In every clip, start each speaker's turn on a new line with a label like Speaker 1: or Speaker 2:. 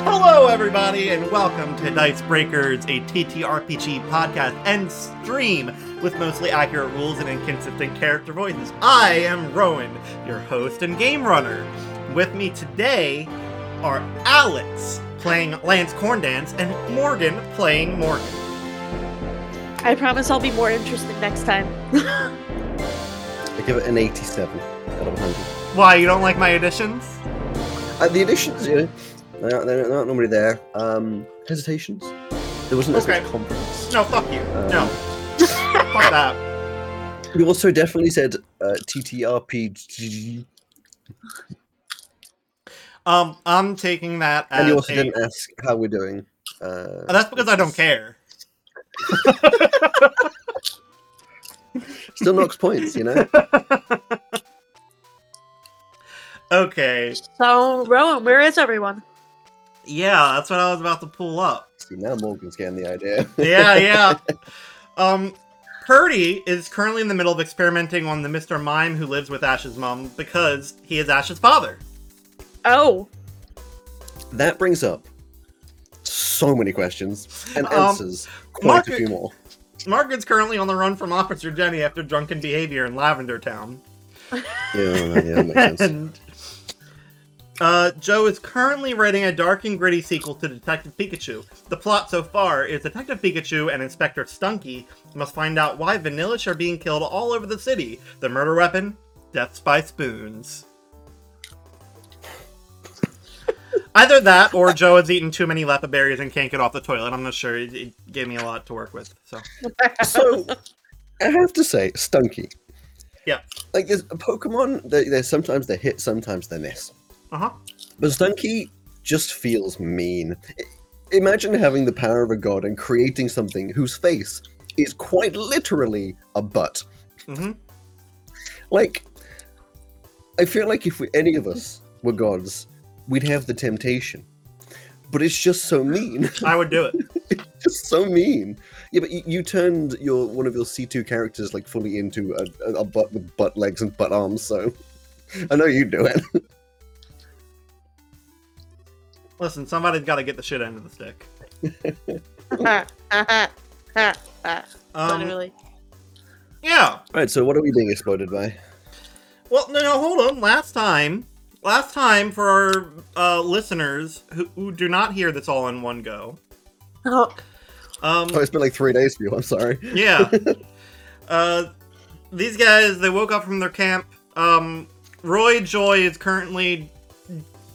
Speaker 1: Hello, everybody, and welcome to Dice Breakers, a TTRPG podcast and stream with mostly accurate rules and inconsistent character voices. I am Rowan, your host and game runner. With me today are Alex playing Lance Corndance and Morgan playing Morgan.
Speaker 2: I promise I'll be more interesting next time.
Speaker 3: I give it an 87 out of 100.
Speaker 1: Why, you don't like my additions?
Speaker 3: Uh, the additions, you know, they're not, they're not normally there. Um, hesitations. There wasn't as
Speaker 1: Okay.
Speaker 3: much confidence.
Speaker 1: No, fuck you.
Speaker 3: Um,
Speaker 1: No. fuck that.
Speaker 3: You also definitely said uh, TTRPG,
Speaker 1: Um, I'm taking that as.
Speaker 3: and you also
Speaker 1: a-
Speaker 3: didn't ask how we're doing. Uh,
Speaker 1: Oh, that's because I don't care.
Speaker 3: Still knocks points, you know.
Speaker 1: Okay.
Speaker 2: So, Rowan, where is everyone?
Speaker 1: Yeah, that's what I was about to pull up.
Speaker 3: See, now Morgan's getting the idea.
Speaker 1: Yeah, yeah. um, Purdy is currently in the middle of experimenting on the Mr. Mime who lives with Ash's mom because he is Ash's father.
Speaker 2: Oh,
Speaker 3: That brings up so many questions and
Speaker 1: Um,
Speaker 3: answers. Quite
Speaker 1: Margaret-
Speaker 3: a few more.
Speaker 1: Margaret's currently on the run from Officer Jenny after drunken behavior in Lavender Town.
Speaker 3: Yeah, yeah, that makes sense.
Speaker 1: and uh, Joe is currently writing a dark and gritty sequel to Detective Pikachu. The plot so far is Detective Pikachu and Inspector Stunky must find out why Vanillish are being killed all over the city. The murder weapon, deaths by spoons. Either that, or Joe has eaten too many lepa berries and can't get off the toilet. I'm not sure. It, it gave me a lot to work with. So
Speaker 3: So, I have to say, Stunky.
Speaker 1: Yeah.
Speaker 3: Like, there's Pokemon, they they're sometimes they hit, sometimes they miss.
Speaker 1: uh huh.
Speaker 3: But Stunky just feels mean. I- Imagine having the power of a god and creating something whose face is quite literally a butt.
Speaker 1: hmm
Speaker 3: Like, I feel like if we, any of us were gods, we'd have the temptation. But it's just so mean.
Speaker 1: I would do it.
Speaker 3: just so mean. Yeah, but you, you turned your one of your C2 characters like fully into a, a, a butt with butt legs and butt arms, so I know you do it.
Speaker 1: Listen, somebody's got to get the shit end of the stick. Um,
Speaker 2: literally.
Speaker 1: Yeah.
Speaker 3: Alright, so what are we being exploded by?
Speaker 1: Well, no, no, hold on. Last time, last time for our uh, listeners who, who do not hear this all in one go.
Speaker 2: Oh,
Speaker 1: Um,
Speaker 3: Oh, it's been like three days for you, I'm sorry.
Speaker 1: yeah. Uh, these guys, they woke up from their camp. Um, Roy Joy is currently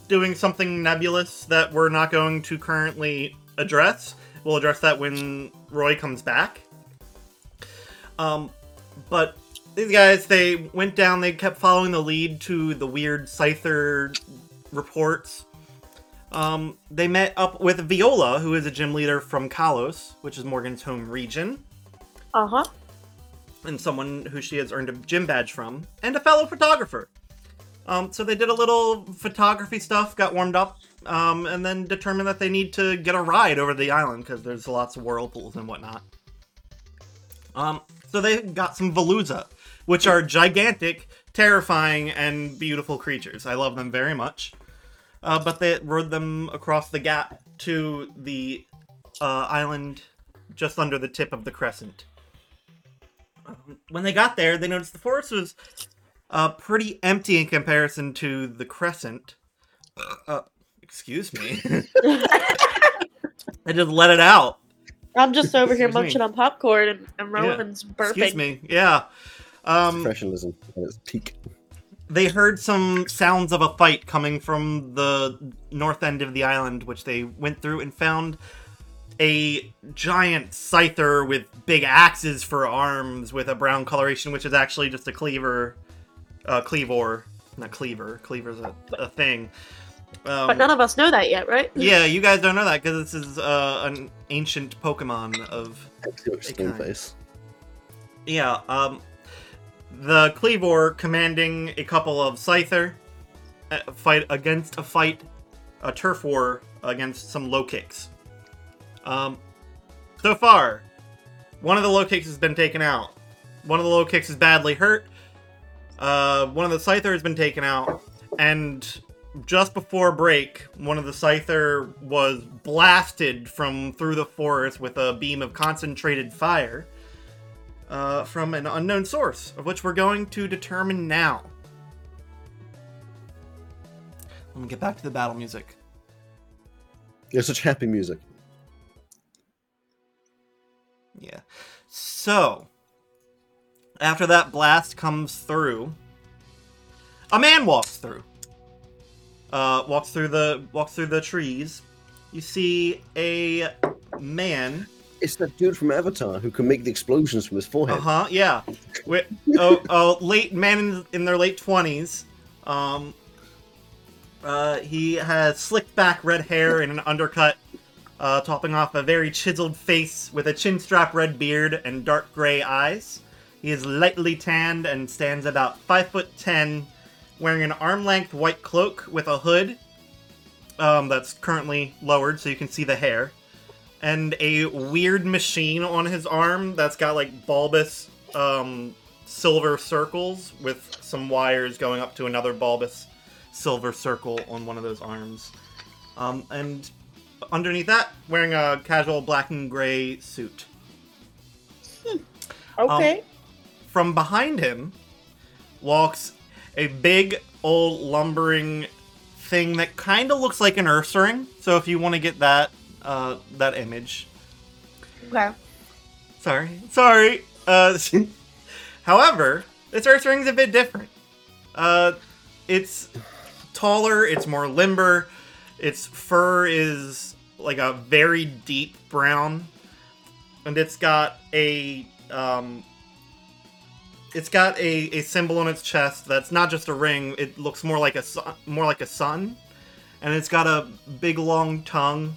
Speaker 1: doing something nebulous that we're not going to currently address. We'll address that when Roy comes back. Um, but these guys, they went down, they kept following the lead to the weird Scyther reports. Um, they met up with Viola, who is a gym leader from Kalos, which is Morgan's home region
Speaker 2: uh huh.
Speaker 1: and someone who she has earned a gym badge from, and a fellow photographer. Um, so they did a little photography stuff, got warmed up, um, and then determined that they need to get a ride over the island because there's lots of whirlpools and whatnot. Um, so they got some Veluza, which are gigantic, terrifying, and beautiful creatures. I love them very much. Uh, but they rode them across the gap to the uh, island just under the tip of the crescent when they got there, they noticed the forest was uh, pretty empty in comparison to the crescent. Uh, excuse me. I just let it out.
Speaker 2: I'm just over here
Speaker 1: Excuse me.
Speaker 2: munching on popcorn and, and
Speaker 1: Yeah.
Speaker 2: Rowan's burping.
Speaker 1: Excuse me. Yeah. Um,
Speaker 3: Professionalism at its peak.
Speaker 1: they heard some sounds of a fight coming from the north end of the island, which they went through and found a giant scyther with big axes for arms with a brown coloration, which is actually just a cleaver, uh, cleavor, not cleaver. Cleaver's a, a thing. Um,
Speaker 2: But none of us know that yet, right?
Speaker 1: yeah, you guys don't know that because this is uh, an ancient Pokemon of
Speaker 3: Skin
Speaker 1: kind.
Speaker 3: face.
Speaker 1: yeah, um, the Cleavor commanding a couple of Scyther uh, fight against a fight, a turf war against some low kicks. Um, so far, one of the low kicks has been taken out. One of the low kicks is badly hurt. Uh, one of the Scyther has been taken out, and just before break, one of the Scyther was blasted from through the forest with a beam of concentrated fire uh, from an unknown source, of which we're going to determine now. Let me get back to the battle music.
Speaker 3: There's such happy music.
Speaker 1: Yeah. So, after that blast comes through, a man walks through. Uh, walks through the walks through the trees. You see a man.
Speaker 3: It's that dude from Avatar who can make the explosions from his
Speaker 1: Uh
Speaker 3: forehead.
Speaker 1: huh. Yeah. With, oh, oh, late man in, in their late twenties. Um. Uh, he has slicked back red hair and an undercut, uh, topping off a very chiseled face with a chin strap red beard and dark gray eyes. He is lightly tanned and stands about five foot ten, wearing an arm length white cloak with a hood um, that's currently lowered so you can see the hair, and a weird machine on his arm that's got like bulbous um, silver circles with some wires going up to another bulbous silver circle on one of those arms. Um, and underneath that, wearing a casual black and gray suit. um,
Speaker 2: Okay.
Speaker 1: From behind him walks a big old lumbering thing that kind of looks like an Ursaring. So if you want to get that uh, that image,
Speaker 2: okay.
Speaker 1: um, sorry, sorry. Uh, however, this Ursaring's a bit different. Uh, it's taller. It's more limber. Its fur is like a very deep brown, and it's got a um, it's got a, a symbol on its chest that's not just a ring. It looks more like a su- more like a sun, and it's got a big long tongue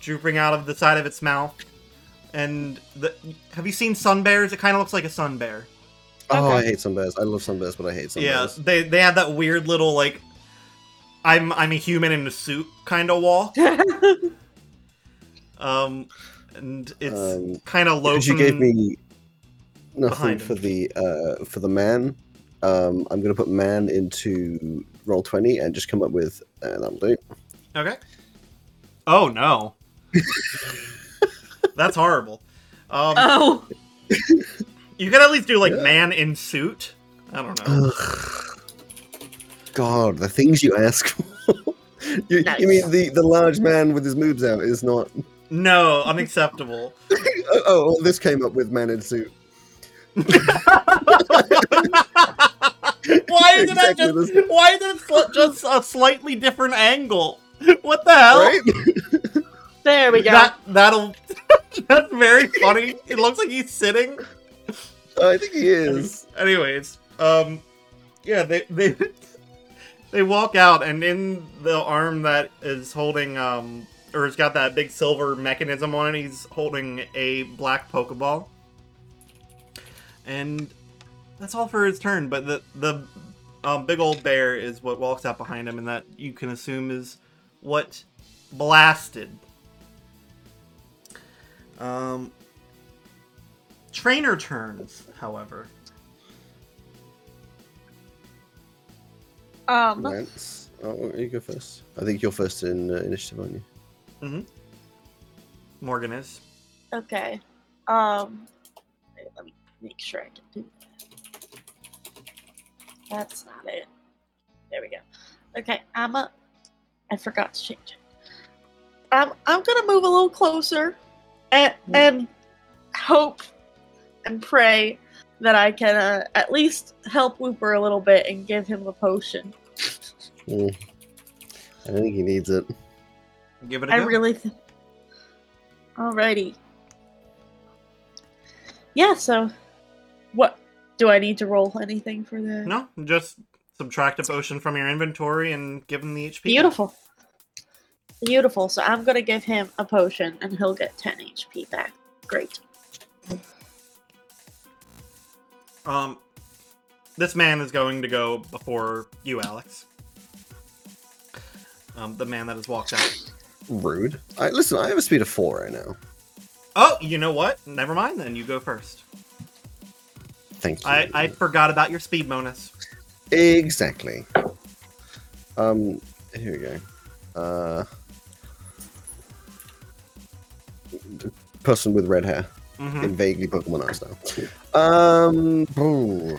Speaker 1: drooping out of the side of its mouth. And the, have you seen sun bears? It kind of looks like a sun bear.
Speaker 3: Oh, I
Speaker 2: Okay.
Speaker 3: hate sunbears. I love sunbears, but I hate sunbears.
Speaker 1: Yeah, they they have that weird little like, I'm I'm a human in a suit kind of walk. um, and it's
Speaker 3: Um,
Speaker 1: kind of low.
Speaker 3: Because you gave
Speaker 1: from-
Speaker 3: me nothing
Speaker 1: behind him.
Speaker 3: for the uh, for the man. Um, I'm gonna put man into roll twenty and just come up with uh, that'll do.
Speaker 1: Okay. Oh no. That's horrible. Um,
Speaker 2: Oh.
Speaker 1: You could at least do like
Speaker 3: Yeah. Uh.
Speaker 1: man in suit. I don't know.
Speaker 3: Ugh. God, the things you ask for. you,
Speaker 2: Nice.
Speaker 3: you mean the, the large man with his moves out is not?
Speaker 1: No, unacceptable.
Speaker 3: Oh, oh, well, this came up with man in suit.
Speaker 1: Why is it at
Speaker 3: Exactly
Speaker 1: just? Why is it sl- just a slightly different angle? What the hell?
Speaker 3: Right?
Speaker 2: There we go.
Speaker 1: That that'll. that's very funny. It looks like he's sitting.
Speaker 3: I think he is.
Speaker 1: Anyways, um, yeah, they they they walk out, and in the arm that is holding um or it's got that big silver mechanism on it, he's holding a black pokeball, and that's all for his turn. But the the um, big old bear is what walks out behind him, and that you can assume is what blasted. Um, trainer turns, however.
Speaker 2: um.
Speaker 3: Lance. Oh, you go first. I think you're first in uh, initiative, aren't you?
Speaker 1: Morgan is.
Speaker 2: Okay. Um. wait, Let me make sure I can do that. That's not it. There we go. Okay. I'm up. I forgot to change it. Um. I'm gonna move a little closer, and and hope and pray that I can uh, at least help Whooper a little bit and give him the potion.
Speaker 1: Hmm.
Speaker 3: Mm. I don't think he needs it.
Speaker 1: Give it a
Speaker 2: I
Speaker 1: go.
Speaker 2: really. Th- Alrighty. Yeah. So, what do I need to roll anything for that?
Speaker 1: no, just subtract a potion from your inventory and give him the HP.
Speaker 2: Beautiful. Beautiful. So I'm gonna give him a potion, and he'll get 10 HP back. Great.
Speaker 1: Um, this man is going to go before you, Alex. Um, the man that has walked out.
Speaker 3: Rude. I, listen, I have a speed of four right now.
Speaker 1: Oh, you know what? Never mind. Then you go first.
Speaker 3: Thank you.
Speaker 1: I I forgot about your speed bonus.
Speaker 3: Exactly. Um, Here we go. Uh, person with red hair
Speaker 1: hmm
Speaker 3: in vaguely Pokemon style. Um, oh,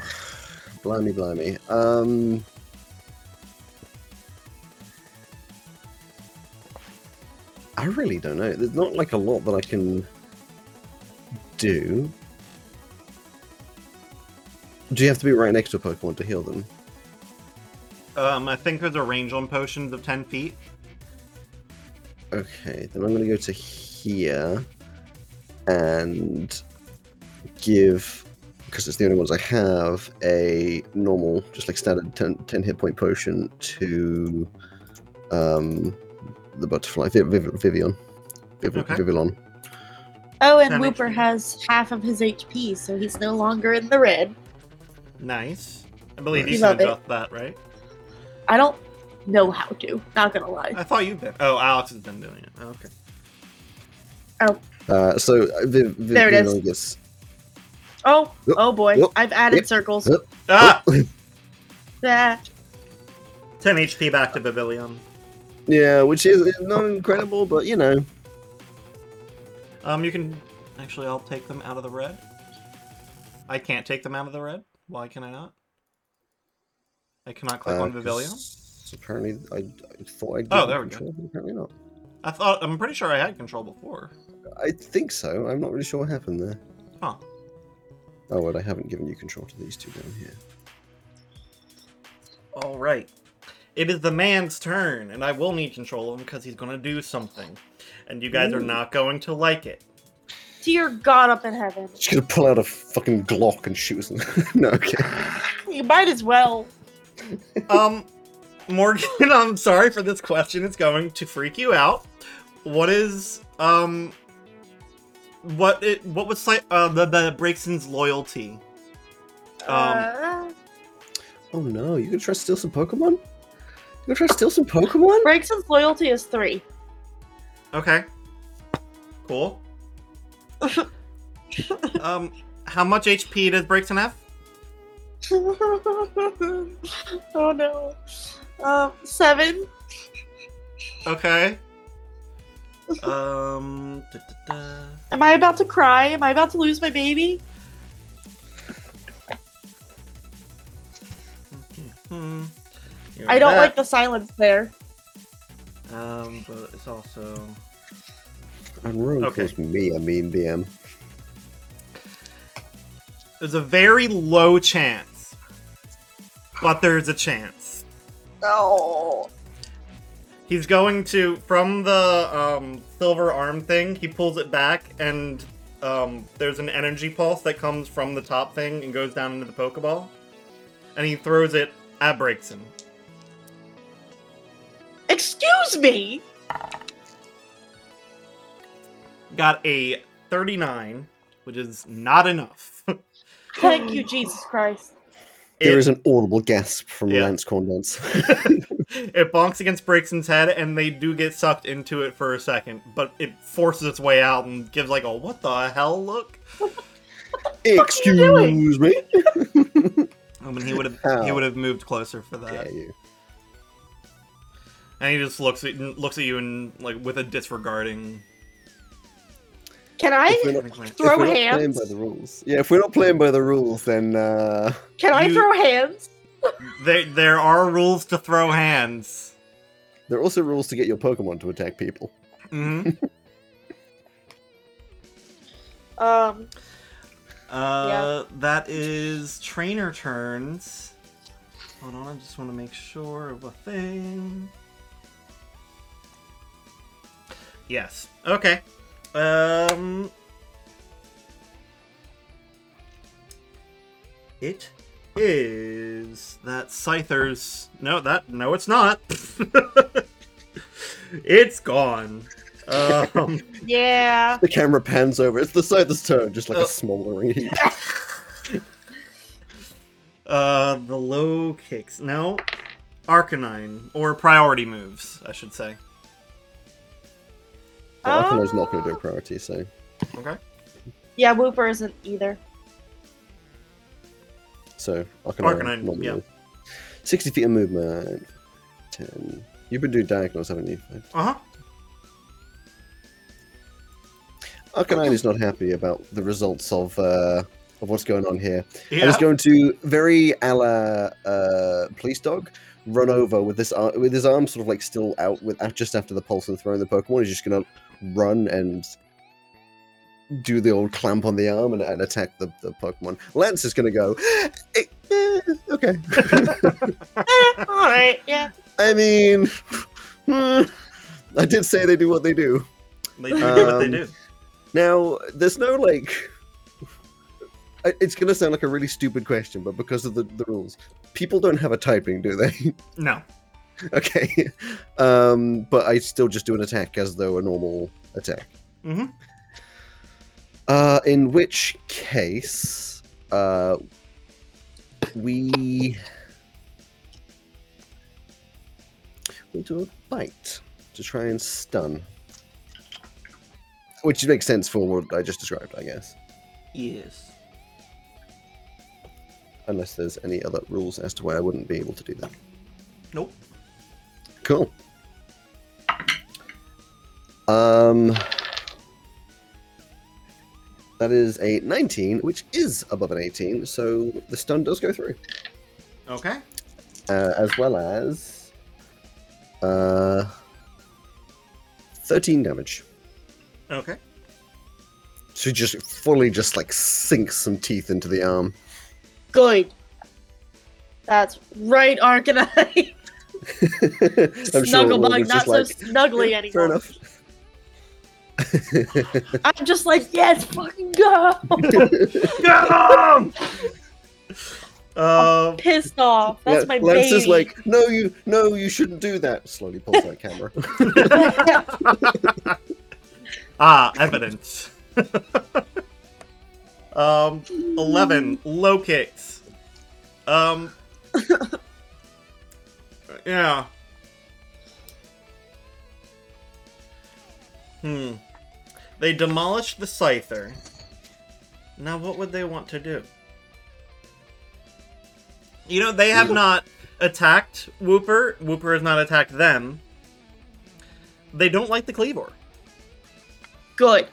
Speaker 3: blimey, blimey. Um, I really don't know. There's not like a lot that I can do. Do you have to be right next to a Pokemon to heal them?
Speaker 1: Um, I think there's a range on potions of ten feet.
Speaker 3: Okay, then I'm going to go to here and give, because it's the only ones I have, a normal, just like standard 10, 10 hit point potion to um, the butterfly, Viv- Viv- Vivian. Viv-
Speaker 1: Okay.
Speaker 3: Vivillon.
Speaker 2: Oh, and
Speaker 1: That makes
Speaker 2: Wooper
Speaker 1: sense.
Speaker 2: has half of his HP, so he's no longer in the red.
Speaker 1: Nice. I believe
Speaker 3: Nice.
Speaker 1: you can
Speaker 2: Love it.
Speaker 1: adjust that, right?
Speaker 2: I don't know how to. Not gonna lie.
Speaker 1: I thought you'd been. Oh, Alex has been doing it. Oh, okay.
Speaker 3: Uh, so uh, Viv- Viv-
Speaker 2: There it is.
Speaker 3: Vivillon gets.
Speaker 2: Oh,
Speaker 3: Yep.
Speaker 2: oh boy,
Speaker 3: Yep.
Speaker 2: I've added
Speaker 3: Yep.
Speaker 2: circles.
Speaker 3: Yep.
Speaker 1: Ah!
Speaker 2: Ah,
Speaker 1: 10 HP back to Babylon.
Speaker 3: Yeah, which is not incredible, but you know.
Speaker 1: Um, you can. Actually, I'll take them out of the red. I can't take them out of the red. Why can I not? I cannot click
Speaker 3: uh,
Speaker 1: on Vivillion.
Speaker 3: 'cause Apparently, I, I thought I did.
Speaker 1: Oh, there we go.
Speaker 3: Apparently not.
Speaker 1: I thought I'm pretty sure I had control before.
Speaker 3: I think so. I'm not really sure what happened there.
Speaker 1: Huh.
Speaker 3: Oh, well, I haven't given you control to these two down here.
Speaker 1: All right. It is the man's turn, and I will need control of him because he's going to do something, and you guys are
Speaker 3: Ooh.
Speaker 1: not going to like it.
Speaker 2: dear God up in heaven.
Speaker 3: She's gonna pull out a fucking Glock and shoot us. in the- no, okay.
Speaker 2: You might as well.
Speaker 1: Um, Morgan, I'm sorry for this question. It's going to freak you out. What is um, what it what was Cy- uh, the the Braxton's loyalty? Um,
Speaker 2: uh,
Speaker 3: Oh no, you gonna try to steal some Pokemon? You gonna try to steal some Pokemon?
Speaker 2: Braxton's loyalty is three.
Speaker 1: Okay, cool. um, how much HP does Braxton have?
Speaker 2: oh no. Um, seven.
Speaker 1: Okay. Um, da, da, da.
Speaker 2: Am I about to cry? Am I about to lose my baby?
Speaker 1: Hmm. You're
Speaker 2: I don't
Speaker 1: back.
Speaker 2: like the silence there.
Speaker 1: Um, but it's also.
Speaker 3: And Rowan
Speaker 1: Okay.
Speaker 3: calls me a mean BM.
Speaker 1: There's a very low chance, but there's a chance.
Speaker 2: Oh.
Speaker 1: He's going to from the um, silver arm thing. He pulls it back, and um, there's an energy pulse that comes from the top thing and goes down into the Pokeball, and he throws it at Brakeson.
Speaker 2: Excuse me.
Speaker 1: Got a 39, which is not enough.
Speaker 2: Thank you, Jesus Christ.
Speaker 3: There
Speaker 1: It-
Speaker 3: is an audible gasp from
Speaker 1: Yeah.
Speaker 3: Lance Corndance.
Speaker 1: it bonks against Braxton's head, and they do get sucked into it for a second, but it forces its way out and gives like a what the hell look.
Speaker 2: fuck are you doing?
Speaker 3: Excuse me.
Speaker 1: I mean, Oh, he would have
Speaker 3: Ow.
Speaker 1: he would have moved closer for that,
Speaker 3: Dare you.
Speaker 1: and he just looks at looks at you and like with a disregarding.
Speaker 2: Can I
Speaker 3: If we're not-
Speaker 2: Throw
Speaker 3: if we're not playing
Speaker 2: hands.
Speaker 3: by the rules. Yeah, if we're not playing by the rules, then uh,
Speaker 2: can I
Speaker 1: You-
Speaker 2: throw hands?
Speaker 1: There there are rules to throw hands.
Speaker 3: there are also rules to get your Pokemon to attack people. Mm-hmm.
Speaker 1: hmm
Speaker 2: Um
Speaker 1: Uh, that is trainer turns. Hold on, I just want to make sure of a thing. Yes. Okay. Um. It is that Scyther's. No, that. No, it's not. it's gone. Um.
Speaker 2: yeah.
Speaker 3: The camera pans over. It's the Scyther's turn, just like
Speaker 1: Oh.
Speaker 3: a smoldering heap.
Speaker 1: Uh, the low kicks. No, Arcanine or priority moves, I should say.
Speaker 2: Oh,
Speaker 3: Well, Arcano's not going to do a priority, so.
Speaker 1: Okay.
Speaker 2: Yeah, Wooper isn't either.
Speaker 3: So, Arcanine.
Speaker 1: Arcanine, yeah.
Speaker 3: 60 feet of movement. 10. You've been doing diagonals, haven't you?
Speaker 1: Uh huh.
Speaker 3: Arcanine is not happy about the results of uh, of what's going on here.
Speaker 1: Yeah.
Speaker 3: And is going to very a la uh, police dog run over with this ar- with his arm sort of like still out with at- just after the pulse and throwing the Pokemon. He's just gonna run and do the old clamp on the arm and, and attack the, the Pokemon. Lance is gonna go. "Eh, eh, okay.
Speaker 2: Eh, all right, yeah.
Speaker 3: I mean, hmm, I did say they do what they do.
Speaker 1: They do what they
Speaker 3: Um,
Speaker 1: do.
Speaker 3: Now, there's no like. I- It's gonna sound like a really stupid question, but because of the, the rules, people don't have a typing, do they?
Speaker 1: No.
Speaker 3: okay. Um, but I still just do an attack as though a normal attack.
Speaker 1: Mhm.
Speaker 3: Uh, in which case, uh, we we do a bite to try and stun, which makes sense for what I just described, I guess.
Speaker 1: Yes.
Speaker 3: Unless there's any other rules as to why I wouldn't be able to do that.
Speaker 1: Nope.
Speaker 3: Cool. Um, that is a 19, which is above an 18, so the stun does go through,
Speaker 1: Okay.
Speaker 3: uh, as well as uh, 13 damage.
Speaker 1: Okay.
Speaker 3: She just fully just like sinks some teeth into the arm.
Speaker 2: Good. That's right, Arcanine.
Speaker 3: I'm sure Orm
Speaker 2: Snugglebug,
Speaker 3: was
Speaker 2: not
Speaker 3: just
Speaker 2: so
Speaker 3: like,
Speaker 2: snuggly
Speaker 3: "Yeah,
Speaker 2: anymore.
Speaker 3: Fair enough.
Speaker 2: I'm just like, yes, fucking go.
Speaker 1: Get 'em! Uh,
Speaker 2: Pissed off. That's
Speaker 3: Yeah,
Speaker 2: my
Speaker 3: Lance
Speaker 2: baby.
Speaker 3: is like, no, you, no, you shouldn't do that. Slowly pulls that camera.
Speaker 1: ah, evidence. um, 11 low kicks um yeah hmm they demolished the scyther now what would they want to do you know they have not attacked whooper whooper has not attacked them they don't like the cleaver
Speaker 2: Good.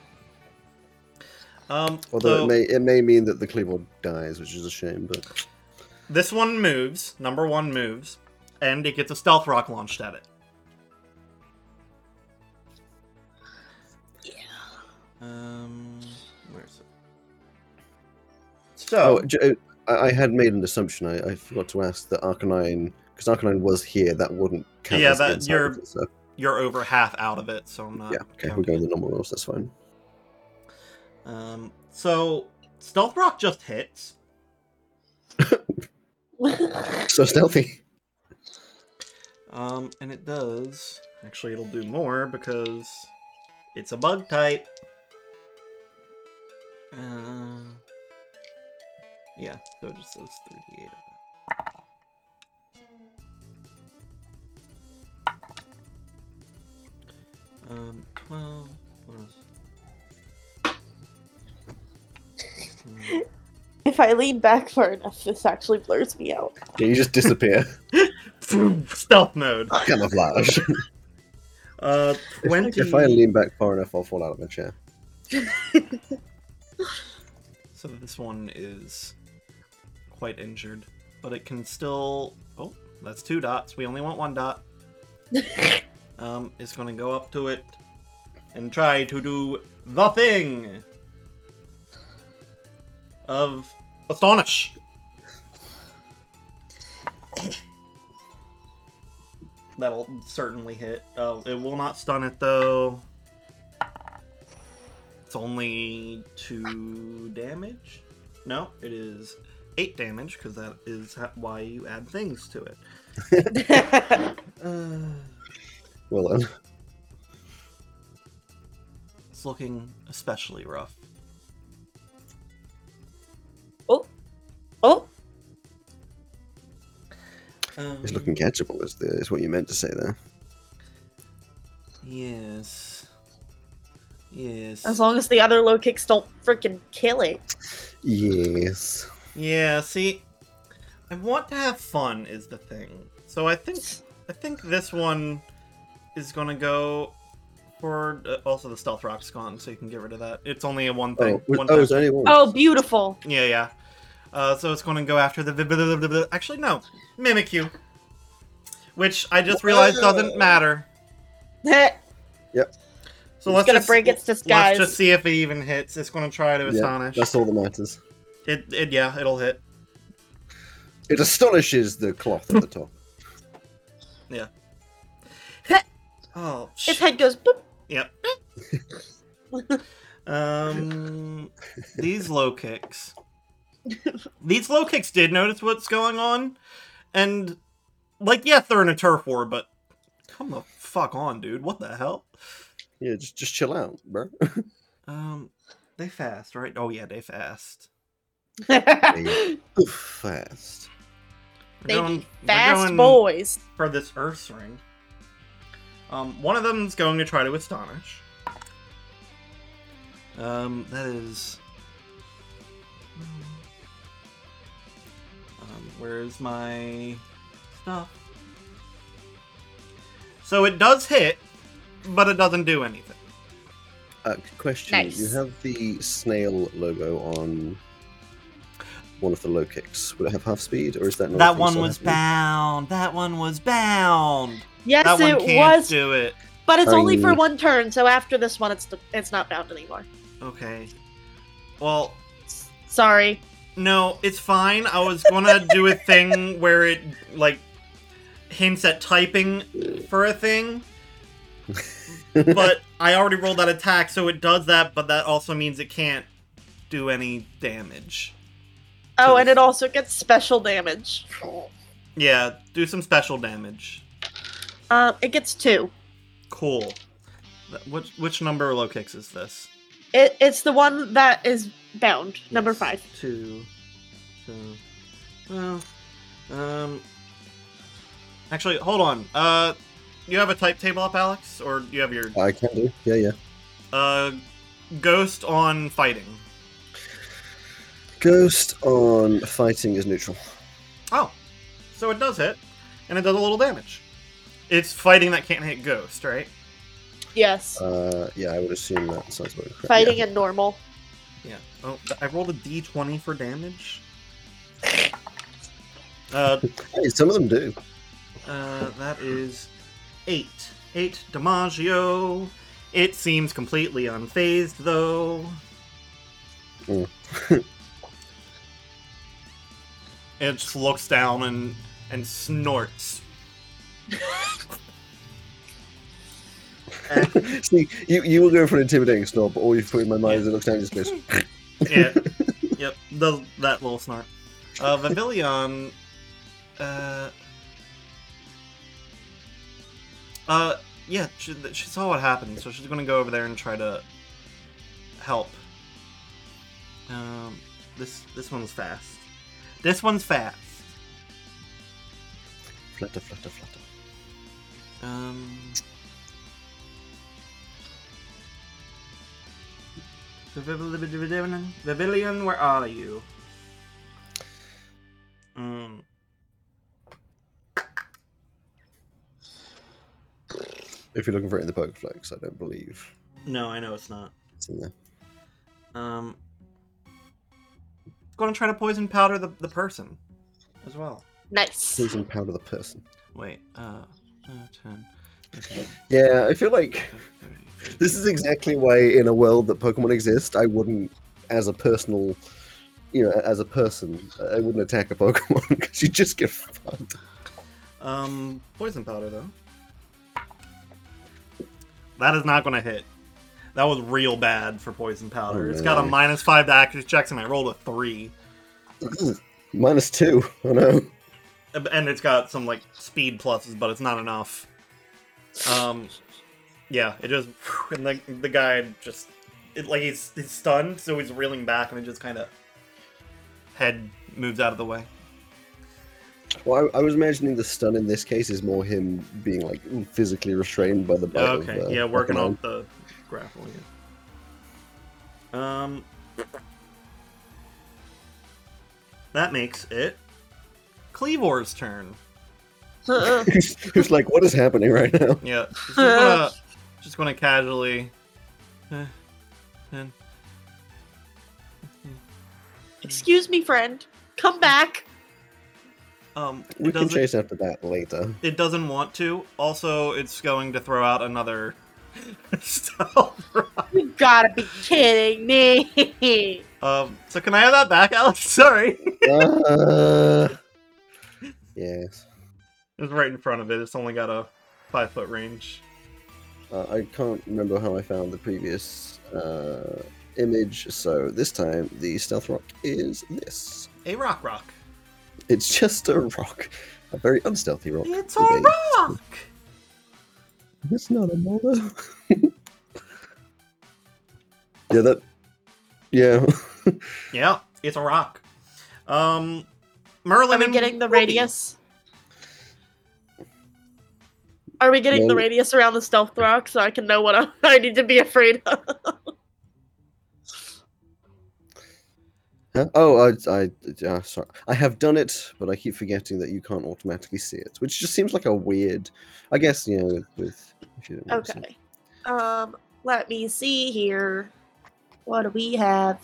Speaker 1: um
Speaker 3: Although
Speaker 1: so-
Speaker 3: it may it may mean that the Cleveland dies, which is a shame. But
Speaker 1: This one moves. Number one moves, and it gets a stealth rock launched at it.
Speaker 2: Yeah.
Speaker 1: Um, where is it?
Speaker 3: oh,
Speaker 1: So
Speaker 3: j- uh, I, I had made an assumption. I, I forgot to ask that Arcanine, because Arcanine was here, that wouldn't count.
Speaker 1: Yeah,
Speaker 3: as
Speaker 1: that-
Speaker 3: inside,
Speaker 1: you're- Uh,
Speaker 3: would it? So,
Speaker 1: you're over half out of it, so I'm not.
Speaker 3: yeah, okay,
Speaker 1: counting.
Speaker 3: we're going the normal rules. That's fine.
Speaker 1: Um, so stealth rock just hits.
Speaker 3: So stealthy.
Speaker 1: Um, and it does. Actually, it'll do more because it's a bug type. Uh, yeah, so it just says 38 of that. Um, 12 plus. Hmm.
Speaker 2: if I lean back far enough, this actually blurs me out.
Speaker 3: Yeah, you just disappear.
Speaker 1: Stealth mode.
Speaker 3: Camouflage.
Speaker 1: Uh, 20.
Speaker 3: if I lean back far enough, I'll fall out of my chair.
Speaker 1: So this one is quite injured, but it can still. Oh, that's two dots. We only want one dot. um, it's going to go up to it and try to do the thing of astonish. That'll certainly hit. Uh, it will not stun it though. It's only two damage. No, it is eight damage because that is ho- why you add things to it. Uh,
Speaker 3: Well um, then,
Speaker 1: it's looking especially rough.
Speaker 2: oh,
Speaker 1: Um,
Speaker 3: it's looking catchable. Is, the, is what you meant to say there?
Speaker 1: Yes. Yes.
Speaker 2: as long as the other low kicks don't freaking kill it.
Speaker 3: Yes.
Speaker 1: Yeah, see, I want to have fun is the thing. So I think I think this one is gonna go for uh, also the stealth rock's gone, so you can get rid of that. It's only a one thing.
Speaker 3: Oh, was,
Speaker 1: one
Speaker 3: oh,
Speaker 1: time.
Speaker 3: is there only one?
Speaker 2: Oh, beautiful.
Speaker 1: Yeah, yeah. Uh, so it's going to go after the. vi- vi- vi- vi- vi- Actually, no. Mimikyu. Which I just realized doesn't
Speaker 3: Whoa.
Speaker 1: matter.
Speaker 2: It's
Speaker 1: So let's
Speaker 2: gonna
Speaker 1: just,
Speaker 2: break its
Speaker 1: let's
Speaker 2: disguise.
Speaker 1: just see if it even hits. It's going to try to
Speaker 3: Yeah,
Speaker 1: astonish.
Speaker 3: That's all that matters.
Speaker 1: It, it, yeah, it'll hit.
Speaker 3: It astonishes the cloth at the top.
Speaker 1: Oh,
Speaker 2: Its
Speaker 1: shit.
Speaker 2: head goes boop.
Speaker 1: Yep. um, these low kicks. These low kicks did notice what's going on, and like, yeah, they're in a turf war, but come the fuck on, dude. What the hell?
Speaker 3: Yeah, just just chill out, bro.
Speaker 1: Um, they fast, right? Oh yeah, they fast.
Speaker 3: Oof, Fast.
Speaker 2: They
Speaker 1: They're
Speaker 2: be
Speaker 1: they're
Speaker 2: fast boys.
Speaker 1: for this Earth's ring. Um, one of them's going to try to astonish. Um, that is. Um, where is my stuff? So it does hit, but it doesn't do anything.
Speaker 3: Uh, question: You
Speaker 2: Nice.
Speaker 3: have the snail logo on one of the low kicks. Would it have half speed, or is that not? a
Speaker 1: that
Speaker 3: thing
Speaker 1: one
Speaker 3: still
Speaker 1: was
Speaker 3: happening?
Speaker 1: bound. That one was bound.
Speaker 2: Yes,
Speaker 1: that one
Speaker 2: it
Speaker 1: can't
Speaker 2: was,
Speaker 1: do it.
Speaker 2: but it's only for
Speaker 3: Dang.
Speaker 2: one turn. So after this one, it's it's not bound anymore.
Speaker 1: Okay. Well,
Speaker 2: S- Sorry.
Speaker 1: no, it's fine. I was gonna do a thing where it like hints at typing for a thing, but I already rolled that attack, so it does that. But that also means it can't do any damage.
Speaker 2: Oh,
Speaker 1: So-
Speaker 2: and it also gets special damage.
Speaker 1: Yeah, do some special damage.
Speaker 2: Um, it gets two.
Speaker 1: Cool. Th- Which which number of low kicks is this?
Speaker 2: It it's the one that is bound, number
Speaker 1: Yes,
Speaker 2: five.
Speaker 1: Two. So, well, um. Actually, hold on. Uh, you have a type table up, Alex, or you have your
Speaker 3: I can do. Yeah, yeah.
Speaker 1: uh, ghost on fighting.
Speaker 3: Ghost on fighting is neutral.
Speaker 1: Oh, so it does hit, and it does a little damage. It's fighting that can't hit ghost, right?
Speaker 2: Yes,
Speaker 3: Uh, yeah, I would assume that sounds about correct.
Speaker 2: fighting
Speaker 3: Yeah.
Speaker 2: and normal.
Speaker 1: Yeah. Oh, I rolled a d20 for damage. Uh,
Speaker 3: Hey, some of them do.
Speaker 1: Uh, that is eight. Eight Dimaggio. It seems completely unfazed, though.
Speaker 3: Mm.
Speaker 1: it just looks down and and snorts. And
Speaker 3: See, you, you were going for an intimidating snort, but all you've put in my mind is it looks down and just goes.
Speaker 1: yeah, yep, the, that little snort. Uh, Vavilion. Uh, uh, yeah, she, th- she saw what happened, so she's gonna go over there and try to help. Um, this this one's fast. This one's fast.
Speaker 3: flutter, flutter, flutter.
Speaker 1: Um. Vivillion, where are you? Mm.
Speaker 3: If you're looking for it in the Pokeflex, I don't believe
Speaker 1: No, I know it's not.
Speaker 3: it's in there.
Speaker 1: Um, going to try to poison powder the, the person as well.
Speaker 2: Nice.
Speaker 3: Poison powder the person.
Speaker 1: Wait, uh, uh 10.
Speaker 3: Yeah, I feel like this is exactly why, in a world that Pokemon exist, I wouldn't, as a personal, you know, as a person, I wouldn't attack a Pokemon because you just get fucked.
Speaker 1: Um, poison powder though. That is not going to hit. That was real bad for poison powder.
Speaker 3: Oh,
Speaker 1: It's got a
Speaker 3: no.
Speaker 1: minus five to accuracy checks, and I rolled a three,
Speaker 3: Minus two. Oh no.
Speaker 1: Uh, and it's got some like speed pluses, but it's not enough. Um, yeah, it just and the the guy just it, like he's he's stunned, so he's reeling back, and it just kind of head moves out of the way.
Speaker 3: Well, I, I was imagining the stun in this case is more him being like physically restrained by the bite of,
Speaker 1: Oh, okay,
Speaker 3: uh,
Speaker 1: yeah, working
Speaker 3: Pokemon.
Speaker 1: on the grapple. Yeah. Um, that makes it Cleavor's turn.
Speaker 2: Uh,
Speaker 3: who's, who's like, what is happening right now?
Speaker 1: Yeah. Just gonna, just gonna casually. eh, and-
Speaker 2: Excuse me, friend. Come back.
Speaker 1: um, it
Speaker 3: We can
Speaker 1: doesn't-
Speaker 3: chase after that later.
Speaker 1: It doesn't want to. Also, it's going to throw out another stealth. roll.
Speaker 2: You gotta be kidding me.
Speaker 1: um, so can I have that back, Alex? Sorry.
Speaker 3: uh, yes.
Speaker 1: It's right in front of it. It's only got a five foot range.
Speaker 3: Uh, I can't remember how I found the previous uh, image, so this time the stealth rock is this.
Speaker 1: A rock rock.
Speaker 3: It's just a rock. A very unstealthy rock.
Speaker 1: It's a
Speaker 3: with a-
Speaker 1: rock!
Speaker 3: It's not a motor. yeah, that. Yeah.
Speaker 1: Yeah, it's a rock. Um, Merlin.
Speaker 2: Are we
Speaker 1: and
Speaker 2: getting the
Speaker 1: Ruby.
Speaker 2: radius? Are we getting the
Speaker 3: No.
Speaker 2: radius around the stealth rock so I can know what I, I need to be afraid of?
Speaker 3: Huh? Oh, I, I, uh, sorry. I have done it, but I keep forgetting that you can't automatically see it, which just seems like a weird. I guess you know with. with if you don't want to see-
Speaker 2: Okay. Um, let me see here. What do we have?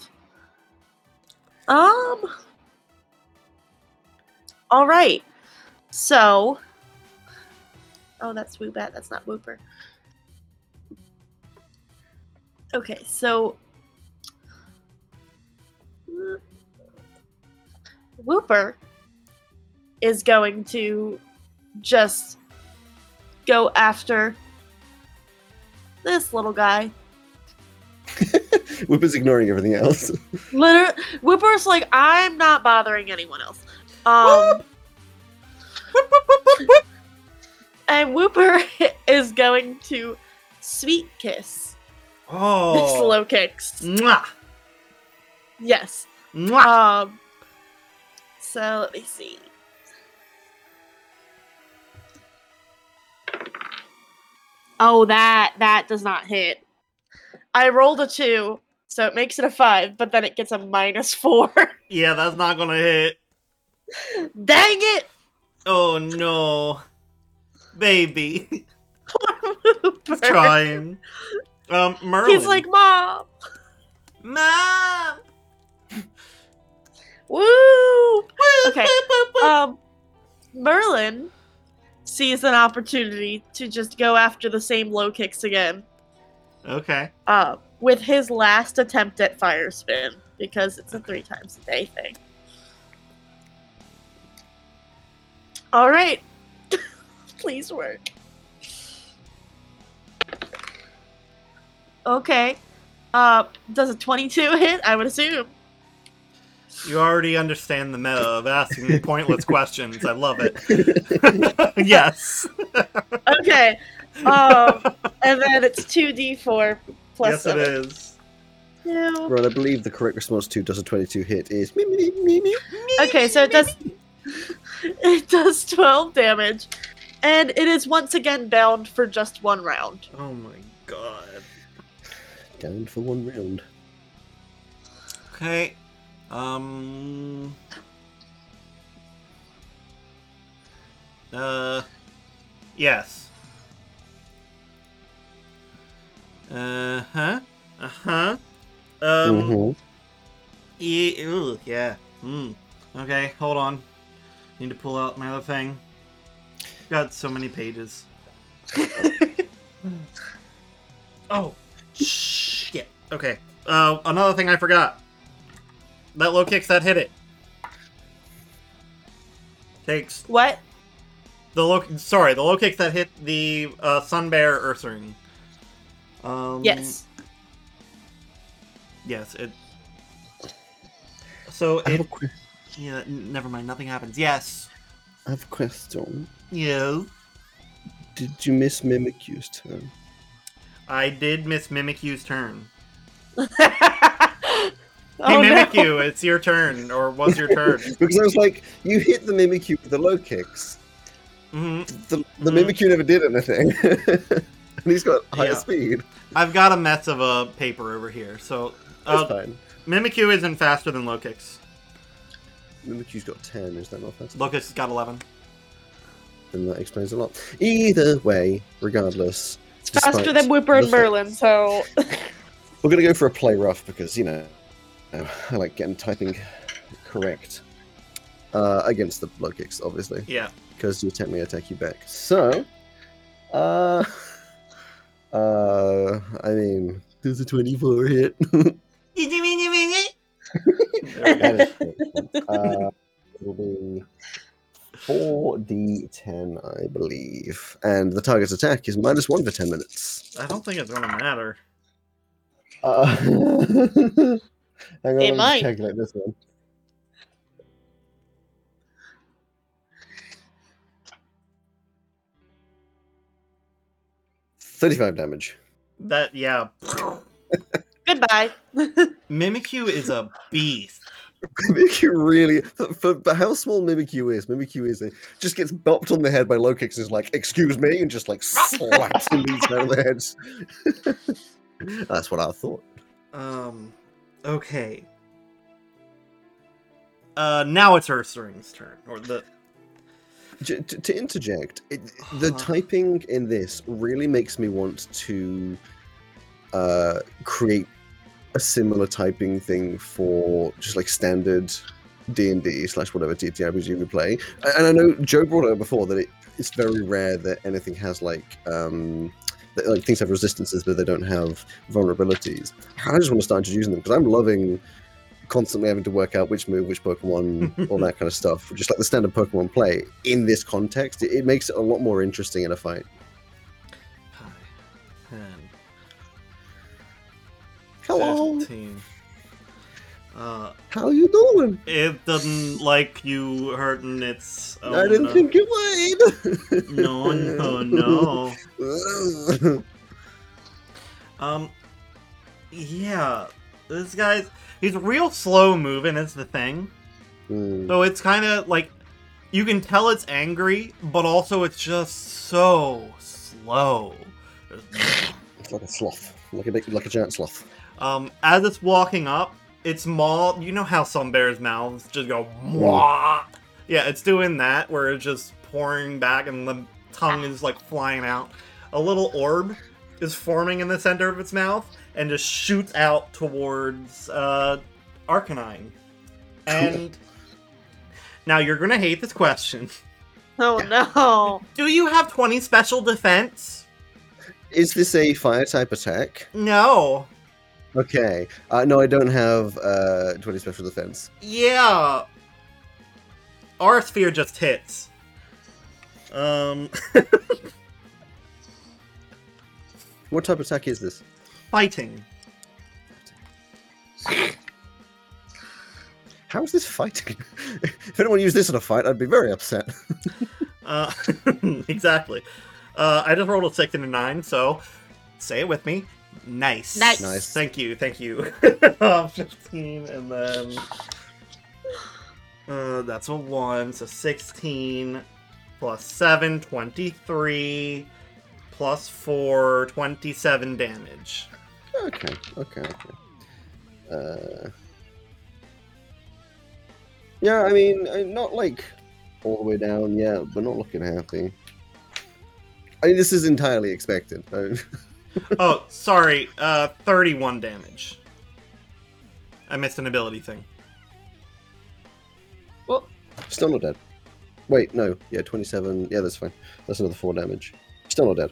Speaker 2: Um. All right. So. Oh, that's Woobat. That's not Wooper. Okay, so. Wooper is going to just go after this little guy.
Speaker 3: Whip is ignoring everything else.
Speaker 2: Liter- Whipper's like, I'm not bothering anyone else. Um, and Whooper is going to sweet kiss this
Speaker 1: Oh.
Speaker 2: slow kicks.
Speaker 1: Mwah!
Speaker 2: Yes.
Speaker 1: Mwah!
Speaker 2: Um. So let me see. Oh, that that does not hit. I rolled a two, so it makes it a five, but then it gets a minus four.
Speaker 1: yeah, that's not gonna hit.
Speaker 2: Dang it!
Speaker 1: Oh no. Baby.
Speaker 2: Whooper.
Speaker 1: It's trying. Um, Merlin.
Speaker 2: He's like, Mom,
Speaker 1: Mom!
Speaker 2: woo! Okay. Um, Merlin sees an opportunity to just go after the same low kicks again
Speaker 1: Okay.
Speaker 2: uh, with his last attempt at fire spin because it's a three times a day thing. All right. Please work. Okay. Uh, does a 22 hit? I would assume.
Speaker 1: You already understand the meta of asking me pointless questions. I love it. yes.
Speaker 2: Okay. Um, and then it's 2d4 plus
Speaker 1: yes,
Speaker 2: seven.
Speaker 1: it is.
Speaker 2: No.
Speaker 3: right, I believe the correct response to does a 22 hit is. meep, meep, meep, meep.
Speaker 2: Okay, so it does it does 12 damage and it is once again bound for just one round.
Speaker 1: Oh my god.
Speaker 3: Down for one round.
Speaker 1: Okay. Um. Uh. Yes. Uh huh. Uh huh. Um.
Speaker 3: Mhm.
Speaker 1: Yeah. E, Ooh, yeah. Mm. Okay, hold on. Need to pull out my other thing. Got so many pages. oh, shit. Okay. Uh, another thing I forgot. That low kicks that hit it. Takes
Speaker 2: What?
Speaker 1: the low. Sorry, the low kicks that hit the uh, Sun Bear Ursaring. Um,
Speaker 2: Yes.
Speaker 1: Yes. It. So
Speaker 3: I, have a
Speaker 1: it
Speaker 3: que-
Speaker 1: yeah, n- never mind. Nothing happens. Yes.
Speaker 3: I have a question.
Speaker 1: Yeah.
Speaker 3: Did you miss Mimicue's turn?
Speaker 1: I did miss Mimikyu's turn.
Speaker 2: hey,
Speaker 1: Hey,
Speaker 2: Oh,
Speaker 1: Mimikyu, it's your turn, or was your turn.
Speaker 3: Because I was like, you hit the Mimikyu with the low kicks.
Speaker 1: hmm
Speaker 3: The, the
Speaker 1: Mhm.
Speaker 3: Mimikyu never did anything. and he's got higher
Speaker 1: Yeah.
Speaker 3: speed.
Speaker 1: I've got a mess of a paper over here. So,
Speaker 3: That's
Speaker 1: uh,
Speaker 3: fine.
Speaker 1: Mimikyu isn't faster than low kicks.
Speaker 3: Mimikyu's got 10, is that not fast?
Speaker 1: Low kicks has got 11.
Speaker 3: then that explains a lot. Either way, regardless,
Speaker 2: It's faster
Speaker 3: despite
Speaker 2: than Whipper and
Speaker 3: the fact-
Speaker 2: Merlin, so
Speaker 3: we're gonna go for a play rough because you know I like getting typing correct uh, against the blood kicks, obviously,
Speaker 1: Yeah.
Speaker 3: because you attack me, I attack you back. So, uh, uh, I mean, does a twenty-four hit? That is great. uh, it'll be four d ten, I believe, and the target's attack is minus one for ten minutes.
Speaker 1: I don't think it's gonna matter.
Speaker 3: Uh, hang on, let me just
Speaker 2: might.
Speaker 3: calculate this one. Thirty-five damage.
Speaker 1: That yeah.
Speaker 2: goodbye.
Speaker 1: Mimikyu is a beast.
Speaker 3: Mimikyu really, for, for, for how small Mimikyu is, Mimikyu is a, just gets bopped on the head by low kicks. And is like, excuse me, and just like slaps the leaves out of the heads. That's what I thought.
Speaker 1: Um okay. Uh now it's Ursaring's turn. Or the
Speaker 3: J- t- to interject, it, the
Speaker 1: Uh-huh.
Speaker 3: typing in this really makes me want to uh, create a similar typing thing for just like standard D and D slash whatever TTRPG we play. A- And I know Joe brought it up before that it, it's very rare that anything has like um, that, like things have resistances, but they don't have vulnerabilities. I just want to start introducing them because I'm loving constantly having to work out which move, which Pokemon, all that kind of stuff. Just like the standard Pokemon play in this context, it, it makes it a lot more interesting in a fight.
Speaker 1: ten,
Speaker 3: Hello,
Speaker 1: 15. Uh
Speaker 3: how you doing?
Speaker 1: it doesn't like you hurting its own,
Speaker 3: I didn't
Speaker 1: uh,
Speaker 3: think you would.
Speaker 1: No no no.
Speaker 3: no.
Speaker 1: Um, yeah, this guy's he's real slow moving. Is the thing.
Speaker 3: Hmm,
Speaker 1: So it's kind of like you can tell it's angry, but also it's just so slow.
Speaker 3: It's like a sloth, like a big, like a giant sloth.
Speaker 1: Um, as it's walking up, its maw. You know how some bears' mouths just go. Mwah! Yeah, it's doing that where it's just pouring back and the tongue is like flying out. A little orb is forming in the center of its mouth and just shoots out towards uh, Arcanine. And now you're gonna hate this question.
Speaker 2: Oh no.
Speaker 1: Do you have 20 special defense?
Speaker 3: Is this a fire type attack?
Speaker 1: No.
Speaker 3: Okay. Uh, no, I don't have uh, 20 special defense.
Speaker 1: Yeah. Our sphere just hits. Um,
Speaker 3: What type of attack is this?
Speaker 1: fighting.
Speaker 3: How is this fighting? if anyone used this in a fight, I'd be very upset.
Speaker 1: Uh, exactly. Uh, I just rolled a six and a nine, so say it with me. Nice.
Speaker 2: Nice.
Speaker 3: Nice.
Speaker 1: Thank you. Thank you. Uh, 15, and then. Uh, that's a 1, so 16 plus 7, 23 plus 4, 27 damage.
Speaker 3: Okay, okay, okay. Uh, yeah, I mean, uh, not like all the way down yet, but not looking happy. I mean, this is entirely expected. I-
Speaker 1: oh, sorry, uh, 31 damage. I missed an ability thing.
Speaker 3: Still not dead. Wait, no. Yeah, 27. Yeah, that's fine. That's another 4 damage. Still not dead.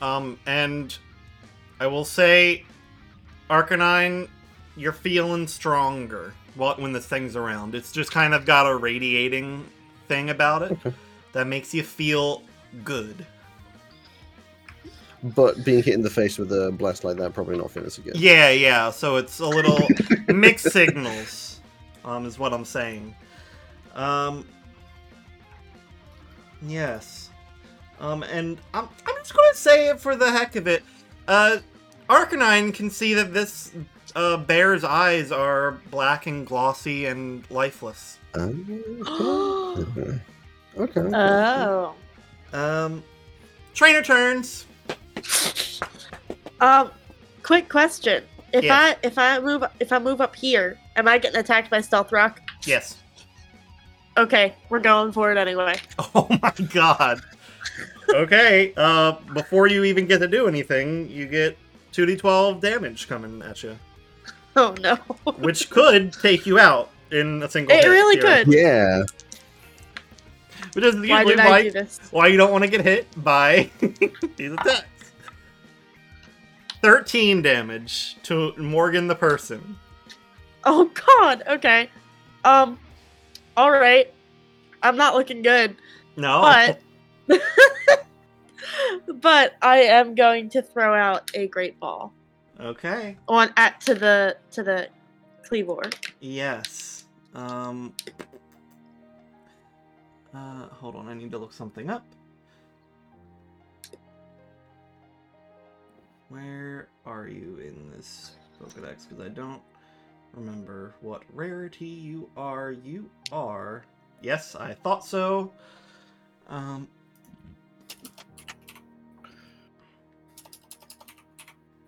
Speaker 1: Um, and I will say, Arcanine, you're feeling stronger wh- when this thing's around. It's just kind of got a radiating thing about it
Speaker 3: Okay.
Speaker 1: that makes you feel good.
Speaker 3: But being hit in the face with a blast like that, probably not feeling so good.
Speaker 1: Yeah, yeah. So it's a little mixed signals, um, is what I'm saying. Um, yes. Um, and I'm, I'm just gonna say it for the heck of it. Uh, Arcanine can see that this uh, bear's eyes are black and glossy and lifeless.
Speaker 3: Okay. Ah, okay. okay.
Speaker 2: oh.
Speaker 1: Um, trainer turns.
Speaker 2: Um, quick question. If
Speaker 1: Yeah.
Speaker 2: I if I move if I move up here, am I getting attacked by stealth rock?
Speaker 1: Yes.
Speaker 2: Okay, we're going for it anyway.
Speaker 1: Oh my god. okay, uh, before you even get to do anything, you get 2d12 damage coming at you,
Speaker 2: Oh no.
Speaker 1: which could take you out in a single
Speaker 2: It
Speaker 1: hit
Speaker 2: really
Speaker 1: here,
Speaker 2: could.
Speaker 3: Yeah.
Speaker 1: Which is
Speaker 2: Why
Speaker 1: usually
Speaker 2: did
Speaker 1: why,
Speaker 2: I do this?
Speaker 1: why you don't want to get hit by these attacks. 13 damage to Morgan the person.
Speaker 2: Oh god. Okay. Um. All right. I'm not looking good,
Speaker 1: No.
Speaker 2: but but I am going to throw out a great ball
Speaker 1: Okay.
Speaker 2: on at to the to the cleavor.
Speaker 1: Yes. Um. Uh, hold on, I need to look something up. Where are you in this Pokedex? Because I don't remember what rarity you are. You are. Yes, I thought so. Um.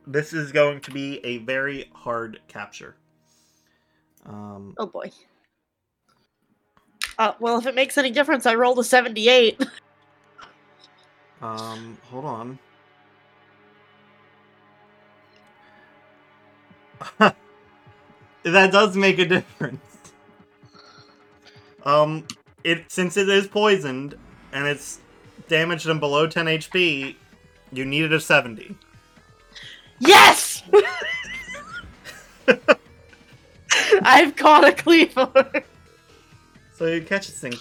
Speaker 1: This is going to be a very hard capture. Um,
Speaker 2: Oh boy. Uh, well, if it makes any difference, I rolled a 78.
Speaker 1: Um, hold on. that does make a difference. Um, it since it is poisoned and it's damaged and below 10 HP, you needed a 70.
Speaker 2: Yes! I've caught a cleaver.
Speaker 1: So you catch this thing,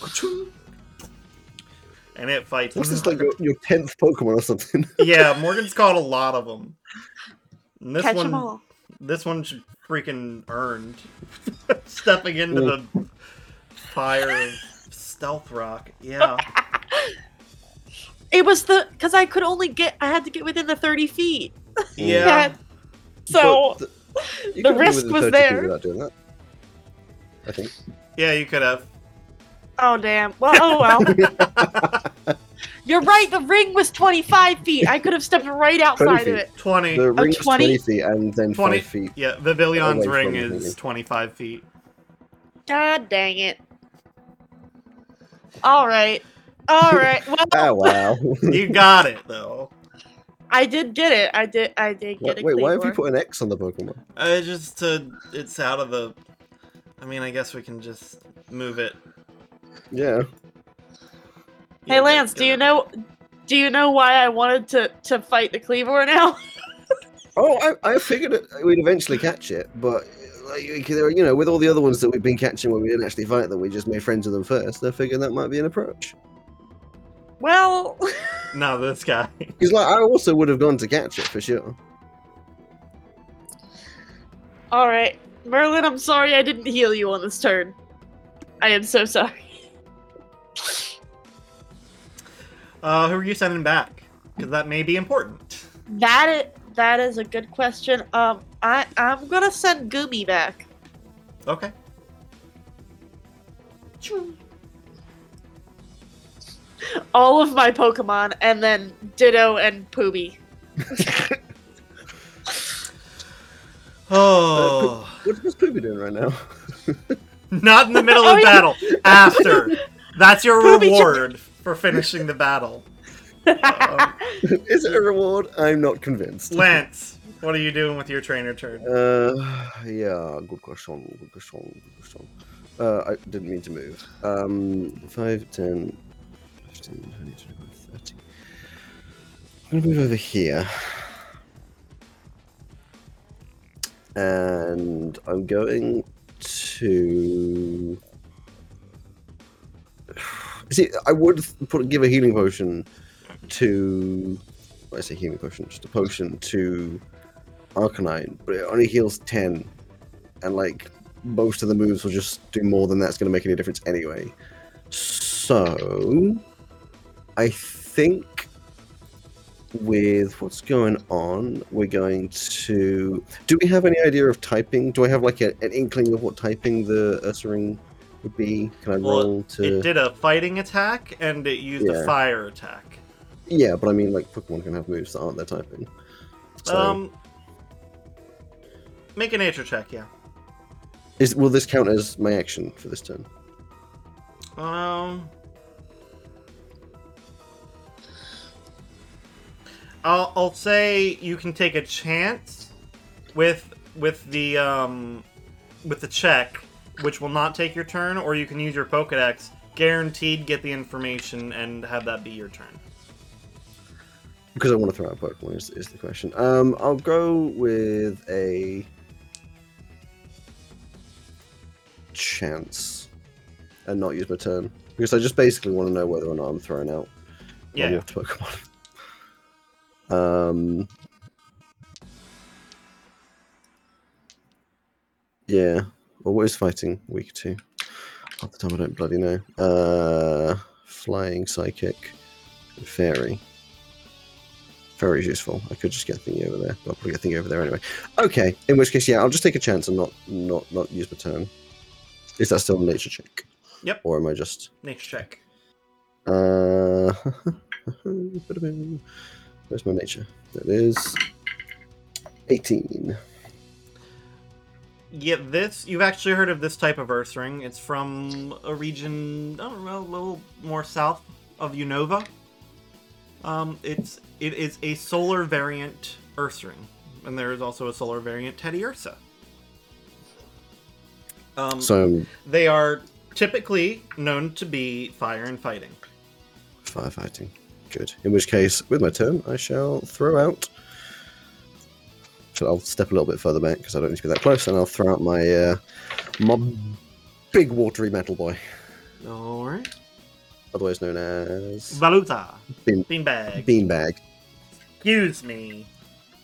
Speaker 1: and it fights.
Speaker 3: What's this like your, your tenth Pokemon or something?
Speaker 1: yeah, Morgan's caught a lot of them. And this
Speaker 2: Catch
Speaker 1: one,
Speaker 2: them all.
Speaker 1: This one's freaking earned. Stepping into the fire of stealth rock. Yeah.
Speaker 2: It was the because I could only get I had to get within the 30 feet.
Speaker 1: Yeah.
Speaker 2: So
Speaker 3: But th- you
Speaker 2: the
Speaker 3: couldn't be
Speaker 2: risk
Speaker 3: within
Speaker 2: was
Speaker 3: 30 feet
Speaker 2: there.
Speaker 3: Without doing that. I think.
Speaker 1: Yeah, you could have.
Speaker 2: oh damn. Well oh well. You're right. The ring was 25 feet. I could have stepped right outside of
Speaker 3: 20 feet.
Speaker 2: it.
Speaker 1: 20.
Speaker 3: The ring is
Speaker 2: 20?
Speaker 3: 20 feet and then
Speaker 1: 20
Speaker 3: 5 feet.
Speaker 1: yeah, Vivillion's
Speaker 3: Away from
Speaker 1: ring
Speaker 3: the
Speaker 1: is
Speaker 3: thingy.
Speaker 1: 25 feet.
Speaker 2: God dang it. All right. All right. Well,
Speaker 3: Oh, wow.
Speaker 1: You got it, though.
Speaker 2: I did get it. I did. I did get
Speaker 3: Wait,
Speaker 2: it.
Speaker 3: why have you put an X on the Pokemon?
Speaker 1: Uh, just to. It's out of the. I mean, I guess we can just move it.
Speaker 3: Yeah.
Speaker 2: Hey Lance, do you know? Do you know why I wanted to to fight the Cleavor now?
Speaker 3: Oh, I, I figured it, we'd eventually catch it, but like, you can- you know, with all the other ones that we've been catching where we didn't actually fight them, we just made friends with them first. I figured that might be an approach.
Speaker 2: well,
Speaker 1: No, this guy.
Speaker 3: Because like, I also would have gone to catch it for sure.
Speaker 2: all right, Merlin. I'm sorry I didn't heal you on this turn. I am so sorry.
Speaker 1: Uh, who are you sending back? Because that may be important.
Speaker 2: That is, that is a good question. Um, I I'm gonna send Gumi back.
Speaker 1: Okay.
Speaker 2: All of my Pokemon, and then Ditto and Pooby.
Speaker 1: Oh.
Speaker 3: What, what's Poopy doing right now?
Speaker 1: Not in the middle
Speaker 2: Oh,
Speaker 1: of
Speaker 2: yeah.
Speaker 1: battle. After. That's your
Speaker 2: Ruby Jam-
Speaker 1: reward for finishing the battle. Um,
Speaker 3: Is it a reward? I'm not convinced.
Speaker 1: Lance, what are you doing with your trainer turn?
Speaker 3: Uh, yeah, good question, good question, good question. Uh, I didn't mean to move. Um, 5, 10, 15, 20, 25, 30. I'm gonna move over here. And I'm going to. See, I would put give a healing potion to. When I say healing potion, just a potion to Arcanine, but it only heals 10. And like most of the moves will just do more than that's going to make any difference anyway. So I think with what's going on, we're going to. Do we have any idea of typing? Do I have like a, an inkling of what typing the Ursaring would be? Can I
Speaker 1: Well,
Speaker 3: roll to.
Speaker 1: It did a fighting attack and it used a
Speaker 3: Yeah.
Speaker 1: fire attack.
Speaker 3: Yeah, but I mean, like Pokemon can have moves that aren't their typing. So,
Speaker 1: Um, make a nature check, yeah.
Speaker 3: is will this count as my action for this turn?
Speaker 1: Um. I'll, I'll say you can take a chance with with the um, with the check, which will not take your turn, or you can use your Pokedex, guaranteed get the information and have that be your turn.
Speaker 3: Because I want to throw out Pokemon is, is the question. Um, I'll go with a chance and not use my turn because I just basically want to know whether or not I'm thrown out.
Speaker 1: Yeah.
Speaker 3: on water Pokemon. Um. Yeah. Well, what is fighting week two? Half the time I don't bloody know. Uh, flying psychic, and fairy. Fairy's useful. I could just get thingy over there. But I'll probably get thingy over there anyway. Okay. In which case, yeah, I'll just take a chance and not not not use my turn. Is that still a nature check?
Speaker 1: Yep.
Speaker 3: Or am I just?
Speaker 1: Next check.
Speaker 3: Uh, where's my nature? That is 18.
Speaker 1: Yeah, this you've actually heard of this type of Earth Ring. It's from a region I don't know, a little more south of Unova. Um, it's it is a solar variant Earth Ring, and there is also a solar variant Teddy Ursa. Um,
Speaker 3: So I'm
Speaker 1: they are typically known to be fire and fighting.
Speaker 3: firefighting. Good. In which case, with my turn, I shall throw out. So I'll step a little bit further back because I don't need to be that close, and I'll throw out my uh, my big watery metal boy,
Speaker 1: All right,
Speaker 3: otherwise known as
Speaker 1: Valuta,
Speaker 3: Bean-
Speaker 1: beanbag.
Speaker 3: beanbag.
Speaker 1: Excuse me.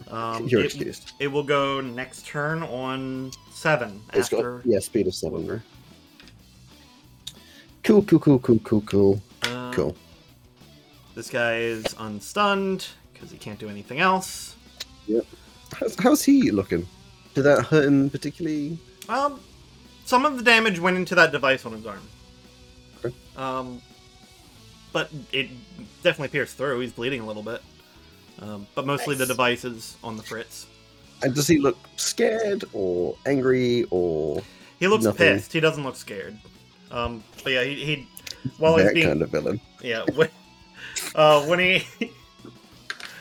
Speaker 1: Um,
Speaker 3: You're
Speaker 1: it-
Speaker 3: excused.
Speaker 1: It will go next turn on seven
Speaker 3: It's
Speaker 1: after.
Speaker 3: got yeah, speed of seven. right? Cool, cool, cool, cool, cool, cool,
Speaker 1: um,
Speaker 3: cool.
Speaker 1: This guy is unstunned because he can't do anything else.
Speaker 3: How's, how's he looking? Did that hurt him particularly?
Speaker 1: Um, some of the damage went into that device on his arm.
Speaker 3: Okay.
Speaker 1: Um, but it definitely pierced through. He's bleeding a little bit. Um, but mostly the
Speaker 2: Nice.
Speaker 1: device is on the fritz.
Speaker 3: And does he look scared or angry or
Speaker 1: He looks
Speaker 3: Nothing.
Speaker 1: pissed. He doesn't look scared. Um, but yeah, he, he while he's
Speaker 3: that
Speaker 1: being
Speaker 3: kind of villain?
Speaker 1: Yeah, when, uh, when he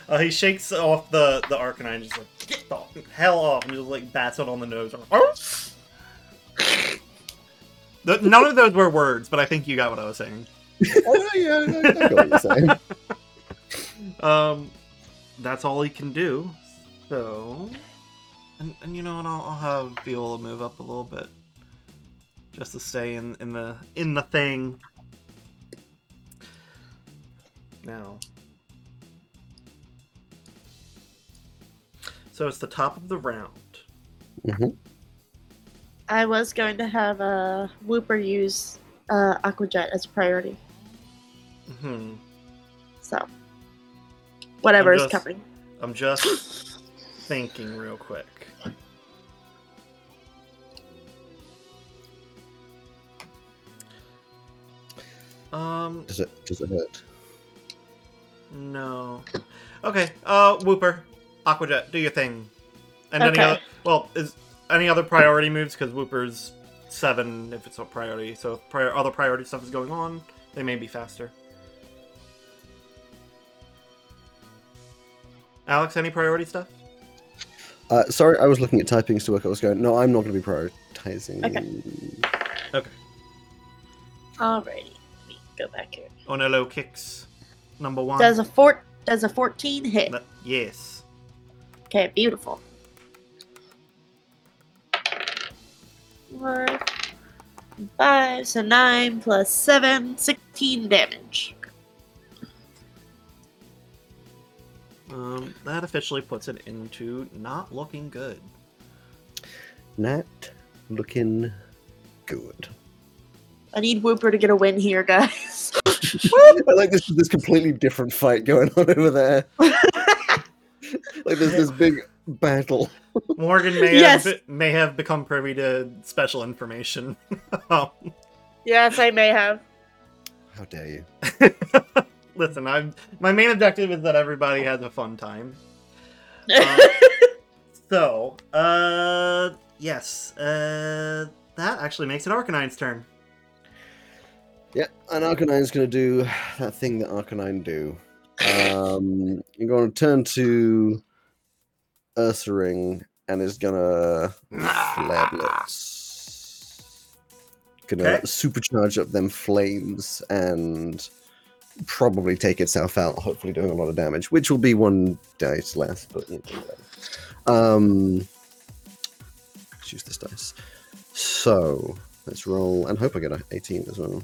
Speaker 1: uh, he shakes off the the arcanine, and just like get the hell off, and just like bats it on the nose. Th- None of those were words, but I think you got what I was saying.
Speaker 3: oh yeah, I, I got what you're saying.
Speaker 1: Um, that's all he can do. So, and, and you know what? I'll, I'll have Viola move up a little bit, just to stay in in the in the thing. Now, so it's the top of the round.
Speaker 2: I was going to have a uh, Whooper use uh, Aqua Jet as a priority.
Speaker 1: Hmm.
Speaker 2: So, whatever
Speaker 1: I'm
Speaker 2: is
Speaker 1: just-
Speaker 2: coming.
Speaker 1: I'm just thinking real quick. Um,
Speaker 3: Does it does it hurt?
Speaker 1: no. Okay, uh, Whooper, Aquajet, do your thing. And any
Speaker 2: Okay.
Speaker 1: other, well, is any other priority moves? Because Whooper's seven if it's a priority, so if prior, other priority stuff is going on, they may be faster. Alex, any priority stuff?
Speaker 3: Uh, sorry, I was looking at typings to work. I was going, no, I'm not going to be prioritizing.
Speaker 2: Alrighty, let me go back here.
Speaker 1: Onelo kicks number one.
Speaker 2: Does a four? Does a fourteen hit?
Speaker 1: That- yes.
Speaker 2: Okay, beautiful. Four, five, so nine plus seven, 16 damage.
Speaker 1: Um, that officially puts it into not looking good.
Speaker 3: Not looking good.
Speaker 2: I need Whooper to get a win here, guys.
Speaker 3: I like this this completely different fight going on over there. like there's this big battle.
Speaker 1: Morgan may
Speaker 2: Yes.
Speaker 1: have may have become privy to special information. Um,
Speaker 2: yes, I may have.
Speaker 3: How dare you?
Speaker 1: Listen, I'm my main objective is that everybody has a fun time. Uh, So, uh, yes, uh, that actually makes it Arcanine's turn.
Speaker 3: Yeah, and Arcanine's gonna do that thing that Arcanine do. Um, you're gonna turn to Ursaring and is gonna flare blitz. Gonna
Speaker 1: Okay.
Speaker 3: supercharge up them flames and probably take itself out, hopefully doing a lot of damage, which will be one dice less, but you know, whatever. um let's use this dice. So let's roll and hope I get a 18 as well.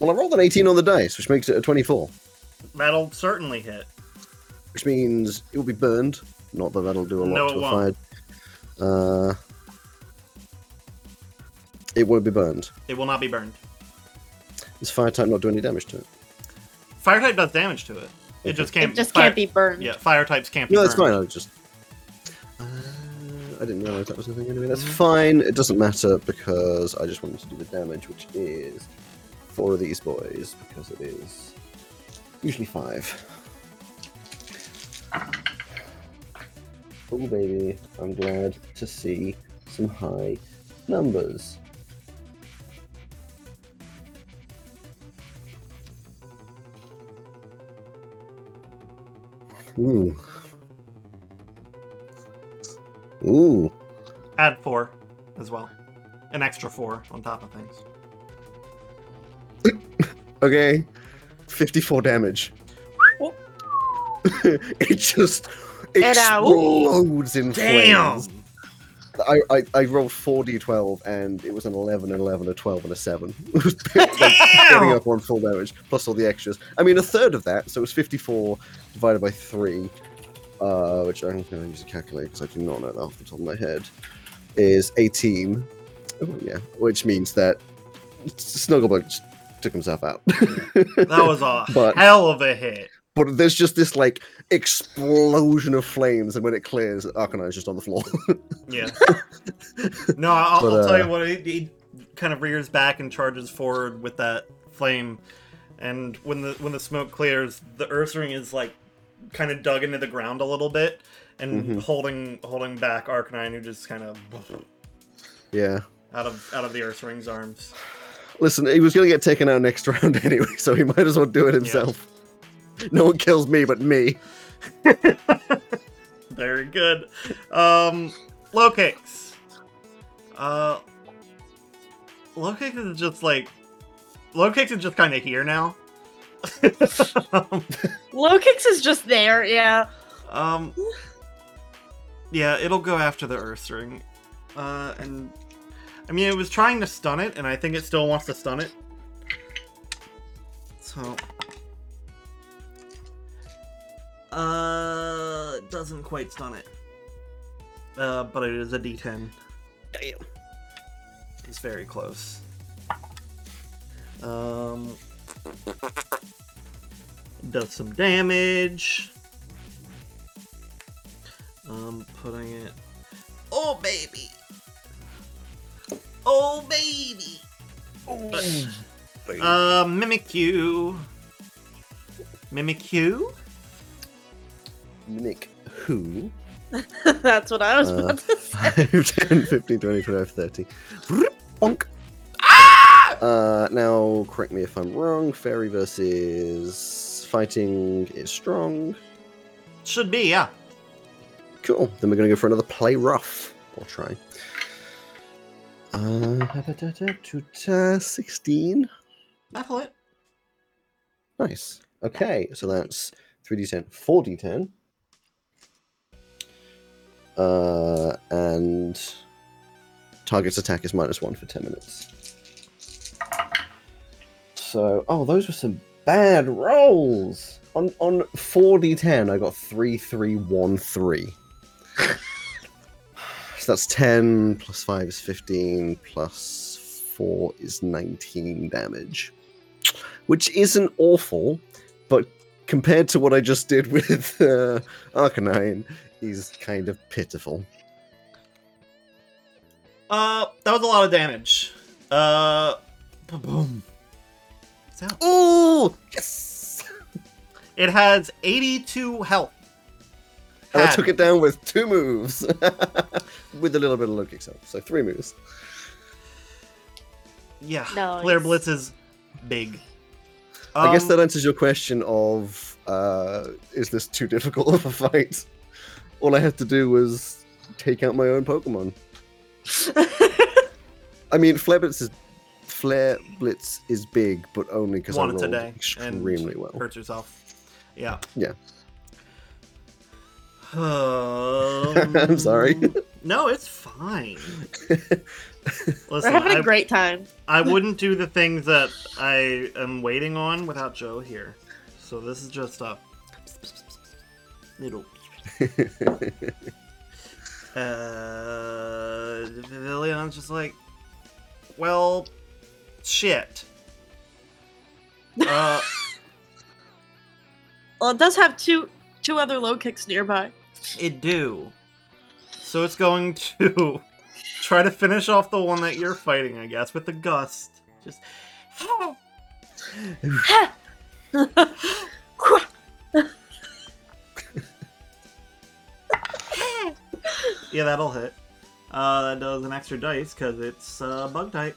Speaker 3: Well, I rolled an 18 on the dice, which makes it a 24
Speaker 1: That'll certainly hit.
Speaker 3: which means it will be burned. Not that that'll do a lot
Speaker 1: No,
Speaker 3: to
Speaker 1: it
Speaker 3: a fire.
Speaker 1: won't.
Speaker 3: Uh, it won't be burned.
Speaker 1: It will not be burned.
Speaker 3: Is fire type not do any damage to it?
Speaker 1: Fire type does damage to it. It just can't.
Speaker 2: it just
Speaker 1: fire-
Speaker 2: can't be burned.
Speaker 1: Yeah, fire types can't be
Speaker 3: No, that's
Speaker 1: burned.
Speaker 3: fine. I was just. Uh, I didn't realize that was a thing anyway. That's
Speaker 1: Mhm.
Speaker 3: fine. It doesn't matter because I just wanted to do the damage, which is four of these boys because it is usually five. Oh baby, I'm glad to see some high numbers. Ooh. Ooh.
Speaker 1: Add four as well. An extra four on top of things.
Speaker 3: Okay. 54 damage.
Speaker 2: Whoop.
Speaker 3: it just
Speaker 2: And out.
Speaker 3: explodes in
Speaker 1: Damn!
Speaker 3: flames. I, I, I rolled 4d12 and it was an 11, an 11, a 12, and a 7. It was getting
Speaker 1: Damn!
Speaker 3: up on full damage, plus all the extras. I mean, a third of that, so it was 54 divided by 3, uh, which I'm going to use a calculator because I do not know that off the top of my head, is 18. Oh, yeah, which means that Snugglebug just took himself out.
Speaker 1: That was a
Speaker 3: But-
Speaker 1: hell of a hit.
Speaker 3: but there's just this, like, explosion of flames, and when it clears, Arcanine's just on the floor.
Speaker 1: Yeah. no, I'll,
Speaker 3: But,
Speaker 1: I'll tell
Speaker 3: uh,
Speaker 1: you what. He, he kind of rears back and charges forward with that flame, and when the when the smoke clears, the Earth Ring is like kind of dug into the ground a little bit and
Speaker 3: Mhm.
Speaker 1: holding holding back Arcanine, who just kind of
Speaker 3: yeah.
Speaker 1: out of out of the Earth Ring's arms.
Speaker 3: Listen, he was going to get taken out next round anyway, so he might as well do it himself. No one kills me but me.
Speaker 1: Very good. Um, Locakes. Uh, Locakes is just like. Locakes is just kind of here now.
Speaker 2: Low kicks is just there. Yeah.
Speaker 1: Um, yeah, it'll go after the Earth Ring. Uh, and. I mean, it was trying to stun it, and I think it still wants to stun it. So. Uh, doesn't quite stun it. Uh, but it is a d10.
Speaker 3: Damn.
Speaker 1: It's very close. Um, does some damage. Um, putting it. Oh baby. Oh baby. Uh, Mimikyu. Mimikyu.
Speaker 3: Nick, who?
Speaker 2: That's what I was
Speaker 3: Uh,
Speaker 2: about to say.
Speaker 3: 5, 10, 15, 20, 25, 30. Vroom, Bonk.
Speaker 2: Ah!
Speaker 3: Uh, now, correct me if I'm wrong. Fairy versus fighting is strong.
Speaker 1: Should be yeah.
Speaker 3: Cool. Then we're going to go for another play rough. We'll try. Uh, da, da, da, da, to, uh, 16.
Speaker 1: That'll it.
Speaker 3: Nice. Okay, so that's 3d10, 4d10. Uh, and target's attack is minus one for 10 minutes. So, oh, those were some bad rolls. On on 4d10, I got 3313. so that's 10 plus 5 is 15 plus 4 is 19 damage which isn't awful, but compared to what I just did with uh, Arcanine, is kind of pitiful.
Speaker 1: Uh, that was a lot of damage. Uh, boom. So
Speaker 3: Ooh, yes!
Speaker 1: it has 82 health.
Speaker 3: And I
Speaker 1: Had.
Speaker 3: Oh, took it down with two moves, with a little bit of low kick, so so three moves.
Speaker 1: Yeah,
Speaker 2: No,
Speaker 1: Flare
Speaker 2: it's-
Speaker 1: Blitz is big.
Speaker 3: I guess
Speaker 1: Um,
Speaker 3: that answers your question of uh, is this too difficult of a fight? All I had to do was take out my own Pokemon. I mean, Flare Blitz is Flare Blitz is big, but only because I
Speaker 1: Won it
Speaker 3: rolled
Speaker 1: today, and
Speaker 3: extremely well.
Speaker 1: hurts herself. Yeah.
Speaker 3: uh, Yeah.
Speaker 1: Um,
Speaker 3: I'm sorry.
Speaker 1: No, it's fine.
Speaker 2: We're
Speaker 1: Listen,
Speaker 2: having
Speaker 1: I-
Speaker 2: a great time.
Speaker 1: I wouldn't do the things that I am waiting on without Joe here. So this is just a little. Uh, Vivilion's just like, well, shit. Uh,
Speaker 2: Well, it does have two two other low kicks nearby.
Speaker 1: it do. So it's going to try to finish off the one that you're fighting, I guess, with the gust. Just. Yeah, that'll hit. Uh, that does an extra dice because it's uh, bug type.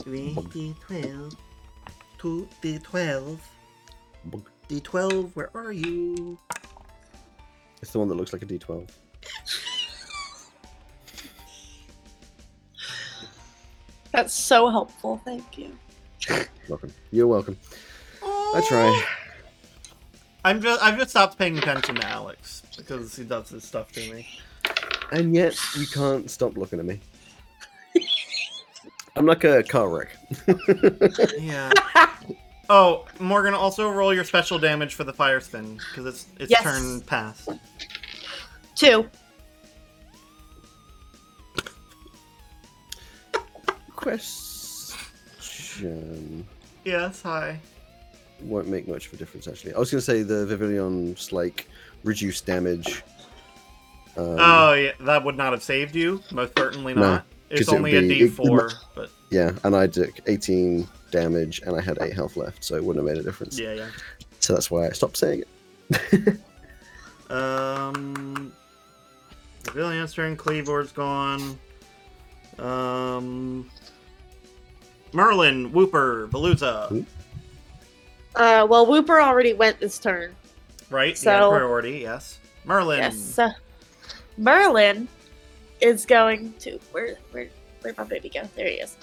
Speaker 1: 3d12. 2d12.
Speaker 3: Bug.
Speaker 1: D12, where are you?
Speaker 3: It's the one that looks like a D12.
Speaker 2: That's so helpful. Thank you.
Speaker 3: Welcome. You're welcome. I
Speaker 1: Oh.
Speaker 3: try.
Speaker 1: I'm just I've just stopped paying attention to Alex because he does this stuff to me.
Speaker 3: And yet you can't stop looking at me. I'm like a car wreck.
Speaker 1: Yeah. Oh, Morgan, also roll your special damage for the fire spin because it's it's
Speaker 2: Yes.
Speaker 1: turn passed.
Speaker 2: Two.
Speaker 3: Question.
Speaker 1: Yes, hi.
Speaker 3: won't make much of a difference actually. I was gonna say the Vivillion's like reduced damage. Um,
Speaker 1: oh, yeah, that would not have saved you. Most certainly
Speaker 3: No,
Speaker 1: not. it's
Speaker 3: 'cause it would
Speaker 1: only a
Speaker 3: be- it- it
Speaker 1: D4, but
Speaker 3: yeah, and I did 18 damage, and I had eight health left, so it wouldn't have made a difference.
Speaker 1: yeah, yeah.
Speaker 3: So that's why I stopped saying it.
Speaker 1: Um, Villion's turn. Cleavor's gone. Um, Merlin, Whooper, Baluza,
Speaker 3: Who?
Speaker 2: Uh, well, Whooper already went this turn.
Speaker 1: right?
Speaker 2: So-
Speaker 1: yeah, priority. Yes, Merlin.
Speaker 2: Yes. Uh, Merlin is going to where where where my baby go? There he is.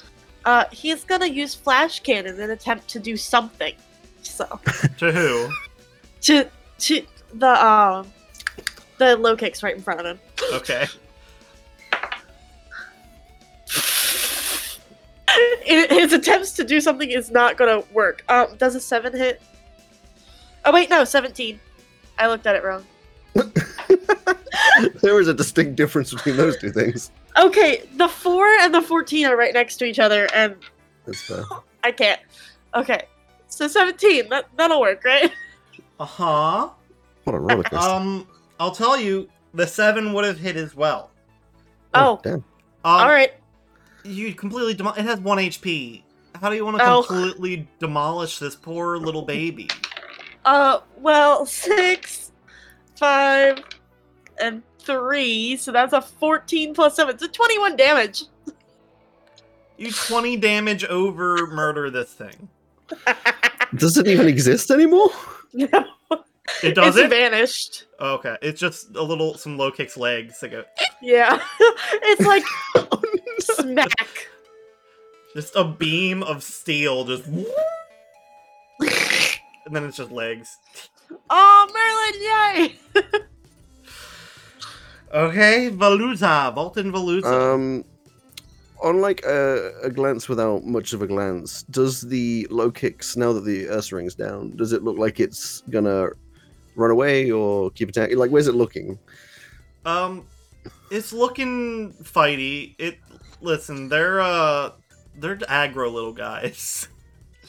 Speaker 2: Uh, he's gonna use flash cannon in an attempt to do something. So
Speaker 1: To who?
Speaker 2: to to the um the low kicks right in front of him.
Speaker 1: Okay.
Speaker 2: I- His attempts to do something is not gonna work. Um, does a seven hit? Oh wait, no, seventeen. I looked at it wrong.
Speaker 3: there is a distinct difference between those two things.
Speaker 2: Okay, the four and the fourteen are right next to each other, and
Speaker 3: That's uh, fair.
Speaker 2: I can't. Okay, so seventeen. That that'll work, right?
Speaker 1: Uh huh.
Speaker 3: What a roller coaster.
Speaker 1: Um, I'll tell you, the seven would have hit as well.
Speaker 2: Oh,
Speaker 3: damn.
Speaker 1: Um,
Speaker 2: all right.
Speaker 1: You completely demo- it has one HP. How do you want to
Speaker 2: Oh.
Speaker 1: completely demolish this poor little baby?
Speaker 2: Uh, well, six, five, and three. So that's a fourteen plus seven. So twenty-one damage.
Speaker 1: You twenty damage over murder this thing.
Speaker 3: Does it even exist anymore?
Speaker 2: no,
Speaker 1: It does
Speaker 2: it's
Speaker 1: it.
Speaker 2: vanished.
Speaker 1: Oh, Okay, it's just a little some low kicks legs that go
Speaker 2: Yeah, it's like smack.
Speaker 1: just a beam of steel just and then it's just legs.
Speaker 2: oh, Merlin! Yay!
Speaker 1: Okay, Valuza, Bolton Valuza.
Speaker 3: Um, on like a, a glance without much of a glance, does the low kicks now that the Ursa ring's down? Does it look like it's gonna run away or keep attacking? Like, where's it looking?
Speaker 1: Um, it's looking fighty. It listen, they're uh they're aggro little guys.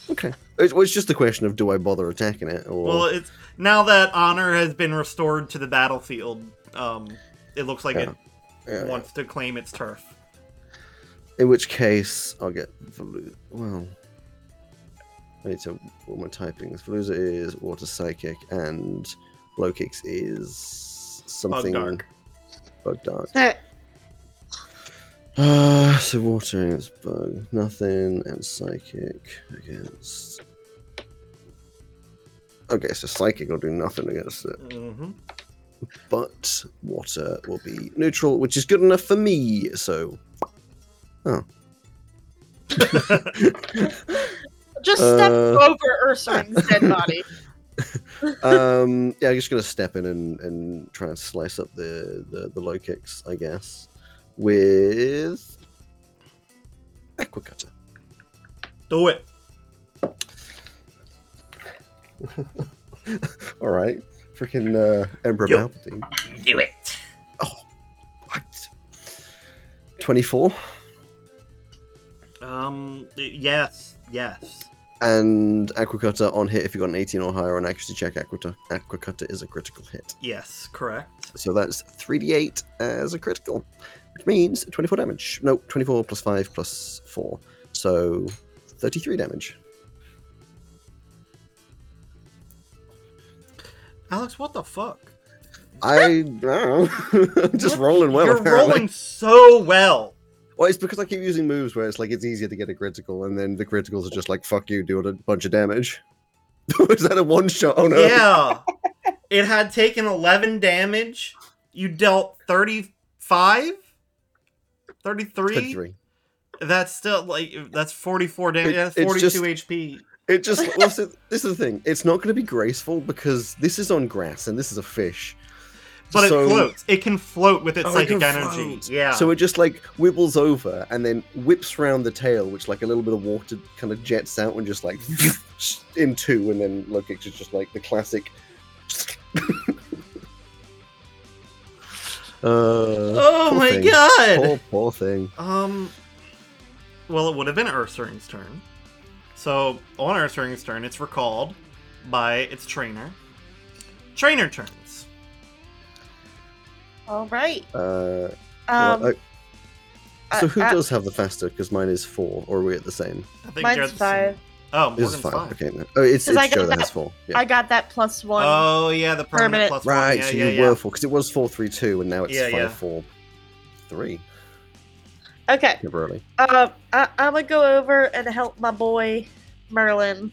Speaker 3: It's, well, it's just a question of do I bother attacking it or uh,
Speaker 1: Well, it's now that honor has been restored to the battlefield, um it looks like it
Speaker 3: Yeah,
Speaker 1: wants to claim its turf.
Speaker 3: in which case I'll get Velu- well. I need to what am I typing? Veluza is water psychic and blow kicks is something
Speaker 1: dark.
Speaker 3: Bug dark. Uh, so watering is bug, nothing, and psychic against. Okay, so psychic will do nothing against it,
Speaker 1: hmm
Speaker 3: but water will be neutral, which is good enough for me. So,
Speaker 2: Just step
Speaker 3: Uh.
Speaker 2: over Ursaring's dead body.
Speaker 3: um, yeah, I'm just gonna step in and, and try and slice up the, the the low kicks, I guess, with aquacutter.
Speaker 1: Do it.
Speaker 3: All right, freaking uh, Emperor
Speaker 1: Yo.
Speaker 3: Palpatine. Oh,
Speaker 1: Do it.
Speaker 3: What? Twenty-four
Speaker 1: Um. Yes. Yes.
Speaker 3: and aquacutter on hit. If you got an eighteen or higher on accuracy check, aquacutter aquacutter is a critical hit.
Speaker 1: Yes. Correct.
Speaker 3: So that's three d eight as a critical, which means twenty-four damage. No, twenty-four plus five plus four, so thirty-three damage.
Speaker 1: Alex, what the fuck?
Speaker 3: I, I don't know. I'm just
Speaker 1: What?
Speaker 3: rolling well.
Speaker 1: You're
Speaker 3: apparently.
Speaker 1: rolling so well.
Speaker 3: Well, it's because I keep using moves where it's like it's easier to get a critical, and then the criticals are just like "fuck you," do a bunch of damage. Is that a one shot? Oh no!
Speaker 1: Yeah. it had taken 11 damage. You dealt 35? 33?
Speaker 3: 33.
Speaker 1: That's still like that's 44 damage.
Speaker 3: It-
Speaker 1: that's
Speaker 3: it's
Speaker 1: 42
Speaker 3: just-
Speaker 1: HP.
Speaker 3: It just well, so this is the thing. It's not going to be graceful because this is on grass and this is a fish.
Speaker 1: But
Speaker 3: So-
Speaker 1: it floats. It can float with its
Speaker 3: Oh, it
Speaker 1: psychic
Speaker 3: can
Speaker 1: energy.
Speaker 3: float.
Speaker 1: Yeah.
Speaker 3: So it just like wibbles over and then whips round the tail, which like a little bit of water kind of jets out and just like in two, and then look, it's just like the classic. uh,
Speaker 1: oh
Speaker 3: poor
Speaker 1: my
Speaker 3: thing.
Speaker 1: god.
Speaker 3: poor, poor thing.
Speaker 1: Um well, it would have been Ursaring's turn. So, on Ursaring's turn, it's recalled by its trainer. Trainer turns.
Speaker 2: All right.
Speaker 3: Uh,
Speaker 2: Um, uh,
Speaker 3: well, I- so
Speaker 2: I-
Speaker 3: who
Speaker 2: I-
Speaker 3: does have the faster? Because mine is four, or are we at the same?
Speaker 1: I think they're
Speaker 2: Mine's
Speaker 1: the same.
Speaker 2: five.
Speaker 1: Oh,
Speaker 3: This
Speaker 1: Morgan's
Speaker 3: is five.
Speaker 1: five.
Speaker 3: Okay, no. oh, it's,
Speaker 2: 'Cause I
Speaker 3: it's Joe
Speaker 2: got
Speaker 3: that
Speaker 2: that-
Speaker 3: has four. Yeah.
Speaker 2: I got that plus one.
Speaker 1: Oh yeah, the permanent,
Speaker 2: Permanent.
Speaker 1: plus
Speaker 3: right,
Speaker 1: one. Yeah,
Speaker 3: so
Speaker 1: yeah,
Speaker 3: you
Speaker 1: yeah.
Speaker 3: were four because it was four three two, and now it's
Speaker 1: Yeah,
Speaker 3: five
Speaker 1: yeah.
Speaker 3: four three
Speaker 2: okay.
Speaker 3: temporarily.
Speaker 2: Um, I, I'm gonna go over and help my boy Merlin.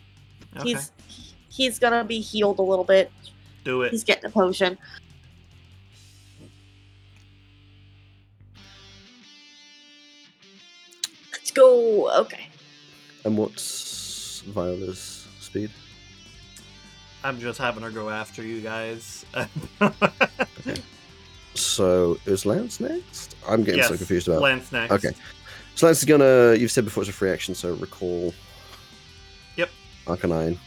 Speaker 1: Okay,
Speaker 2: He's he's gonna be healed a little bit.
Speaker 1: do it.
Speaker 2: He's getting a potion. Let's go. Okay.
Speaker 3: And what's Viola's speed?
Speaker 1: I'm just having her go after you guys.
Speaker 3: So it was Lance next. I'm getting so
Speaker 1: Yes,
Speaker 3: confused about.
Speaker 1: Lance next.
Speaker 3: Okay, so Lance is gonna. You've said before it's a free action, so recall.
Speaker 1: Yep.
Speaker 3: Arcanine,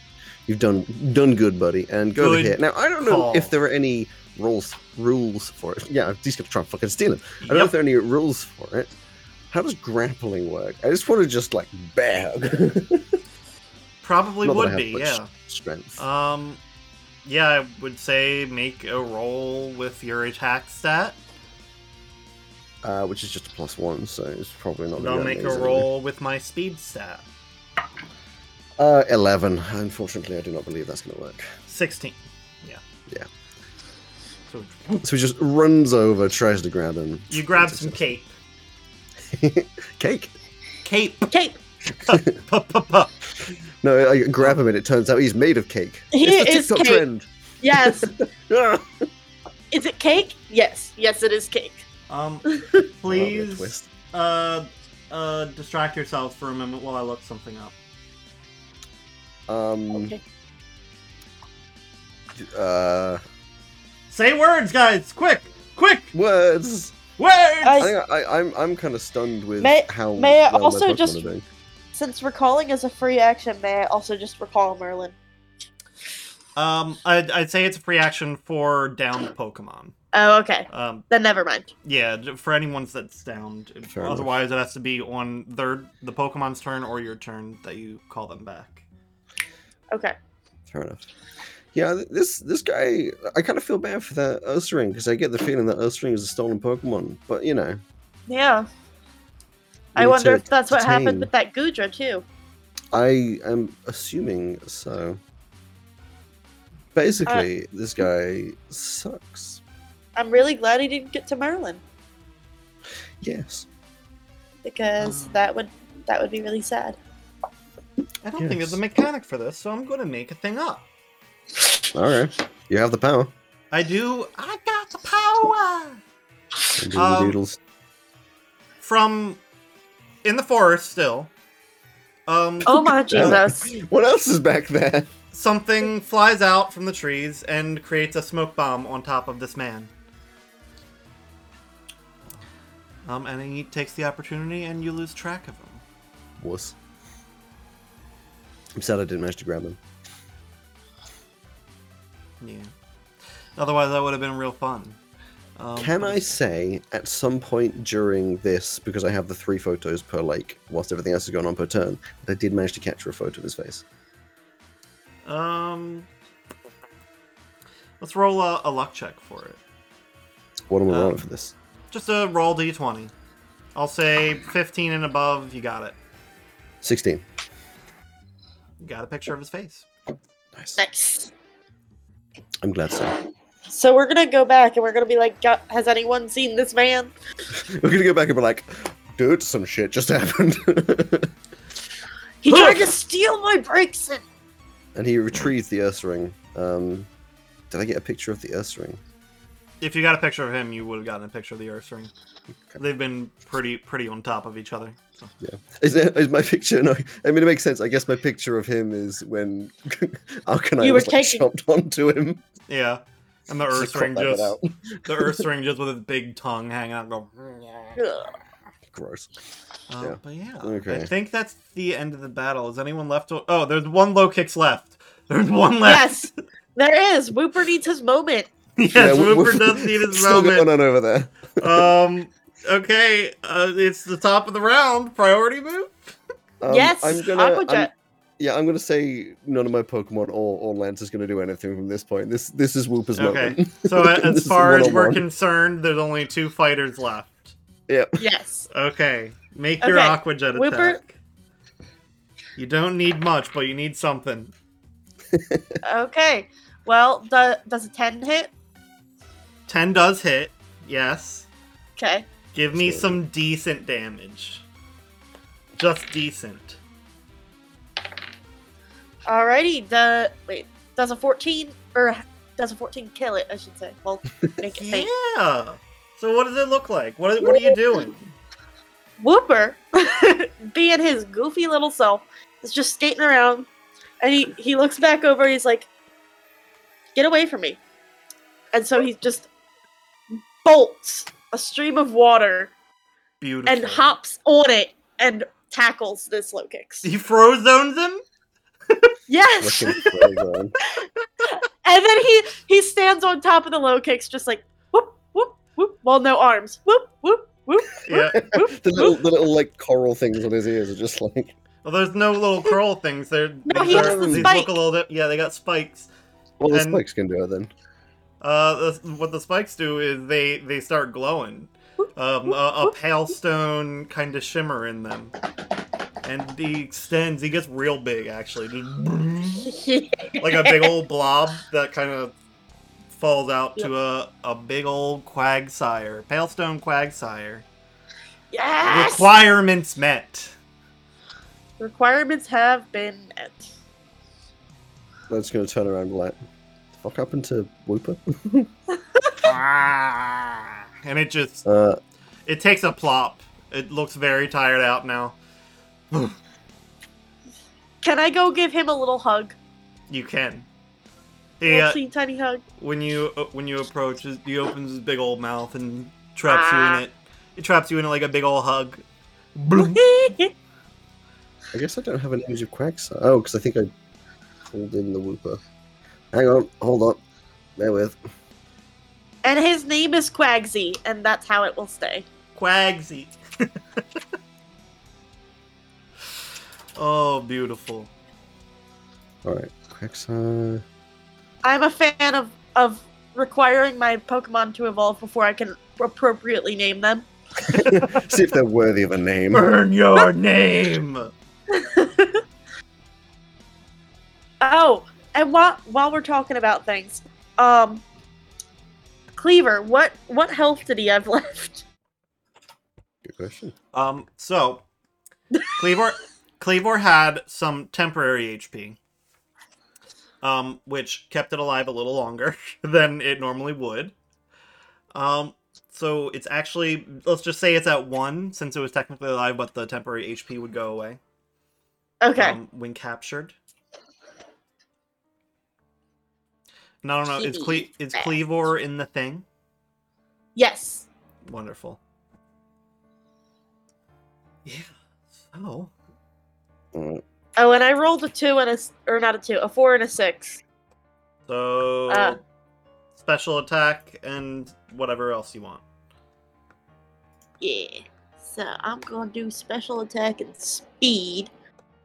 Speaker 3: you've done done good, buddy, and go
Speaker 1: Good
Speaker 3: over here. Now I don't know
Speaker 1: call.
Speaker 3: if there are any rules rules for it. Yeah, these guys try and fucking steal him. I don't know if
Speaker 1: Yep.
Speaker 3: there are any rules for it. How does grappling work? I just want to just like bang.
Speaker 1: Probably
Speaker 3: Not that I
Speaker 1: would
Speaker 3: have
Speaker 1: be.
Speaker 3: much
Speaker 1: Yeah.
Speaker 3: Strength.
Speaker 1: Um. Yeah, I would say make a roll with your attack stat.
Speaker 3: uh, which is just a plus one, so it's probably not.
Speaker 1: And
Speaker 3: gonna
Speaker 1: I'll
Speaker 3: Oh, be
Speaker 1: make a
Speaker 3: amazing.
Speaker 1: roll with my speed stat.
Speaker 3: Uh, eleven. Unfortunately, I do not believe that's going to work.
Speaker 1: Sixteen. Yeah.
Speaker 3: Yeah.
Speaker 1: So
Speaker 3: So he just runs over, tries to grab him.
Speaker 1: you grab some cape.
Speaker 3: cake.
Speaker 1: Cape.
Speaker 2: Okay.
Speaker 1: Puh, puh, puh.
Speaker 3: No, I grab him, and it turns out he's made of cake.
Speaker 2: He
Speaker 3: it's the
Speaker 2: is
Speaker 3: TikTok
Speaker 2: cake.
Speaker 3: trend.
Speaker 2: Yes.
Speaker 3: Ah!
Speaker 2: is it cake? Yes. Yes, it is cake.
Speaker 1: Um.
Speaker 3: Well, that'll be a
Speaker 1: Please.
Speaker 3: twist.
Speaker 1: Uh. Uh. Distract yourselves for a moment while I look something up.
Speaker 3: Um.
Speaker 2: Okay.
Speaker 3: Uh.
Speaker 1: Say words, guys! Quick! Quick!
Speaker 3: Words.
Speaker 1: Words!
Speaker 3: I
Speaker 2: I-
Speaker 3: think I, I, I'm I'm kind of stunned with
Speaker 2: May-
Speaker 3: how.
Speaker 2: may I
Speaker 3: well my
Speaker 2: also
Speaker 3: Pokemon
Speaker 2: just-
Speaker 3: are doing.
Speaker 2: Since recalling is a free action, may I also just recall Merlin?
Speaker 1: Um, I'd, I'd say it's a free action for downed Pokemon.
Speaker 2: Oh, okay.
Speaker 1: Um,
Speaker 2: Then never mind.
Speaker 1: yeah, j- for anyone that's downed.
Speaker 3: Fair enough.
Speaker 1: Otherwise, it has to be on their the Pokemon's turn or your turn that you call them back.
Speaker 2: Okay.
Speaker 3: Fair enough. Yeah, th- this this guy, I kind of feel bad for that Ursaring because I get the feeling that Ursaring is a stolen Pokemon. But you know,
Speaker 2: Yeah. I
Speaker 3: need
Speaker 2: wonder
Speaker 3: to
Speaker 2: if that's what
Speaker 3: detain.
Speaker 2: happened with that Gudra too.
Speaker 3: I am assuming so. Basically, this guy sucks.
Speaker 2: I'm really glad he didn't get to Merlin.
Speaker 3: Yes.
Speaker 2: because that would that would be really sad.
Speaker 1: I don't think there's a
Speaker 3: Yes.
Speaker 1: mechanic for this, so I'm going to make a thing up.
Speaker 3: All right, you have the power.
Speaker 1: I do. I got the power Um,
Speaker 3: Doodles.
Speaker 1: from in the forest still. Um,
Speaker 2: Oh my
Speaker 3: Jesus.
Speaker 2: Jesus!
Speaker 3: What else is back there?
Speaker 1: something flies out from the trees and creates a smoke bomb on top of this man. Um, and he takes the opportunity, and you lose track of him.
Speaker 3: Wuss. I'm sad I didn't manage to grab him.
Speaker 1: Yeah. Otherwise, that would have been real fun. Um,
Speaker 3: Can
Speaker 1: but
Speaker 3: I say at some point during this, because I have the three photos per lake, whilst everything else is going on per turn, that I did manage to capture a photo of his face?
Speaker 1: it's- Um. Let's roll a, a luck check for it.
Speaker 3: What am I
Speaker 1: Um,
Speaker 3: rolling for this?
Speaker 1: Just a roll d20. I'll say 15 and above. You got it.
Speaker 3: 16.
Speaker 1: You got a picture of his face.
Speaker 3: Nice.
Speaker 2: Nice.
Speaker 3: I'm glad so.
Speaker 2: So we're gonna go back and we're gonna be like, "God, has anyone seen this man?
Speaker 3: We're going to go back and be like, dude, some shit just happened.
Speaker 2: He tried to steal my brakes. And
Speaker 3: and he retrieves the Earth Ring. Um, did I get a picture of the Earth Ring?
Speaker 1: If you got a picture of him, you would have gotten a picture of the Earth Ring. They've been pretty pretty on top of each other. so.
Speaker 3: Is, there, is my picture? No, I mean it makes sense. I guess my picture of him is when Arcanine
Speaker 2: You were
Speaker 3: was like,
Speaker 2: taking-
Speaker 3: chopped onto him.
Speaker 1: Yeah, and the
Speaker 3: So
Speaker 1: Earth
Speaker 3: crop
Speaker 1: Ring
Speaker 3: that bit
Speaker 1: just
Speaker 3: out.
Speaker 1: the Earth Ring just with its big tongue hanging out. Go.
Speaker 2: Ugh.
Speaker 3: Gross.
Speaker 1: Uh,
Speaker 3: Yeah.
Speaker 1: But yeah, I
Speaker 3: Okay.
Speaker 1: think that's the end of the battle. Is anyone left? To... Oh, there's one low kicks left. There's one left.
Speaker 2: yes, there is. Wooper needs his moment.
Speaker 1: Yes,
Speaker 3: we-
Speaker 1: Rupert
Speaker 3: we-
Speaker 1: does need his
Speaker 3: still
Speaker 1: moment.
Speaker 3: going on over there.
Speaker 1: um. Okay, uh, it's the top of the round. Priority move.
Speaker 3: Um,
Speaker 2: yes,
Speaker 3: I'm gonna.
Speaker 2: Aqua
Speaker 3: I'm-
Speaker 2: Jet.
Speaker 3: yeah, I'm gonna say none of my Pokemon or, or Lance is gonna do anything from this point. This this is Wooper's
Speaker 1: Okay.
Speaker 3: moment.
Speaker 1: So a-
Speaker 3: This
Speaker 1: as
Speaker 3: is
Speaker 1: far as we're
Speaker 3: one-on-one.
Speaker 1: concerned, there's only two fighters left.
Speaker 2: Yes.
Speaker 1: Okay, make your
Speaker 2: Okay,
Speaker 1: aqua jet attack.
Speaker 2: Whipper-
Speaker 1: You don't need much, but you need something.
Speaker 2: Okay. Well, do- does a ten hit?
Speaker 1: Ten does hit. Yes.
Speaker 2: Okay.
Speaker 1: Give me
Speaker 3: So-
Speaker 1: some decent damage. Just decent.
Speaker 2: Alrighty. The wait. Does a fourteen or does a fourteen kill it? I should say. Well, make it faint.
Speaker 1: Yeah. So what does it look like? What What are you doing?
Speaker 2: Whooper, being his goofy little self, is just skating around, and he he looks back over. He's like, "Get away from me!" And so he just bolts a stream of water
Speaker 1: Beautiful.
Speaker 2: and hops on it and tackles this low kicks.
Speaker 1: He froze zones him.
Speaker 2: Yes,
Speaker 3: Fucking Frozen.
Speaker 2: and then he he stands on top of the low kicks, just like whoop whoop whoop. Well, no arms. Whoop whoop whoop.
Speaker 1: Yeah.
Speaker 2: whoop,
Speaker 3: the little
Speaker 2: whoop.
Speaker 3: the little like coral things on his ears are just like
Speaker 1: Well, there's no little curl things. They're
Speaker 2: No,
Speaker 1: these
Speaker 3: he
Speaker 1: are-
Speaker 3: has the
Speaker 1: these
Speaker 2: spike.
Speaker 1: look a little. di- Yeah, they got spikes.
Speaker 3: well the
Speaker 1: And-
Speaker 3: spikes can do it then.
Speaker 1: Uh, the, what the spikes do is they they start glowing, um, a, a pale stone kind of shimmer in them, and he extends. He gets real big actually, just like a big old blob that kind of falls out to a, a big old quagsire, pale stone quagsire.
Speaker 2: yes.
Speaker 1: Requirements met.
Speaker 2: Requirements have been met.
Speaker 3: I'm just gonna turn around and be like "The fuck happened to Wooper?
Speaker 1: Ah. and it just
Speaker 3: Uh
Speaker 1: it takes a plop. It looks very tired out now.
Speaker 2: Can I go give him a little hug?
Speaker 1: You can.
Speaker 2: Yeah.
Speaker 1: He, uh,
Speaker 2: teeny tiny hug.
Speaker 1: when you uh, when you approach, is- he opens his big old mouth and traps you in it. It traps you in it like a big old hug. Bloom.
Speaker 3: I guess I don't have an image of Quagsire. Oh, because I think I pulled in the Wooper. Hang on, hold on. Bear with.
Speaker 2: and his name is Quagsy, and that's how it will stay.
Speaker 1: Quagsy. oh, beautiful.
Speaker 3: Alright, Quagsire.
Speaker 2: I'm a fan of of requiring my Pokemon to evolve before I can appropriately name them.
Speaker 3: See if they're worthy of a name.
Speaker 1: Burn your name.
Speaker 2: Oh, and while while we're talking about things, um, Cleaver, what what health did he have left?
Speaker 3: Good question.
Speaker 1: Um, so Cleavor Cleavor had some temporary HP. Um, which kept it alive a little longer than it normally would. Um, so it's actually let's just say it's at one since it was technically alive, but the temporary HP would go away
Speaker 2: Okay.
Speaker 1: um, when captured. And I don't know, is Cle- is Cleavor in the thing?
Speaker 2: yes.
Speaker 1: Wonderful. Yeah. So
Speaker 3: Alright.
Speaker 2: Oh, and I rolled a two and a s- or not a two, a four and a six.
Speaker 1: So
Speaker 2: Uh.
Speaker 1: special attack and whatever else you want.
Speaker 2: Yeah. So I'm gonna do special attack and speed.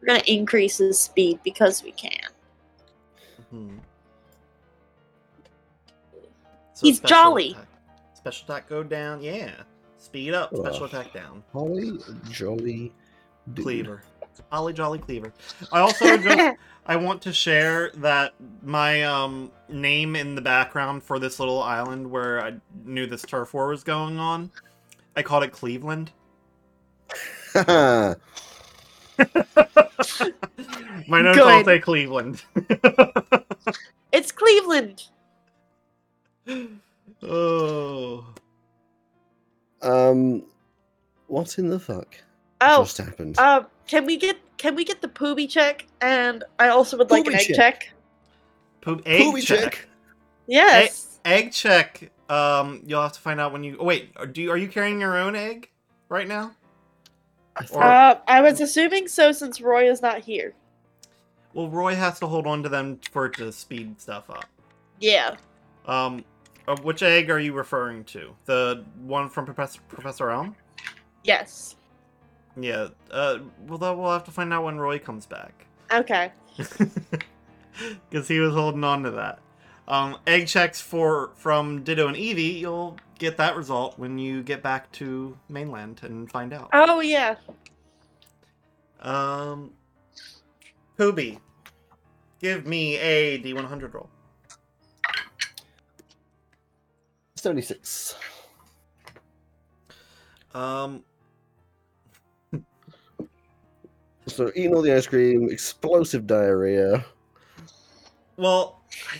Speaker 2: We're gonna increase his speed because we can.
Speaker 1: Mhm. So
Speaker 2: He's
Speaker 1: special
Speaker 2: jolly.
Speaker 1: attack- Special attack go down. Yeah. Speed up. Special
Speaker 3: Ugh.
Speaker 1: attack down.
Speaker 3: Holly Jolly dude.
Speaker 1: Cleaver. Ollie jolly cleaver. I also just I want to share that my um, name in the background for this little island where I knew this turf war was going on. I called it Cleveland.
Speaker 3: Haha.
Speaker 1: My notes all
Speaker 2: Good.
Speaker 1: say Cleveland.
Speaker 2: it's Cleveland.
Speaker 1: oh.
Speaker 3: um, what in the fuck
Speaker 2: Oh,
Speaker 3: just happened?
Speaker 2: um, can we get can we get the pooby check? And I also would like an
Speaker 3: Poobie
Speaker 2: egg check.
Speaker 3: check.
Speaker 1: Poop egg
Speaker 3: Who we
Speaker 1: check.
Speaker 2: Yes.
Speaker 1: Egg check. Um, you'll have to find out when you. Oh, wait, are- do you, are you carrying your own egg right now?
Speaker 3: I
Speaker 1: Or-
Speaker 2: Uh, I was assuming so since Roy is not here.
Speaker 1: Well, Roy has to hold on to them for it to speed stuff up.
Speaker 2: Yeah.
Speaker 1: Um, uh, which egg are you referring to? The one from Professor Professor Elm?
Speaker 2: Yes.
Speaker 1: Yeah. Uh, well, that we'll have to find out when Roy comes back,
Speaker 2: Okay.
Speaker 1: because he was holding on to that. Um, egg checks for from Ditto and Evie. You'll get that result when you get back to mainland and find out.
Speaker 2: Oh yeah.
Speaker 1: Um, Pooby, give me a D100 roll.
Speaker 3: Seventy-six.
Speaker 1: Um,
Speaker 3: So eating all the ice cream, explosive diarrhea.
Speaker 1: well, I,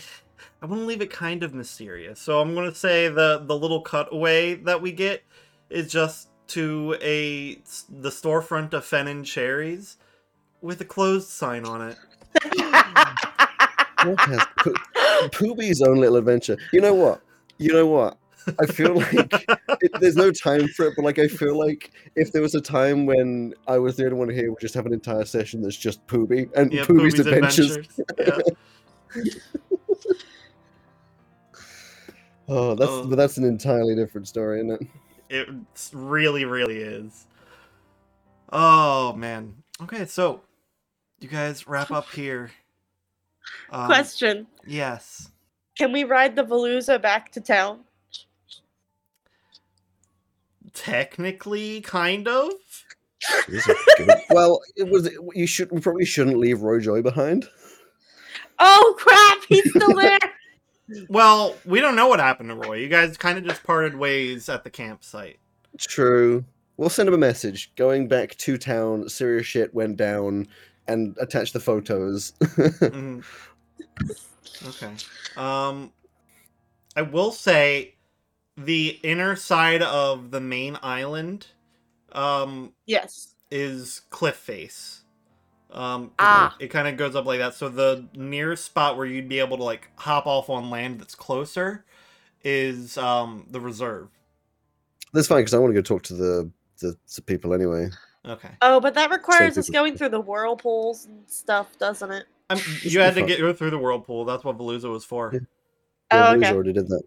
Speaker 1: I want to leave it kind of mysterious, so I'm going to say the the little cutaway that we get is just to a the storefront of Fennin Cherries with a closed sign on it.
Speaker 3: What has poo- Pooby's own little adventure? You know what? You know what? I feel like it, there's no time for it, but like I feel like if there was a time when I was the only one here, we just have an entire session that's just Pooby and
Speaker 1: Yeah,
Speaker 3: Pooby's,
Speaker 1: Pooby's
Speaker 3: adventures.
Speaker 1: adventures. Yeah.
Speaker 3: Oh, that's
Speaker 1: Oh.
Speaker 3: but that's an entirely different story, isn't it?
Speaker 1: It really, really is. Oh man. Okay, so you guys wrap up here. Um,
Speaker 2: Question:
Speaker 1: Yes.
Speaker 2: Can we ride the Volusa back to town?
Speaker 1: Technically, kind of.
Speaker 3: well, it was. You should. We probably shouldn't leave Roy Joy behind.
Speaker 2: Oh crap! He's still there.
Speaker 1: Well, we don't know what happened to Roy. You guys kind of just parted ways at the campsite.
Speaker 3: True. We'll send him a message. Going back to town. Serious shit went down, and attach the photos.
Speaker 1: Mhm. Okay. Um, I will say the inner side of the main island um,
Speaker 2: yes.
Speaker 1: is cliff face. Um, 'cause
Speaker 2: Ah.
Speaker 1: it kind of goes up like that. So the nearest spot where you'd be able to like hop off on land that's closer is um the reserve.
Speaker 3: that's fine because I want to go talk to the the, the people anyway.
Speaker 1: Okay,
Speaker 2: Oh, but that requires
Speaker 3: Safety
Speaker 2: us going through the whirlpools and stuff, doesn't it?
Speaker 1: I'm, you
Speaker 3: be
Speaker 1: had to
Speaker 3: fun.
Speaker 1: get go through the whirlpool. That's what Veluza was for.
Speaker 3: Yeah.
Speaker 2: Oh,
Speaker 3: Roy's
Speaker 2: okay.
Speaker 3: already did that.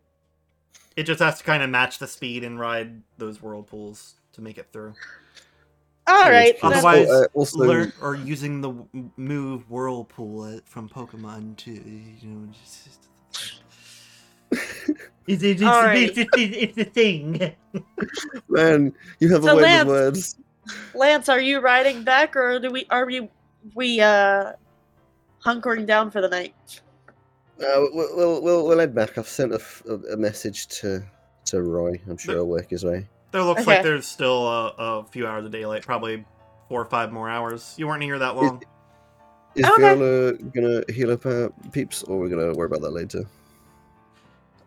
Speaker 1: It just has to kind of match the speed and ride those whirlpools to make it through.
Speaker 2: All
Speaker 3: And
Speaker 2: right.
Speaker 3: it's
Speaker 1: that's-
Speaker 3: peaceful.
Speaker 2: then-
Speaker 1: Otherwise,
Speaker 3: Uh, also,
Speaker 1: Learn or using the w- move whirlpool uh, from Pokemon to you know. Just, just- it's, it's, it's,
Speaker 2: All
Speaker 1: it's, it's, it's, it's the thing.
Speaker 3: man, you have
Speaker 2: So
Speaker 3: a way
Speaker 2: Lance-
Speaker 3: with words.
Speaker 2: Lance, are you riding back, or do we are we we uh hunkering down for the night?
Speaker 3: Uh, we'll, we'll we'll we'll head back. I've sent a, f- a- a message to to Roy. I'm sure
Speaker 1: There-
Speaker 3: he'll work his way.
Speaker 1: There looks
Speaker 2: Okay.
Speaker 1: like there's still a, a few hours of daylight, probably four or five more hours. You weren't here that long.
Speaker 3: Is
Speaker 2: Okay.
Speaker 3: Viola gonna heal up her peeps, or we're gonna worry about that later?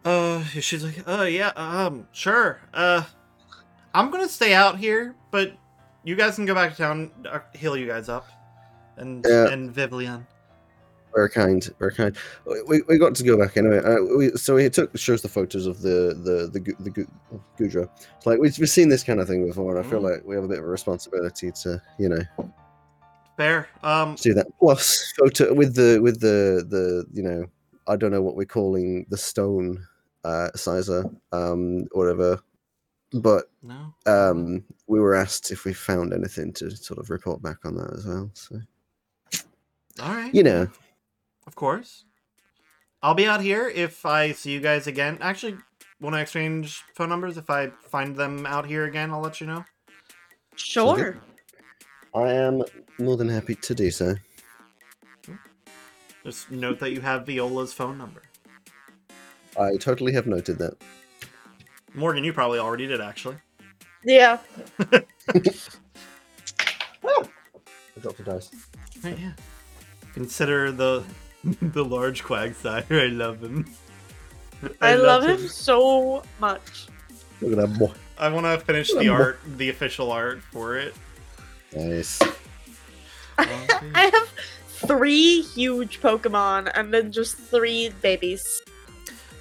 Speaker 1: Uh, she's like, uh, yeah, um, sure. Uh, I'm gonna stay out here, but you guys can go back to town. Uh, heal you guys up, and
Speaker 3: Yeah.
Speaker 1: and Vivian.
Speaker 3: Very kind, very kind. We- We, we got to go back anyway. Uh, we, so he took shows the photos of the the the gu- the gu- Gudra. It's like we've, we've seen this kind of thing before, and I feel
Speaker 1: Mm.
Speaker 3: like we have a bit of a responsibility to you know
Speaker 1: Fair. Um,
Speaker 3: do that. Plus, photo with the with the the you know I don't know what we're calling the stone uh, sizer, um, whatever. But
Speaker 1: no.
Speaker 3: um, we were asked if we found anything to sort of report back on that as well. So
Speaker 1: All right.
Speaker 3: you know,
Speaker 1: Of course. I'll be out here if I see you guys again. Actually, when I exchange phone numbers, if I find them out here again, I'll let you know.
Speaker 3: good.
Speaker 2: Sure.
Speaker 3: I am more than happy to do so.
Speaker 1: Just note that you have Viola's phone number.
Speaker 3: I totally have noted that.
Speaker 1: Morgan, you probably already did, actually.
Speaker 2: Yeah.
Speaker 3: I dropped a dice.
Speaker 1: Right, Oh, yeah. Consider the the large quag sire. I love him.
Speaker 2: I, love him so much.
Speaker 3: Look at that boy.
Speaker 1: I want to finish the art, the official art for it.
Speaker 3: Nice.
Speaker 1: Oh,
Speaker 2: I have three huge Pokemon and then just three babies.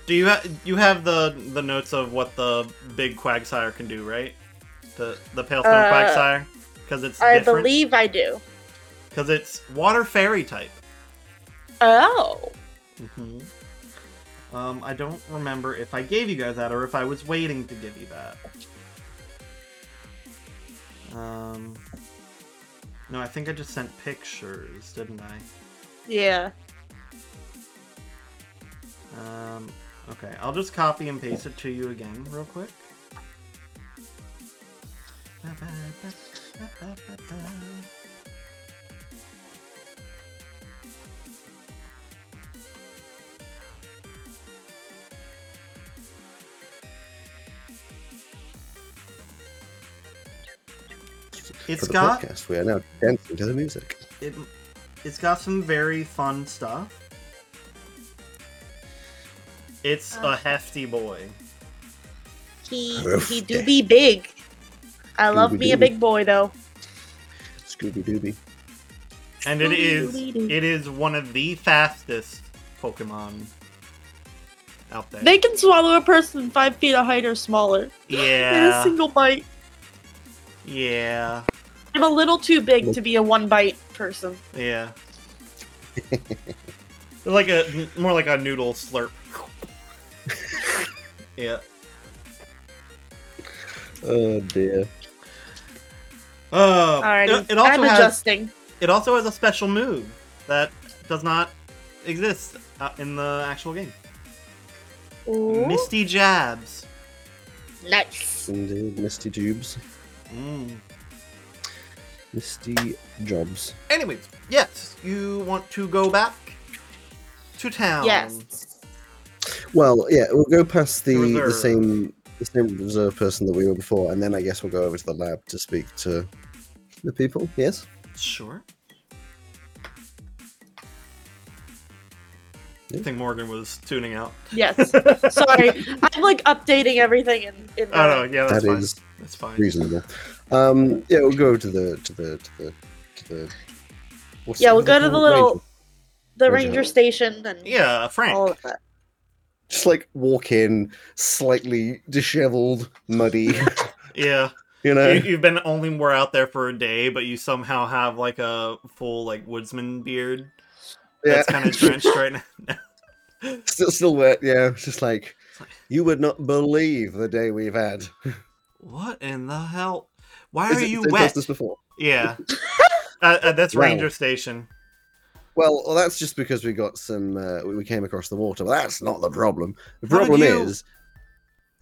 Speaker 1: Do you ha- you have the the notes of what the big quagsire can do, right? The the pale stone
Speaker 2: Uh,
Speaker 1: quagsire because it's
Speaker 2: I
Speaker 1: different
Speaker 2: believe I do.
Speaker 1: because it's water fairy type.
Speaker 2: Oh.
Speaker 1: Mm-hmm. Um, I don't remember if I gave you guys that or if I was waiting to give you that. Um, no, I think I just sent pictures, didn't I?
Speaker 2: Yeah.
Speaker 1: Um, okay, I'll just copy and paste it to you again real quick.
Speaker 3: For
Speaker 1: It's
Speaker 3: the
Speaker 1: got
Speaker 3: podcast, we are now dancing to the music.
Speaker 1: it, it's got some very fun stuff. It's a hefty boy.
Speaker 2: He
Speaker 3: Oof.
Speaker 2: he do be big. I love me a
Speaker 3: Scooby-Doo.
Speaker 2: big boy though.
Speaker 3: Scooby Dooby.
Speaker 1: And it is it is one of the fastest Pokemon out there.
Speaker 2: They can swallow a person five feet of height or smaller in a
Speaker 1: yeah.
Speaker 2: single bite.
Speaker 1: Yeah.
Speaker 2: I'm a little too big to be a one bite person.
Speaker 1: Yeah. like a more like a noodle slurp. yeah.
Speaker 3: Oh dear.
Speaker 1: Uh,
Speaker 2: All right,
Speaker 1: It, it
Speaker 2: I'm
Speaker 1: also has
Speaker 2: adjusting.
Speaker 1: it also has a special move that does not exist uh, in the actual game.
Speaker 2: Ooh,
Speaker 1: Misty jabs.
Speaker 2: nice.
Speaker 3: Indeed, Misty Tubes.
Speaker 1: Mm.
Speaker 3: Misty Jobs.
Speaker 1: Anyways, yes, you want to go back to town.
Speaker 2: Yes.
Speaker 3: Well, yeah, we'll go past the, the
Speaker 1: Reserve.
Speaker 3: same the same reserve person that we were before, and then I guess we'll go over to the lab to speak to the people. Yes.
Speaker 1: Sure. I
Speaker 3: Yeah.
Speaker 1: think Morgan was tuning out.
Speaker 2: Yes. Sorry, I'm like updating everything in. in
Speaker 1: Oh no, yeah, that's
Speaker 3: That
Speaker 1: fine.
Speaker 3: is
Speaker 1: That's fine.
Speaker 3: reasonable. Um, yeah, we'll go to the to the to the to the. what's
Speaker 2: Yeah,
Speaker 3: it-
Speaker 2: we'll
Speaker 3: what
Speaker 2: go
Speaker 3: are
Speaker 2: to
Speaker 3: they
Speaker 2: the
Speaker 3: called?
Speaker 2: little, the
Speaker 3: Ranger.
Speaker 2: ranger station and
Speaker 1: Yeah, Frank.
Speaker 2: all of that.
Speaker 3: Just like walk in, slightly disheveled, muddy.
Speaker 1: Yeah,
Speaker 3: You know.
Speaker 1: you, have been only were out there for a day, but you somehow have like a full like woodsman beard that's kind of drenched right now.
Speaker 3: Still, still wet. Yeah, it's just like you would not believe the day we've had.
Speaker 1: What in the hell? Why
Speaker 3: Is
Speaker 1: are
Speaker 3: it-
Speaker 1: you
Speaker 3: they've done
Speaker 1: wet?
Speaker 3: This before.
Speaker 1: Yeah, uh, uh, that's
Speaker 3: Wow.
Speaker 1: Ranger Station.
Speaker 3: Well, well, that's just because we got some. Uh, we we came across the water. But that's not the problem. The
Speaker 1: How did
Speaker 3: problem
Speaker 1: you-
Speaker 3: is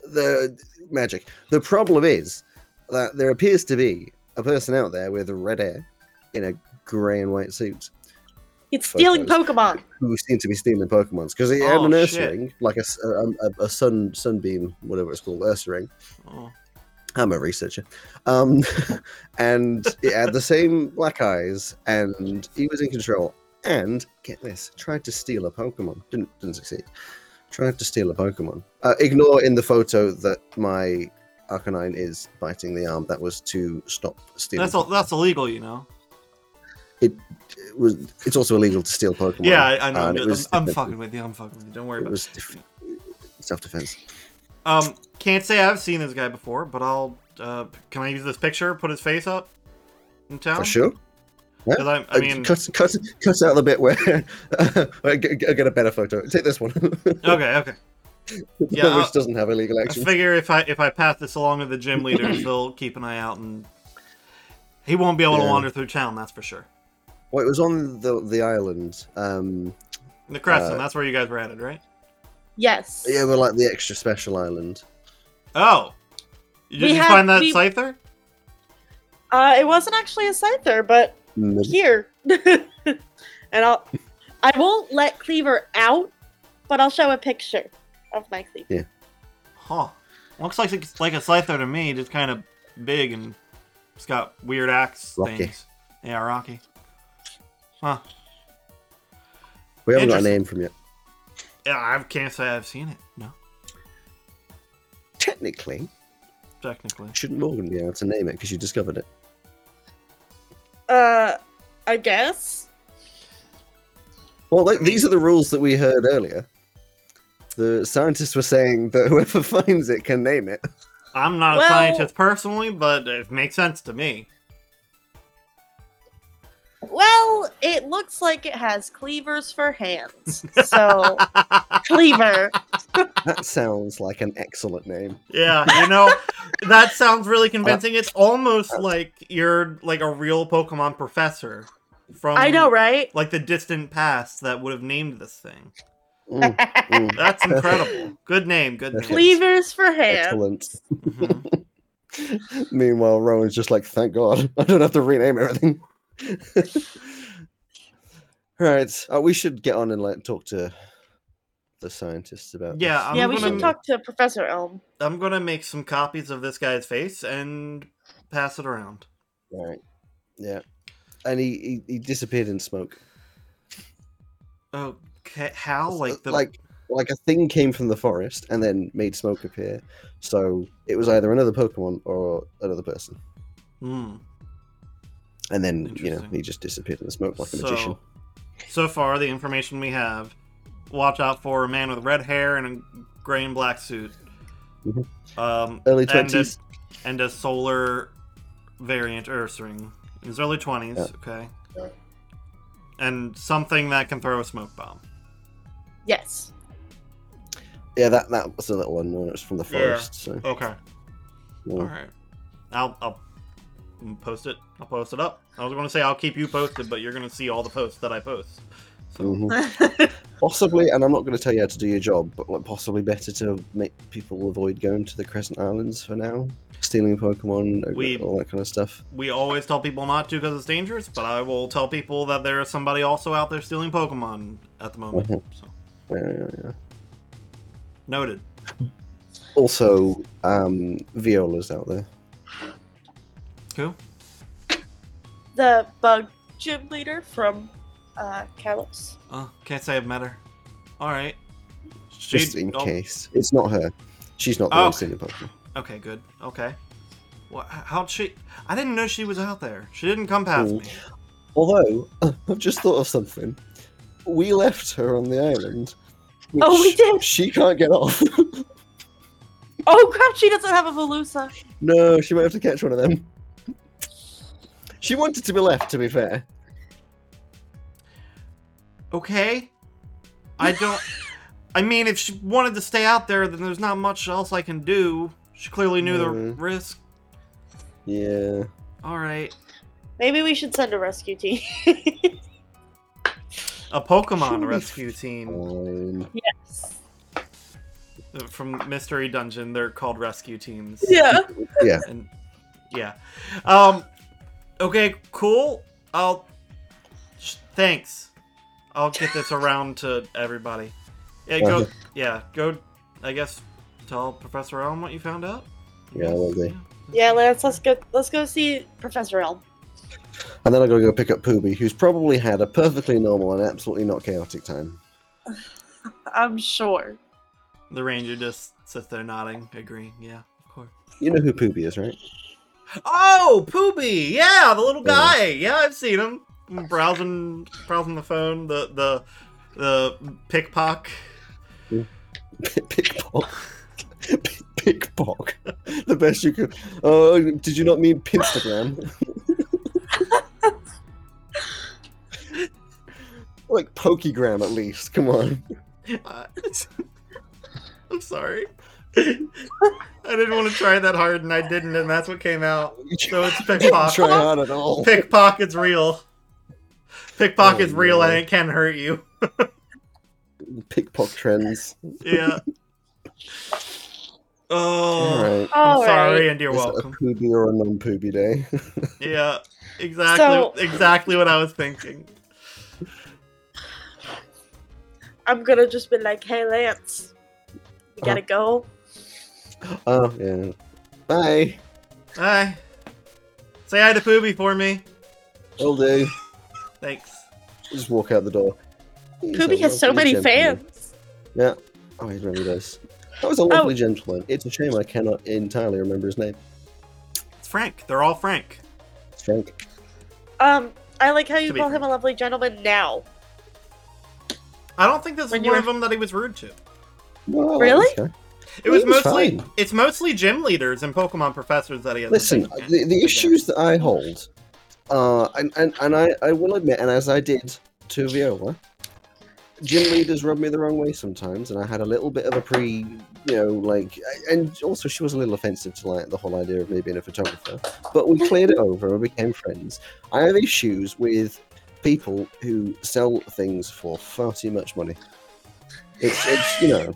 Speaker 3: the magic. The problem is that there appears to be a person out there with red hair in a grey and white suit
Speaker 2: It's stealing Pokemon.
Speaker 3: who seem to be stealing Pokemon's because he had
Speaker 1: Oh,
Speaker 3: an Ursa
Speaker 1: shit.
Speaker 3: ring, like a, s- a- a- a sun sunbeam, whatever it's called, Ursa ring.
Speaker 1: Oh,
Speaker 3: I'm a researcher. Um, and it had the same black eyes, and he was in control. And get this, tried to steal a Pokemon. Didn't didn't succeed. Tried to steal a Pokemon. Uh, ignore in the photo that my Arcanine is biting the arm. That was to stop stealing.
Speaker 1: That's all, that's illegal, you know.
Speaker 3: It was, it's also illegal to steal Pokemon.
Speaker 1: yeah, I, I know.
Speaker 3: and
Speaker 1: I'm,
Speaker 3: Uh, it was
Speaker 1: just- I'm, I'm
Speaker 3: defensive.
Speaker 1: fucking with you. I'm fucking with you. Don't worry
Speaker 3: It
Speaker 1: about it.
Speaker 3: was def- self-defense.
Speaker 1: Um, can't say I've seen this guy before, but I'll. Uh, can I use this picture? Put his face up in town.
Speaker 3: For sure.
Speaker 1: 'Cause I, Um, I
Speaker 3: Uh,
Speaker 1: mean,
Speaker 3: cut, cut, cut out the bit where I get, I get a better photo. Take this one.
Speaker 1: okay, okay. yeah,
Speaker 3: which
Speaker 1: I'll-
Speaker 3: doesn't have illegal
Speaker 1: I
Speaker 3: action.
Speaker 1: figure if I if I pass this along to the gym leaders, they'll keep an eye out, and he won't be able to
Speaker 3: Yeah.
Speaker 1: wander through town. That's for sure.
Speaker 3: Well, it was on the the island. Um,
Speaker 1: The Crescent.
Speaker 3: Uh,
Speaker 1: that's where you guys were headed, right?
Speaker 2: Yes.
Speaker 3: yeah, well, like the extra special island.
Speaker 1: Oh, did
Speaker 2: We
Speaker 1: you
Speaker 2: had-
Speaker 1: find that
Speaker 2: we-
Speaker 1: Scyther?
Speaker 2: Uh, it wasn't actually a Scyther, but
Speaker 3: Mm,
Speaker 2: here. and I'll I won't let Cleaver out, but I'll show a picture of my Cleaver.
Speaker 1: Huh. Looks like it's like a Scyther to me, just kind of big and it's got weird axe
Speaker 3: Rocky.
Speaker 1: things. Yeah, Rocky.
Speaker 3: We haven't got a
Speaker 1: Interesting.
Speaker 3: name from yet.
Speaker 1: Yeah, I can't say I've seen it. No,
Speaker 3: Technically,
Speaker 1: technically.
Speaker 3: shouldn't Morgan be able to name it because you discovered it?
Speaker 2: Uh I guess.
Speaker 3: Well, like, these are the rules that we heard earlier. The scientists were saying that whoever finds it can name it.
Speaker 1: I'm not a
Speaker 2: Well-
Speaker 1: scientist personally, but it makes sense to me.
Speaker 2: Well, it looks like it has cleavers for hands. So Cleaver.
Speaker 3: Um, That sounds like an excellent name.
Speaker 1: yeah, you know, that sounds really convincing. It's almost like you're like a real Pokemon professor from
Speaker 2: I know, right?
Speaker 1: like the distant past that would have named this thing.
Speaker 3: Mm, mm,
Speaker 1: That's incredible. Good name, good name.
Speaker 2: Cleavers for hands.
Speaker 3: excellent.
Speaker 1: Mhm.
Speaker 3: Meanwhile, Rowan's just like, thank God, I don't have to rename everything. right, uh, we should get on and like talk to the scientists about.
Speaker 1: Yeah,
Speaker 3: this.
Speaker 1: I'm
Speaker 2: Yeah, we
Speaker 1: gonna-
Speaker 2: should talk to Professor Elm.
Speaker 1: I'm gonna make some copies of this guy's face and pass it around.
Speaker 3: Right. Yeah, and he, he he disappeared in smoke.
Speaker 1: Okay, how
Speaker 3: S-
Speaker 1: like the
Speaker 3: Uh, like like a thing came from the forest and then made smoke appear. So it was either another Pokemon or another person,
Speaker 1: Hmm,
Speaker 3: and then you know
Speaker 1: Interesting.
Speaker 3: he just disappeared in the smoke like a magician.
Speaker 1: so so far the information we have. Watch out for a man with red hair and a gray and black suit.
Speaker 3: Mhm.
Speaker 1: Um,
Speaker 3: Early
Speaker 1: and a,
Speaker 3: twenties.
Speaker 1: and a solar variant Ursaring in his early twenties.
Speaker 3: Yeah.
Speaker 1: Okay,
Speaker 3: Yeah.
Speaker 1: and something that can throw a smoke bomb.
Speaker 2: Yes.
Speaker 3: Yeah, that that was a little unknown. It was from the
Speaker 1: Yeah.
Speaker 3: forest. So
Speaker 1: Okay,
Speaker 3: yeah.
Speaker 1: all right. I'll I'll post it. I'll post it up. I was gonna say I'll keep you posted, but you're gonna see all the posts that I post. So
Speaker 3: Mhm. Possibly, and I'm not going to tell you how to do your job, but like, possibly better to make people avoid going to the Crescent Islands for now, stealing Pokemon, uh,
Speaker 1: We-
Speaker 3: all that kind of stuff.
Speaker 1: we always tell people not to because it's dangerous, but I will tell people that there is somebody also out there stealing Pokemon at the moment.
Speaker 3: Mhm.
Speaker 1: So
Speaker 3: Yeah, yeah, yeah.
Speaker 1: noted.
Speaker 3: Also, um, Viola's out there.
Speaker 1: Who?
Speaker 2: the bug gym leader from uh Kalos.
Speaker 1: Oh, can't say I've met her. All right. She-
Speaker 3: Just in
Speaker 1: oh,
Speaker 3: case it's not her, she's not the
Speaker 1: Oh.
Speaker 3: one stealing Pokemon.
Speaker 1: Okay, good. Okay. What? How'd she? I didn't know she was out there. She didn't come past
Speaker 3: Mm.
Speaker 1: me.
Speaker 3: Although I've just thought of something. We left her on the island.
Speaker 2: Oh, we
Speaker 3: which
Speaker 2: did.
Speaker 3: She can't get off.
Speaker 2: Oh crap, she doesn't have a Velusa.
Speaker 3: no, she might have to catch one of them. She wanted to be left. To be fair.
Speaker 1: Okay. I don't. I mean, if she wanted to stay out there, then there's not much else I can do. She clearly knew the
Speaker 3: Mm.
Speaker 1: risk.
Speaker 3: Yeah.
Speaker 1: All right.
Speaker 2: Maybe we should send a rescue team.
Speaker 1: A
Speaker 3: She'll
Speaker 1: Pokemon
Speaker 3: be
Speaker 1: rescue team
Speaker 3: Fine.
Speaker 1: uh, from Mystery Dungeon. They're called rescue teams.
Speaker 2: yeah.
Speaker 1: And yeah. Um. Okay. Cool. I'll. sh- Thanks. I'll get this around to everybody. Yeah. Go.
Speaker 3: Uh-huh.
Speaker 1: Yeah. Go. I guess tell Professor Allen what you found out.
Speaker 3: Yeah, I will do.
Speaker 1: Yeah.
Speaker 2: Yeah, let's let's go let's go see Professor Elm.
Speaker 3: And then I gotta go pick up Pooby, who's probably had a perfectly normal and absolutely not chaotic time.
Speaker 2: I'm sure.
Speaker 1: The ranger just sits there nodding, agreeing. Yeah, of course.
Speaker 3: You know who Pooby is, right?
Speaker 1: Oh, Pooby! Yeah, the little
Speaker 3: Yeah.
Speaker 1: guy. Yeah, I've seen him I'm browsing, browsing the phone. The the the pickpock.
Speaker 3: Pickpock. Pickpock. The best you could. Oh, did you not mean Pinstagram? like Pokegram, at least. Come on.
Speaker 1: Uh, I'm sorry. I didn't want to try that hard, and I didn't, and that's what came out.
Speaker 3: You
Speaker 1: So it's
Speaker 3: didn't try
Speaker 1: pickpock.
Speaker 3: hard at all.
Speaker 1: Pickpocket's real. Pickpocket's
Speaker 3: Oh,
Speaker 1: real, and
Speaker 3: no.
Speaker 1: it can hurt you.
Speaker 3: Pickpock trends.
Speaker 1: Yeah. Oh,
Speaker 3: All right.
Speaker 1: I'm
Speaker 2: All
Speaker 1: sorry,
Speaker 2: right.
Speaker 1: and you're
Speaker 3: Is that
Speaker 1: Oh, welcome.
Speaker 3: a Pooby or a non Pooby day?
Speaker 1: Yeah, exactly,
Speaker 2: So-
Speaker 1: exactly what I was thinking.
Speaker 2: I'm gonna just be like, hey Lance, we
Speaker 1: Uh,
Speaker 2: gotta go.
Speaker 3: oh, yeah. Bye.
Speaker 1: Hi. Say hi to Pooby for me.
Speaker 3: Will do.
Speaker 1: Thanks.
Speaker 3: Just walk out the door. He's a
Speaker 2: Pooby has so
Speaker 3: lovely
Speaker 2: many
Speaker 3: gentleman.
Speaker 2: fans.
Speaker 3: Yeah. Oh, he really does. That was a lovely
Speaker 2: Oh.
Speaker 3: gentleman. It's a shame I cannot entirely remember his name.
Speaker 1: It's Frank. They're all Frank.
Speaker 3: It's Frank.
Speaker 2: Um, I like how you
Speaker 1: To be
Speaker 2: call him
Speaker 1: fair.
Speaker 2: a lovely gentleman now.
Speaker 1: I don't think there's
Speaker 2: When
Speaker 1: one
Speaker 2: you
Speaker 1: of
Speaker 2: were-
Speaker 1: them that he was rude to.
Speaker 3: Well,
Speaker 2: Really?
Speaker 3: okay.
Speaker 1: It was
Speaker 3: He was
Speaker 1: mostly
Speaker 3: fine.
Speaker 1: it's mostly gym leaders and Pokemon professors that he has.
Speaker 3: Listen,
Speaker 1: a thing
Speaker 3: the, the
Speaker 1: against.
Speaker 3: issues that I hold, uh, and, and, and I, I will admit, and as I did to Viola, gym leaders rubbed me the wrong way sometimes, and I had a little bit of a pre, you know, like, and also she was a little offensive to like the whole idea of me being a photographer, but we cleared it over and became friends. I have issues with people who sell things for far too much money. It's, it's you know,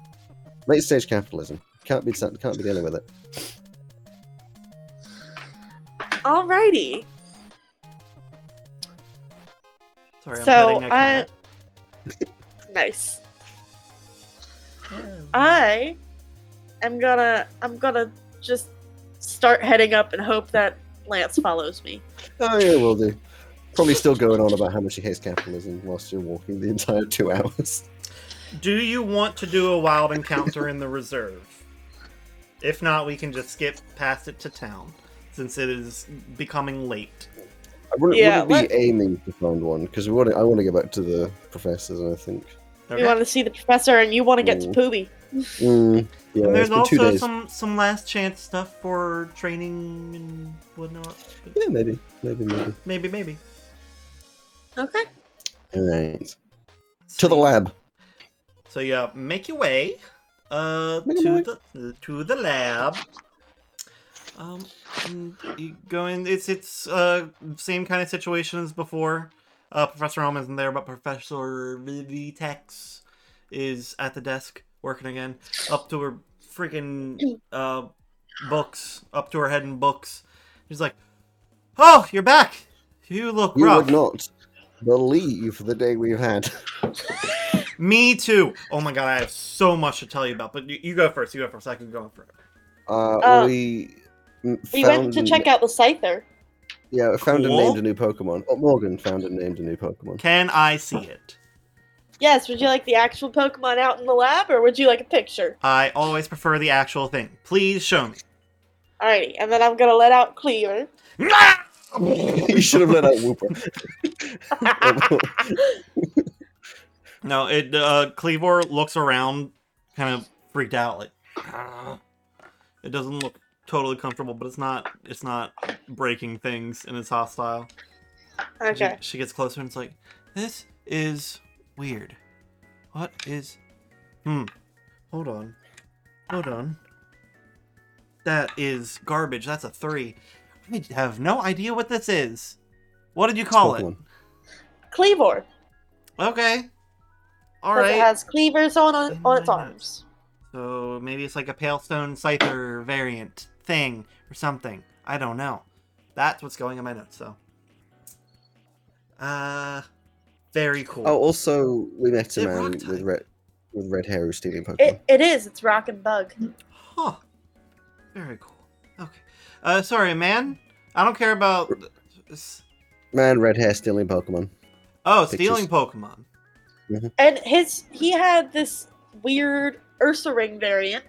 Speaker 3: late stage capitalism. Can't be can't be dealing with it.
Speaker 2: Alrighty.
Speaker 1: Sorry, I'm
Speaker 2: So, uh,
Speaker 1: petting a
Speaker 2: I-
Speaker 1: cat.
Speaker 2: Nice. I am gonna I'm gonna just start heading up and hope that Lance follows me.
Speaker 3: Oh yeah, will do. Probably still going on about how much he hates capitalism whilst you're walking the entire two hours.
Speaker 1: Do you want to do a wild encounter in the reserve? If not, we can just skip past it to town, since it is becoming late.
Speaker 3: I wouldn't,
Speaker 2: Yeah,
Speaker 3: wouldn't be
Speaker 2: let-
Speaker 3: aiming to find one because we want to, I want to go back to the professors. I think.
Speaker 1: Okay?
Speaker 2: You want to see the professor and you want to get to
Speaker 3: Mm.
Speaker 2: Pooby.
Speaker 3: Mm, yeah,
Speaker 1: and there's
Speaker 3: it's been two
Speaker 1: also
Speaker 3: days.
Speaker 1: some some last chance stuff for training and whatnot. but
Speaker 3: Yeah, maybe, maybe, maybe.
Speaker 1: Maybe, maybe.
Speaker 2: Okay.
Speaker 3: All right. To
Speaker 1: Sweet.
Speaker 3: the lab.
Speaker 1: So yeah, make your way uh
Speaker 3: Make
Speaker 1: to
Speaker 3: my way.
Speaker 1: the to the lab. Um, and you go in. It's it's uh same kind of situation as before. Uh, Professor Elm isn't there, but Professor Vitex is at the desk working again, up to her freaking uh books, up to her head in books. She's like, "Oh, you're back. You look
Speaker 3: You
Speaker 1: rough."
Speaker 3: would not believe the day we've had.
Speaker 1: Me too. Oh my god, I have so much to tell you about. But you, you go first. You go first. I can go on forever.
Speaker 3: Uh,
Speaker 2: Uh,
Speaker 3: we mm,
Speaker 2: We went
Speaker 3: found
Speaker 2: to check out the Scyther.
Speaker 3: Yeah, found
Speaker 1: Cool.
Speaker 3: and named a new Pokemon. Oh, Morgan found and named a new Pokemon.
Speaker 1: Can I see it?
Speaker 2: Yes, would you like the actual Pokemon out in the lab or would you like a picture?
Speaker 1: I always prefer the actual thing. Please show me.
Speaker 2: Alrighty, and then I'm gonna let out Cleaver.
Speaker 3: you should have let out Wooper.
Speaker 1: No, it. Uh, Cleavor looks around, kind of freaked out. Like, "Ah." it doesn't look totally comfortable, but it's not. It's not breaking things, and it's hostile. She-
Speaker 2: okay.
Speaker 1: She, gets closer and it's like, this is weird. What is. Hmm. Hold on. Hold on. That is garbage. That's a three. I have no idea what this is. What did you call it?
Speaker 3: Pokemon.
Speaker 2: Cleavor.
Speaker 1: Okay.
Speaker 2: 'cause
Speaker 1: Alright.
Speaker 2: It has cleavers on on, on its
Speaker 1: Nice.
Speaker 2: arms.
Speaker 1: So maybe it's like a pale stone Scyther variant thing or something. I don't know. That's what's going in my notes, though. Uh. Very cool.
Speaker 3: Oh, also we met a
Speaker 1: Yeah,
Speaker 3: man
Speaker 1: rock
Speaker 3: with
Speaker 1: type.
Speaker 3: red with red hair who's stealing Pokemon. Mm.
Speaker 2: It, it is. It's rock and bug.
Speaker 1: Huh. Very cool. Okay. Uh, sorry, man. I don't care about.
Speaker 3: Man, red hair stealing Pokemon.
Speaker 1: Oh,
Speaker 3: Pictures.
Speaker 1: stealing Pokemon.
Speaker 2: And his he had this weird Ursa ring variant,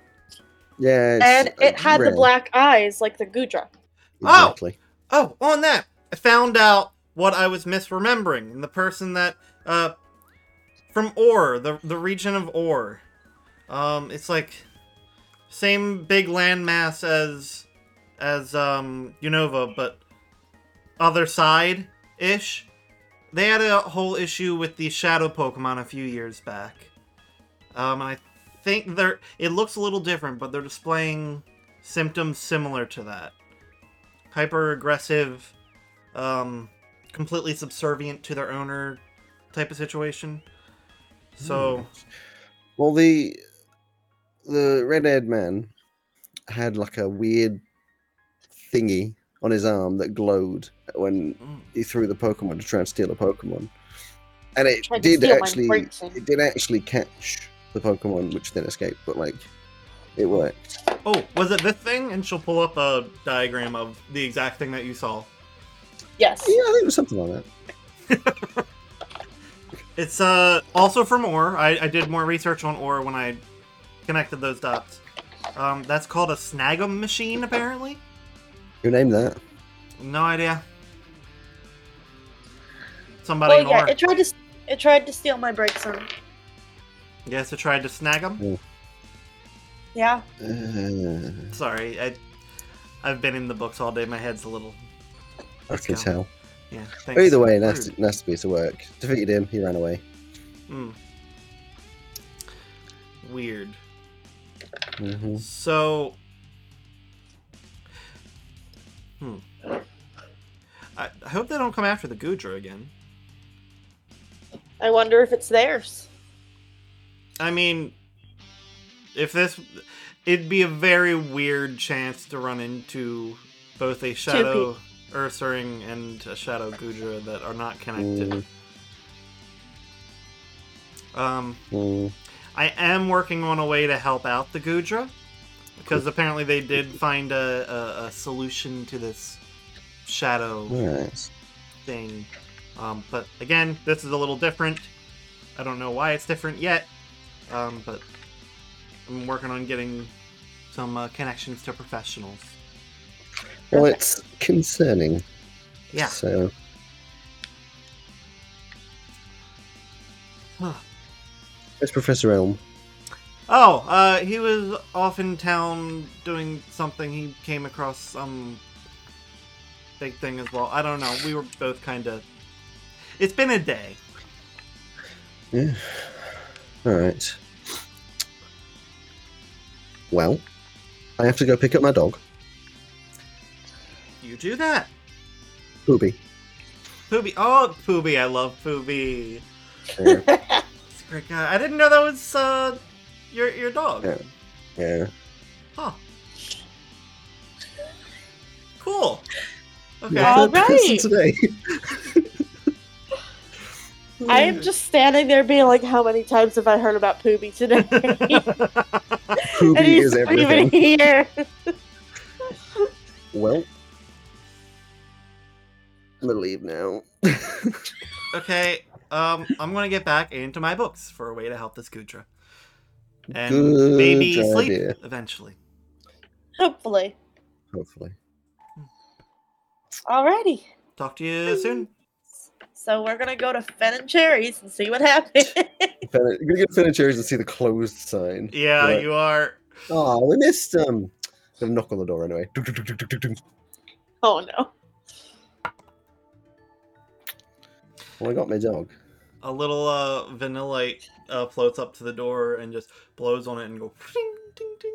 Speaker 3: Yeah. it's,
Speaker 2: and
Speaker 3: uh,
Speaker 2: it had
Speaker 3: rare.
Speaker 2: the black eyes like the Gudra.
Speaker 1: Oh!
Speaker 3: Exactly.
Speaker 1: Oh, on that, I found out what I was misremembering. And the person that, uh, from Or, the the region of Or, um, it's like same big landmass as as um Unova, but other side ish. They had a whole issue with the shadow Pokemon a few years back. Um, and I think they're it looks a little different, but they're displaying symptoms similar to that hyper aggressive, um, completely subservient to their owner type of situation. So,
Speaker 3: Well, the the red-haired man had like a weird thingy on his arm that glowed when
Speaker 1: mm,
Speaker 3: he threw the Pokemon to try and steal a Pokemon, and it
Speaker 2: Tried to
Speaker 3: did
Speaker 2: steal my
Speaker 3: actually
Speaker 2: brain thing.
Speaker 3: it did actually catch the Pokemon, which then escaped. But like, it worked.
Speaker 1: oh, was it this thing? And she'll pull up a diagram of the exact thing that you saw.
Speaker 2: Yes.
Speaker 3: Yeah, I think it was something like that.
Speaker 1: It's uh also from Or. I, I did more research on Or when I connected those dots. Um, that's called a snag'em machine, apparently.
Speaker 3: Who named that?
Speaker 1: No idea. Somebody
Speaker 2: Well,
Speaker 1: in
Speaker 2: yeah,
Speaker 1: Or.
Speaker 2: it tried to it tried to steal my break zone.
Speaker 1: Yes, I tried to snag him.
Speaker 2: Yeah.
Speaker 3: Uh,
Speaker 1: Sorry, I, I've been in the books all day. My head's a little.
Speaker 3: I
Speaker 1: Let's
Speaker 3: can
Speaker 1: go.
Speaker 3: tell.
Speaker 1: Yeah.
Speaker 3: But
Speaker 1: Thanks.
Speaker 3: Either way, nasty,
Speaker 1: Rude.
Speaker 3: nasty piece of work. Defeated him. He ran away.
Speaker 1: Mm. Weird.
Speaker 3: hmm
Speaker 1: So. Hmm. I, I hope they don't come after the Gudra again.
Speaker 2: I wonder if it's theirs.
Speaker 1: I mean, if this, it'd be a very weird chance to run into both a shadow Ursaring and a shadow Gudra that are not connected. Um,
Speaker 3: mm-hmm.
Speaker 1: I am working on a way to help out the Gudra because apparently they did find a, a, a solution to this shadow
Speaker 3: Hmm. Nice.
Speaker 1: thing. Um, but again, this is a little different. I don't know why it's different yet, um, but I'm working on getting some uh, connections to professionals.
Speaker 3: Well, it's concerning.
Speaker 1: Yeah.
Speaker 3: So
Speaker 1: Huh.
Speaker 3: it's Professor Elm.
Speaker 1: Oh, uh, he was off in town doing something. He came across some big thing as well. I don't know. We were both kind of. It's been a day.
Speaker 3: Yeah. All right. Well, I have to go pick up my dog,
Speaker 1: You do that,
Speaker 3: Booby.
Speaker 1: Pooby. Oh, Pooby, I love Pooby.
Speaker 3: Yeah.
Speaker 1: It's a great guy. I didn't know that was uh, your your dog.
Speaker 3: Yeah. yeah.
Speaker 1: Huh. Cool. Okay.
Speaker 3: You're the third person
Speaker 2: Alright.
Speaker 3: Today.
Speaker 2: I
Speaker 3: Hmm.
Speaker 2: am just standing there being like, how many times have I heard about Pooby today? and
Speaker 3: Booby
Speaker 2: he's
Speaker 3: is
Speaker 2: not
Speaker 3: everything.
Speaker 2: even here.
Speaker 3: Well, I'm gonna leave now.
Speaker 1: okay. Um, I'm gonna get back into my books for a way to help this Gudra, and
Speaker 3: Good
Speaker 1: maybe sleep
Speaker 3: idea.
Speaker 1: eventually.
Speaker 2: Hopefully.
Speaker 3: Hopefully.
Speaker 2: Alrighty.
Speaker 1: Talk to you soon.
Speaker 2: So we're gonna go to Fen and Cherries and see what happens.
Speaker 3: Fenn- You're gonna get Fenitures and see the closed sign.
Speaker 1: Yeah,
Speaker 3: Right.
Speaker 1: you are.
Speaker 3: Oh, we missed um. Gonna knock on the door anyway. Dunk, dunk, dunk, dunk, dunk, dunk.
Speaker 2: oh no.
Speaker 3: Well, Oh, I got my dog.
Speaker 1: A little uh, vanillite uh, floats up to the door and just blows on it and go ding ding ding.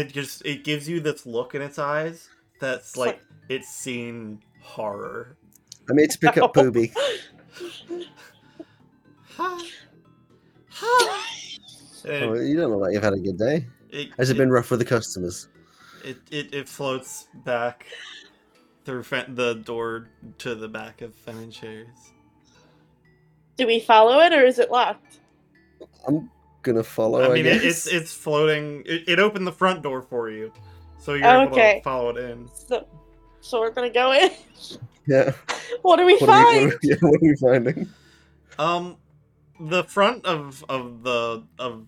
Speaker 1: It just it gives you this look in its eyes that's
Speaker 2: like-
Speaker 1: like it's seen horror.
Speaker 3: I made to pick up
Speaker 2: No.
Speaker 3: Booby.
Speaker 1: Hi. Hi. And
Speaker 3: Oh, you don't look like you've had a good day.
Speaker 1: It,
Speaker 3: Has it been rough with the customers?
Speaker 1: It, it, it floats back through Fen- the door to the back of Fen and Cherries.
Speaker 2: Do we follow it or is it locked?
Speaker 3: I'm gonna follow.
Speaker 1: I
Speaker 3: Oh, I
Speaker 1: mean, it, it's
Speaker 3: guess.
Speaker 1: it's floating. It, it opened the front door for you, So you're able
Speaker 2: Okay.
Speaker 1: to follow it in.
Speaker 2: So, so we're gonna go in.
Speaker 3: Yeah.
Speaker 2: What do we
Speaker 3: What are, we,
Speaker 2: find?
Speaker 3: what, are we, yeah, what are we finding?
Speaker 1: Um, the front of of the of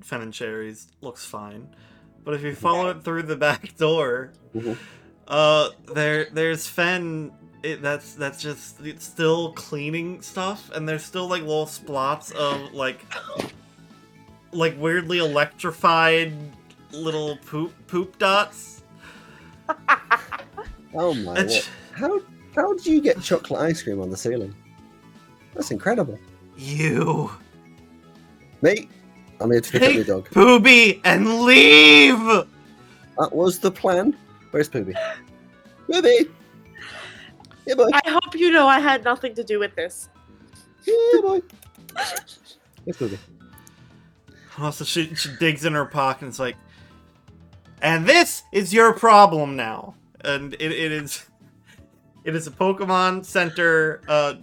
Speaker 1: Fen and Cherries looks fine, but if you follow it through the back door,
Speaker 3: Mhm.
Speaker 1: uh, there there's Fen. It, that's that's just it's still cleaning stuff, and there's still like little splots of like like weirdly electrified little poop poop dots.
Speaker 3: Oh my
Speaker 1: And
Speaker 3: lord. How how do you get chocolate ice cream on the ceiling? That's incredible.
Speaker 1: you
Speaker 3: Mate, I'm here to pick up your
Speaker 1: take
Speaker 3: dog.
Speaker 1: Poobie and leave.
Speaker 3: That was the plan. Where's Pooby? Pooby! Yeah, boy.
Speaker 2: I hope you know I had nothing to do with this.
Speaker 3: Yeah, boy. Where's Pooby?
Speaker 1: Oh, so she, she digs in her pocket and it's like, and this is your problem now. And it, it is, it is a Pokemon Center. Uh,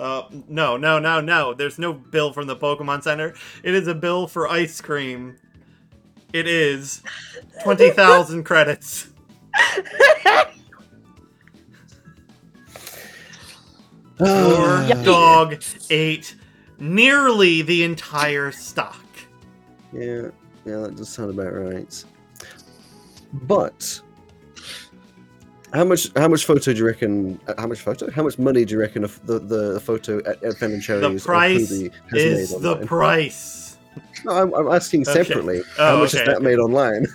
Speaker 1: uh, no, no, no, no. There's no bill from the Pokemon Center. It is a bill for ice cream. It is twenty thousand credits. Your
Speaker 2: Yep.
Speaker 1: dog ate nearly the entire stock.
Speaker 3: Yeah, yeah, that does sound about right. But how much how much photo do you reckon? uh, How much photo? How much money do you reckon of the the photo at Ed Pen and Cherry's or
Speaker 1: price
Speaker 3: Phoebe has
Speaker 1: Is
Speaker 3: made
Speaker 1: the
Speaker 3: online?
Speaker 1: price?
Speaker 3: No, I'm, I'm asking
Speaker 1: Okay.
Speaker 3: separately.
Speaker 1: Oh,
Speaker 3: how much
Speaker 1: okay,
Speaker 3: is that made online?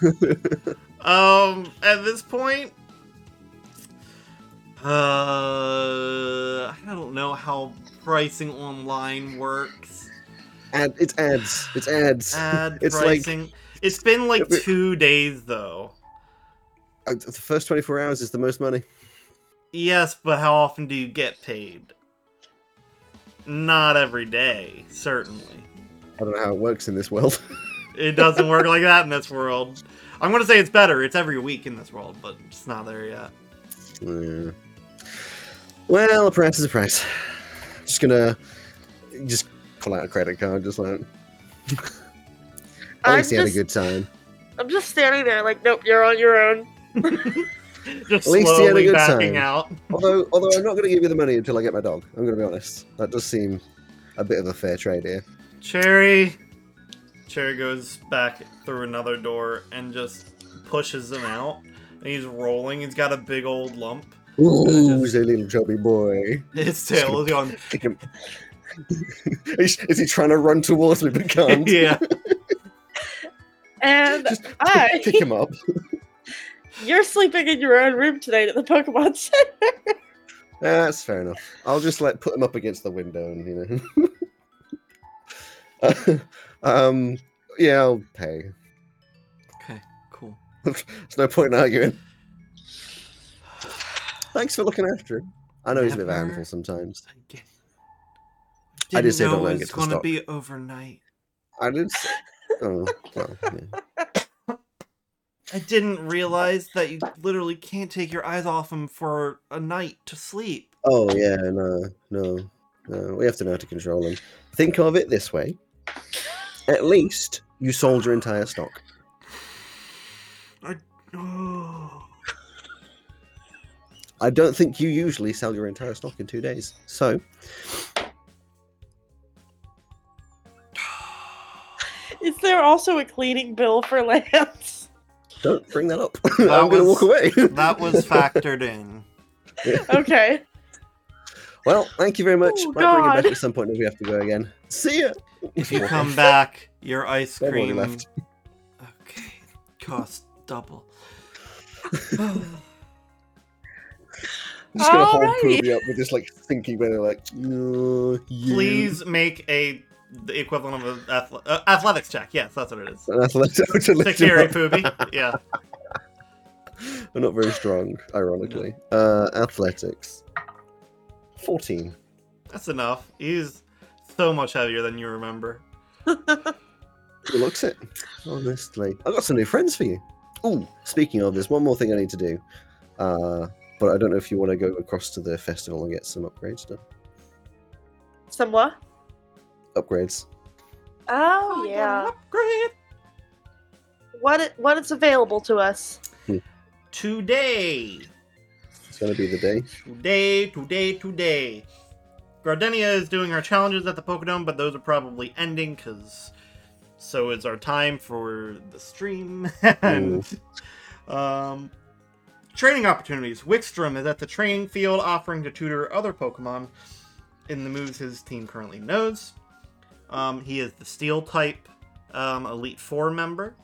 Speaker 1: Um, at this point, uh, I don't know how pricing online works.
Speaker 3: Ad, it's ads. It's ads.
Speaker 1: Ad
Speaker 3: It's like-
Speaker 1: pricing. it's been like two days though.
Speaker 3: Uh, the first 24 hours is the most money.
Speaker 1: Yes, but how often do you get paid? Not every day, certainly.
Speaker 3: I don't know how it works in this world.
Speaker 1: It doesn't work like that in this world. I'm gonna say it's better. It's every week in this world, but it's not there yet.
Speaker 3: Yeah. Well, a price is a price. Just gonna just pull out a credit card, just like at
Speaker 2: I'm
Speaker 3: least he had a
Speaker 2: just,
Speaker 3: good time.
Speaker 2: I'm just standing there like, nope, you're on your own.
Speaker 1: Just
Speaker 3: At least he had a
Speaker 1: slowly
Speaker 3: good
Speaker 1: backing
Speaker 3: time.
Speaker 1: out.
Speaker 3: Although, although I'm not gonna give you the money until I get my dog. I'm gonna be honest. That does seem a bit of a fair trade here.
Speaker 1: Cherry. Cherry goes back through another door and just pushes him out. And he's rolling. He's got a big old lump.
Speaker 3: Ooh, he's a little chubby boy.
Speaker 1: His tail is on.
Speaker 3: Kick him. is, is he trying to run towards me but can't?
Speaker 1: yeah.
Speaker 2: And
Speaker 3: Just
Speaker 2: I,
Speaker 3: pick him up.
Speaker 2: you're sleeping in your own room tonight at the Pokemon Center.
Speaker 3: That's fair enough. I'll just like put him up against the window and you know. um, yeah, I'll pay.
Speaker 1: Okay. Cool.
Speaker 3: There's no point in arguing. Thanks for looking after him. I know he's a bit of a
Speaker 1: Never.
Speaker 3: handful sometimes.
Speaker 1: I get.
Speaker 3: I
Speaker 1: didn't
Speaker 3: just say
Speaker 1: know
Speaker 3: don't let
Speaker 1: it
Speaker 3: him
Speaker 1: was
Speaker 3: get to the
Speaker 1: gonna
Speaker 3: stock.
Speaker 1: be overnight.
Speaker 3: I did. s- Oh well. Yeah.
Speaker 1: I didn't realize that you literally can't take your eyes off him for a night to sleep.
Speaker 3: Oh yeah. No. No. No. We have to know how to control him. Think of it this way. At least you sold your entire stock. I don't think you usually sell your entire stock in two days. So
Speaker 2: Is there also a cleaning bill for Lance?
Speaker 3: Don't bring that up. I'm going to
Speaker 1: was-
Speaker 3: walk away.
Speaker 1: that was factored in.
Speaker 2: Okay.
Speaker 3: well, thank you very much.
Speaker 2: Oh,
Speaker 3: Might bring it
Speaker 2: God.
Speaker 3: back at some point if we have to go again. See ya.
Speaker 1: If you come back, your ice
Speaker 3: They've already
Speaker 1: cream
Speaker 3: left.
Speaker 1: Okay, cost double.
Speaker 3: I'm just going to hold
Speaker 2: Alrighty.
Speaker 3: Pooby up with this like thinking better, like, "Uh, you."
Speaker 1: Please make a the equivalent of an athle- uh, athletics check. Yes, that's what it is.
Speaker 3: And I left out to
Speaker 1: To
Speaker 3: lift him
Speaker 1: carry
Speaker 3: up.
Speaker 1: Pooby. Yeah.
Speaker 3: I'm not very strong, ironically. Uh, athletics. 14.
Speaker 1: That's enough. He's so much heavier than you remember.
Speaker 3: He looks it. Honestly. i got some new friends for you. Ooh, speaking of, there's one more thing I need to do. Uh, but I don't know if you want to go across to the festival and get some upgrades done.
Speaker 2: Somewhat.
Speaker 3: Upgrades.
Speaker 2: Oh
Speaker 1: Oh, I got an Upgrade.
Speaker 2: What it, what it's available to us.
Speaker 3: Hmm.
Speaker 1: today.
Speaker 3: It's gonna be the day.
Speaker 1: Today, today, today. Gardenia is doing our challenges at the Pokedome, but those are probably ending because so is our time for the stream. and um, training opportunities. Wickstrom is at the training field offering to tutor other Pokemon in the moves his team currently knows. Um, he is the Steel type um, Elite Four member.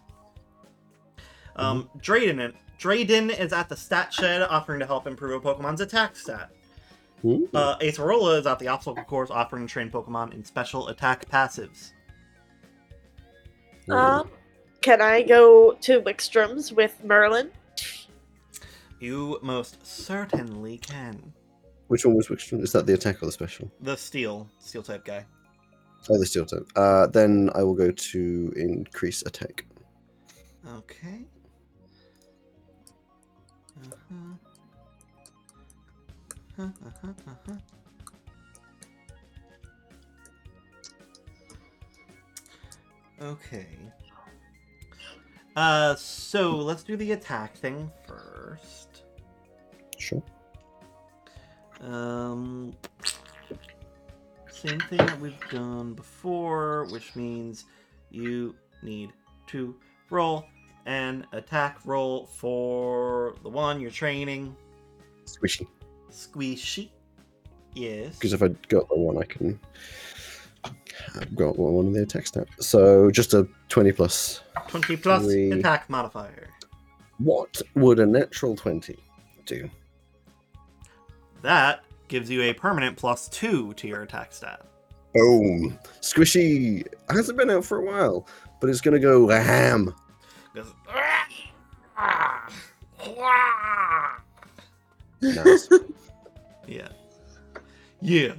Speaker 1: Um, Drayden, Drayden is at the stat shed offering to help improve a Pokemon's attack stat.
Speaker 3: Ooh.
Speaker 1: Uh, Acerola is at the obstacle course offering to train Pokemon in special attack passives.
Speaker 3: Ooh.
Speaker 2: Um, can I go to Wickstrom's with Merlin?
Speaker 1: You most certainly can.
Speaker 3: Which one was which one? Is that the attack or the special?
Speaker 1: The steel, steel type guy.
Speaker 3: Oh, the steel type. Uh, then I will go to increase attack.
Speaker 1: Okay. Uh-huh. Uh-huh, uh-huh, uh-huh. Okay. Uh, so let's do the attack thing first.
Speaker 3: Sure.
Speaker 1: Um, same thing that we've done before, which means you need to roll an attack roll for the one you're training.
Speaker 3: Squishy.
Speaker 1: Squishy. Yes.
Speaker 3: Because if I got the one, I can. I've got one one of the attack stat. So just a twenty plus.
Speaker 1: 20 plus
Speaker 3: we-
Speaker 1: attack modifier.
Speaker 3: What would a natural twenty do?
Speaker 1: That gives you a permanent plus two to your attack stat.
Speaker 3: Boom. Squishy hasn't been out for a while, but it's gonna go ham.
Speaker 1: 'Cause-
Speaker 3: Nice.
Speaker 1: Yeah. Yeah.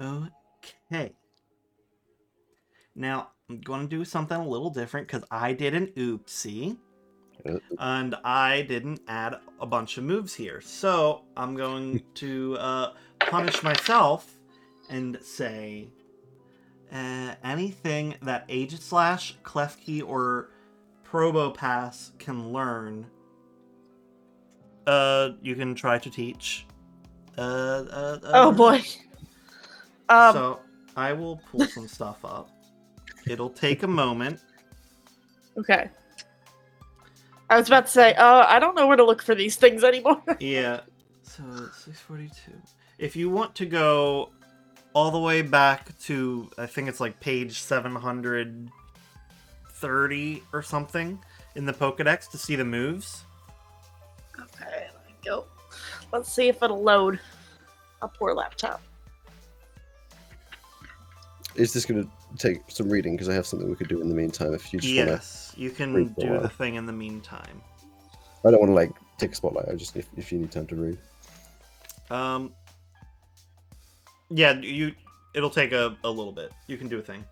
Speaker 1: Okay. Now, I'm going to do something a little different because I did an oopsie
Speaker 3: Uh-oh.
Speaker 1: and I didn't add a bunch of moves here. So I'm going to uh, punish myself and say uh, anything that Age Slash, Klefki, or Probopass can learn, uh, you can try to teach. Uh, uh, uh,
Speaker 2: Oh boy. Um,
Speaker 1: so I will pull some stuff up. It'll take a moment.
Speaker 2: okay. I was about to say, oh, I don't know where to look for these things anymore.
Speaker 1: Yeah. So 642. If you want to go all the way back to I think it's like page 730 or something in the Pokédex to see the moves.
Speaker 2: okay, let me go. Let's see if it'll load. A poor laptop.
Speaker 3: Is this gonna take some reading? Because I have something we could do in the meantime. If you just wanna,
Speaker 1: Yes, you can
Speaker 3: read the
Speaker 1: do
Speaker 3: line.
Speaker 1: the thing in the meantime.
Speaker 3: I don't want to like take a spotlight. I just if, if you need time to read.
Speaker 1: Um Yeah, you it'll take a, a little bit. You can do a thing.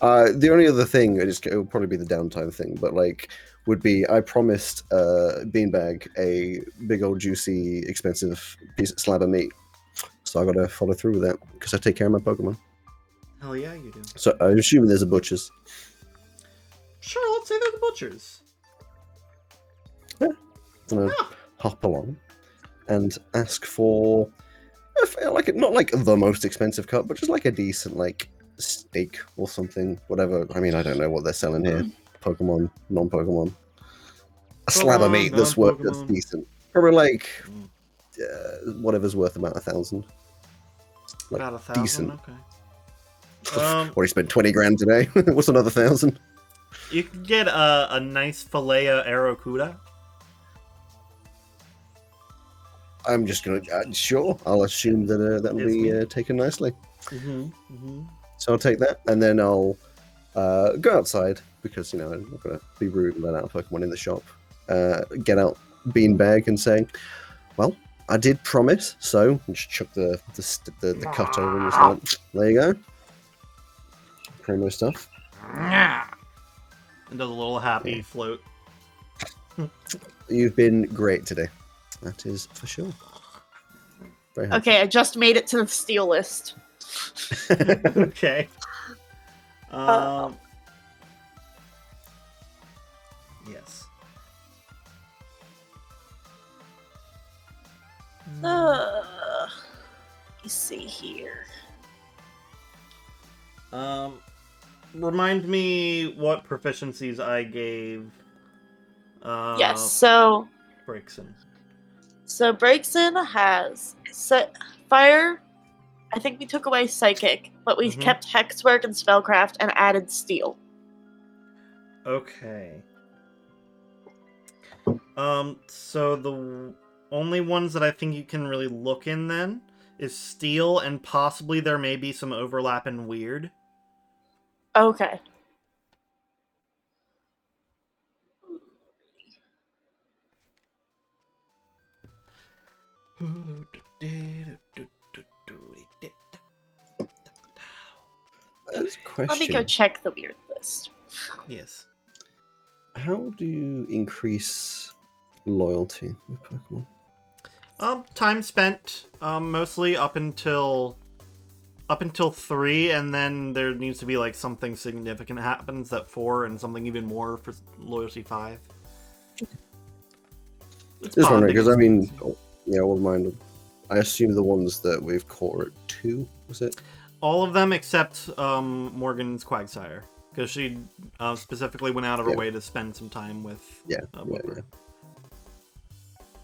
Speaker 3: Uh, the only other thing, it, is, it would probably be the downtime thing, but like, would be I promised uh, Beanbag a big old juicy expensive piece slab of meat, so I got to follow through with that because I take care of my Pokemon.
Speaker 1: Hell yeah, you do.
Speaker 3: So I'm assuming there's a butcher's.
Speaker 1: Sure, let's say they're the butchers.
Speaker 3: I'm gonna
Speaker 1: Ah.
Speaker 3: hop along and ask for, I feel like it, not like the most expensive cut, but just like a decent like steak or something, whatever. I mean, I don't know what they're selling here. Pokemon, non-Pokemon. A slab of
Speaker 1: Pokemon,
Speaker 3: meat that's worth that's
Speaker 1: non-Pokemon.
Speaker 3: decent. Probably like
Speaker 1: Mm.
Speaker 3: uh, whatever's worth about a thousand. Like,
Speaker 1: About a thousand.
Speaker 3: decent.
Speaker 1: Okay. Um,
Speaker 3: Already spent twenty grand today. What's another thousand?
Speaker 1: you can get a, a nice filet of aracuda.
Speaker 3: I'm just gonna uh, sure. I'll assume that uh, that'll
Speaker 1: Yes,
Speaker 3: be
Speaker 1: ma'am.
Speaker 3: uh, taken nicely.
Speaker 1: Mm-hmm. Mm-hmm.
Speaker 3: So I'll take that, and then I'll uh, go outside because you know I'm not gonna be rude and let out Pokemon in the shop. Uh, get out beanbag and say, "Well, I did promise." So and just chuck the the, st- the, the cut over and just like, there you go. Promo stuff.
Speaker 1: And does a little happy float.
Speaker 3: You've been great today. That is for sure. Very happy.
Speaker 2: Okay, I just made it to the steel list.
Speaker 1: Uh, okay. Um, Yes.
Speaker 2: Uh, let me see here.
Speaker 1: Um, remind me what proficiencies I gave. Uh,
Speaker 2: yes, so
Speaker 1: Brixen.
Speaker 2: so Brakeson has se- fire. I think we took away psychic, but we
Speaker 1: Mhm.
Speaker 2: kept hexwork and spellcraft and added steel.
Speaker 1: Okay. Um, so the w- only ones that I think you can really look in then is steel, and possibly there may be some overlap in weird.
Speaker 2: Okay.
Speaker 3: That's a question.
Speaker 2: Let me go check the weird list.
Speaker 1: Yes.
Speaker 3: How do you increase loyalty with Pokemon?
Speaker 1: Um, time spent um, mostly up until up until three, and then there needs to be like something significant happens at four, and something even more for loyalty five. It's
Speaker 3: Just
Speaker 1: bonding.
Speaker 3: wondering, because I mean, oh, yeah, all mine. I assume the ones that we've caught are at two, was it?
Speaker 1: all of them except um, Morgan's Quagsire, because she uh, specifically went out of her
Speaker 3: Yeah.
Speaker 1: way to spend some time with
Speaker 3: Yeah,
Speaker 1: uh,
Speaker 3: yeah,
Speaker 1: Whipper.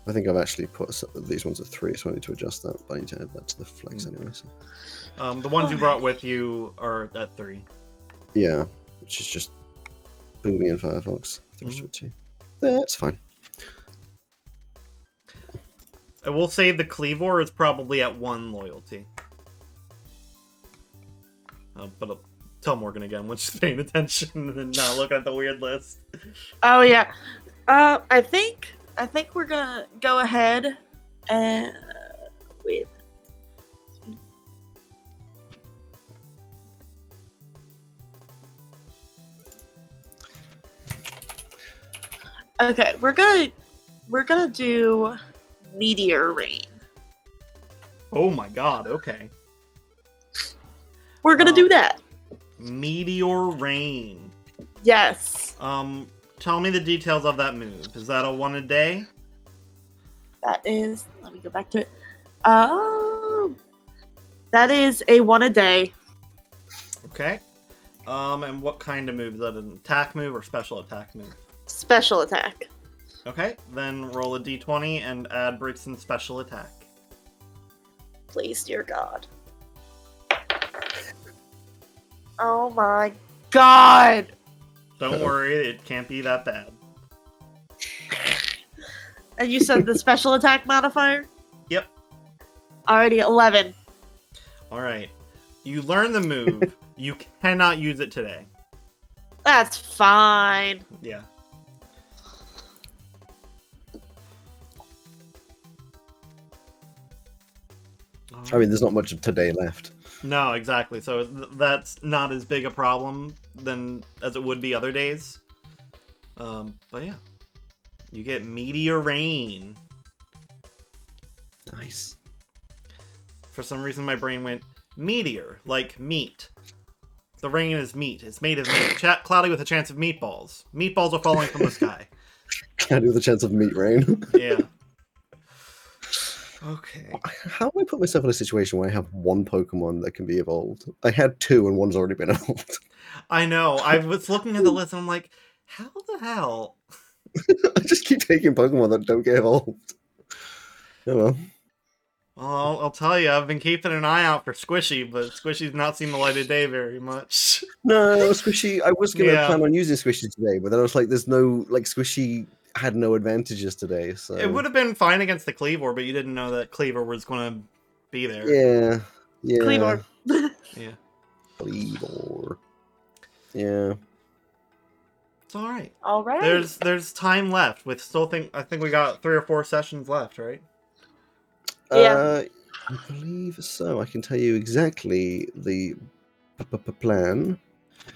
Speaker 3: I think I've actually put s- these ones at three, so I need to adjust that. But I need to add that to the flex
Speaker 1: Mm.
Speaker 3: anyway. So.
Speaker 1: Um, the ones you brought with you are at three.
Speaker 3: Yeah, which is just ping me in Firefox. I think I
Speaker 1: Mm.
Speaker 3: should do it too. That's fine.
Speaker 1: I will say the Cleavor is probably at one loyalty. Uh, but I'll tell Morgan again when she's paying attention and not looking at the weird list.
Speaker 2: Oh yeah. Uh, I think I think we're gonna go ahead and with Okay, we're gonna we're gonna do meteor rain.
Speaker 1: Oh my god, okay.
Speaker 2: We're gonna
Speaker 1: Oh.
Speaker 2: do that.
Speaker 1: Meteor Rain.
Speaker 2: Yes,
Speaker 1: Um, tell me the details of that move. Is that a one a day?
Speaker 2: that is. Let me go back to it. Um, that is a one a day.
Speaker 1: Okay. Um, and what kind of move? Is that an attack move or special attack move?
Speaker 2: special attack.
Speaker 1: Okay, then roll a d20 and add Brixton's special attack.
Speaker 2: Please, dear God. Oh my God!
Speaker 1: Don't
Speaker 3: Okay.
Speaker 1: worry, it can't be that bad.
Speaker 2: And you said the special attack modifier?
Speaker 1: Yep.
Speaker 2: Already 11.
Speaker 1: All right. You learn the move. you cannot use it today.
Speaker 2: That's fine.
Speaker 1: Yeah.
Speaker 3: I mean, there's not much of today left.
Speaker 1: no, exactly. So th- that's not as big a problem than as it would be other days. Um, but yeah, you get meteor rain.
Speaker 3: Nice.
Speaker 1: For some reason, my brain went meteor, like meat. The rain is meat. It's made of meat. Cha- cloudy with a chance of meatballs. Meatballs are falling from the sky.
Speaker 3: Can I do the chance of meat rain?
Speaker 1: Yeah. Okay.
Speaker 3: How do I put myself in a situation where I have one Pokemon that can be evolved? I had two, and one's already been evolved.
Speaker 1: I know. I was looking at the list and I'm like, how the hell?
Speaker 3: I just keep taking Pokemon that don't get evolved. Oh well.
Speaker 1: Well, I'll, I'll tell you, I've been keeping an eye out for Squishy, but Squishy's not seen the light of day very much.
Speaker 3: No, Squishy. I was going to
Speaker 1: Yeah.
Speaker 3: plan on using Squishy today, but then I was like, "There's no like Squishy had no advantages today." So
Speaker 1: It would have been fine against the Cleaver, but you didn't know that Cleaver was going to be there.
Speaker 3: Yeah. Yeah.
Speaker 2: Cleavor.
Speaker 1: Yeah.
Speaker 3: Cleavor. Yeah.
Speaker 1: It's all right.
Speaker 2: All right.
Speaker 1: There's there's time left. With still think I think we got three or four sessions left, right?
Speaker 2: Yeah.
Speaker 3: Uh, I believe so. I can tell you exactly the p- p- p- plan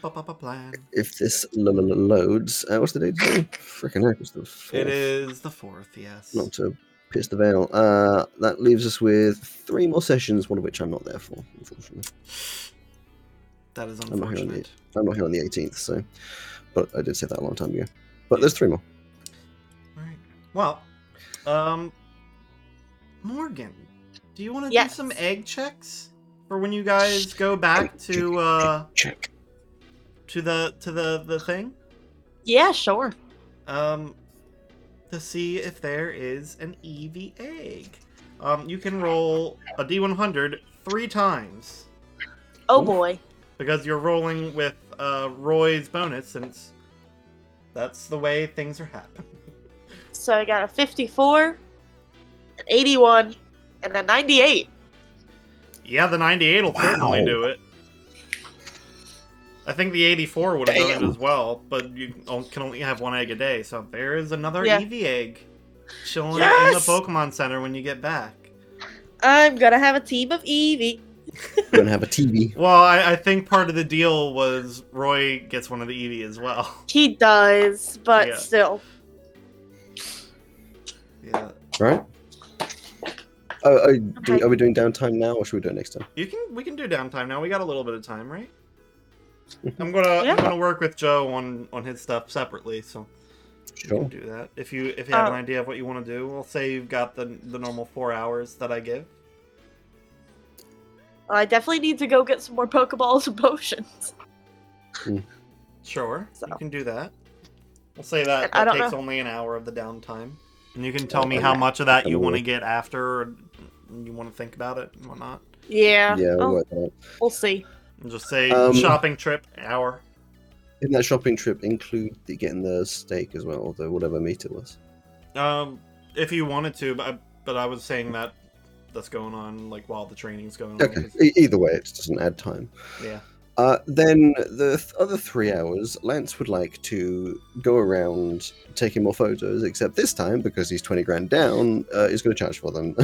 Speaker 1: Ba, ba, ba, plan.
Speaker 3: if this lo- lo- lo- loads. Uh, what's the date? Freaking heck! It's the
Speaker 1: It
Speaker 3: fourth.
Speaker 1: is the fourth. Yes.
Speaker 3: Not to pierce the veil. Uh, that leaves us with three more sessions, one of which I'm not there for, unfortunately.
Speaker 1: That is
Speaker 3: not hearing
Speaker 1: unfortunate.
Speaker 3: I'm not here on the 18th, so. But I did say that a long time ago. But there's three more.
Speaker 1: Alright. Well, um, Morgan, do you want to do
Speaker 2: Yes.
Speaker 1: some egg checks for when you guys go back to uh
Speaker 3: Check.
Speaker 1: to the to the the thing?
Speaker 2: Yeah, sure.
Speaker 1: um, to see if there is an EV egg. Um, you can roll a D100 three times
Speaker 2: Oh
Speaker 3: Oof.
Speaker 2: boy.
Speaker 1: because you're rolling with uh, Roy's bonus, since that's the way things are happening.
Speaker 2: So I got a 54, an 81, and a 98.
Speaker 1: Yeah, the 98 will certainly
Speaker 3: Wow.
Speaker 1: do it. I think the 84 would have done it
Speaker 3: Damn.
Speaker 1: as well, but you on- can only have one egg a day, so there is another
Speaker 2: Yeah.
Speaker 1: EV egg chilling in the
Speaker 2: Yes!
Speaker 1: Pokemon Center when you get back.
Speaker 2: I'm gonna have a team of Eevee.
Speaker 3: You're gonna have a TV.
Speaker 1: Well, I, I think part of the deal was Roy gets one of the Eevee as well.
Speaker 2: He does, but
Speaker 1: Yeah.
Speaker 2: still.
Speaker 1: Yeah.
Speaker 3: Right? Oh, oh do, are we doing downtime now, or should we do it next time?
Speaker 1: You can we can do downtime now. We got a little bit of time, right? I'm gonna
Speaker 2: Yeah.
Speaker 1: I'm gonna work with Joe on on his stuff separately, so we
Speaker 3: Sure.
Speaker 1: can do that. If you if you have an
Speaker 2: Oh.
Speaker 1: idea of what you want to do, we'll say you've got the the normal four hours that I give.
Speaker 2: I definitely need to go get some more Pokeballs and potions.
Speaker 1: Sure,
Speaker 2: So.
Speaker 1: you can do that. We'll say that
Speaker 2: I
Speaker 1: that
Speaker 2: don't
Speaker 1: takes
Speaker 2: know.
Speaker 1: only an hour of the downtime, and you can tell me
Speaker 3: Okay.
Speaker 1: how much of that you
Speaker 3: Okay.
Speaker 1: want to get after, or you want to think about it and whatnot.
Speaker 2: Yeah.
Speaker 3: Yeah, we'll
Speaker 2: Oh,
Speaker 3: work that out.
Speaker 2: we'll see.
Speaker 1: And just say
Speaker 3: Um,
Speaker 1: shopping trip hour.
Speaker 3: Didn't that shopping trip include the, getting the steak as well, or the whatever meat it was?
Speaker 1: Um, if you wanted to, but I, but I was saying that that's going on like while the training's going on.
Speaker 3: Okay. E- either way, it just doesn't add time.
Speaker 1: Yeah.
Speaker 3: Uh, then the th- other three hours, Lance would like to go around taking more photos. Except this time, because he's twenty grand down, uh, he's going to charge for them.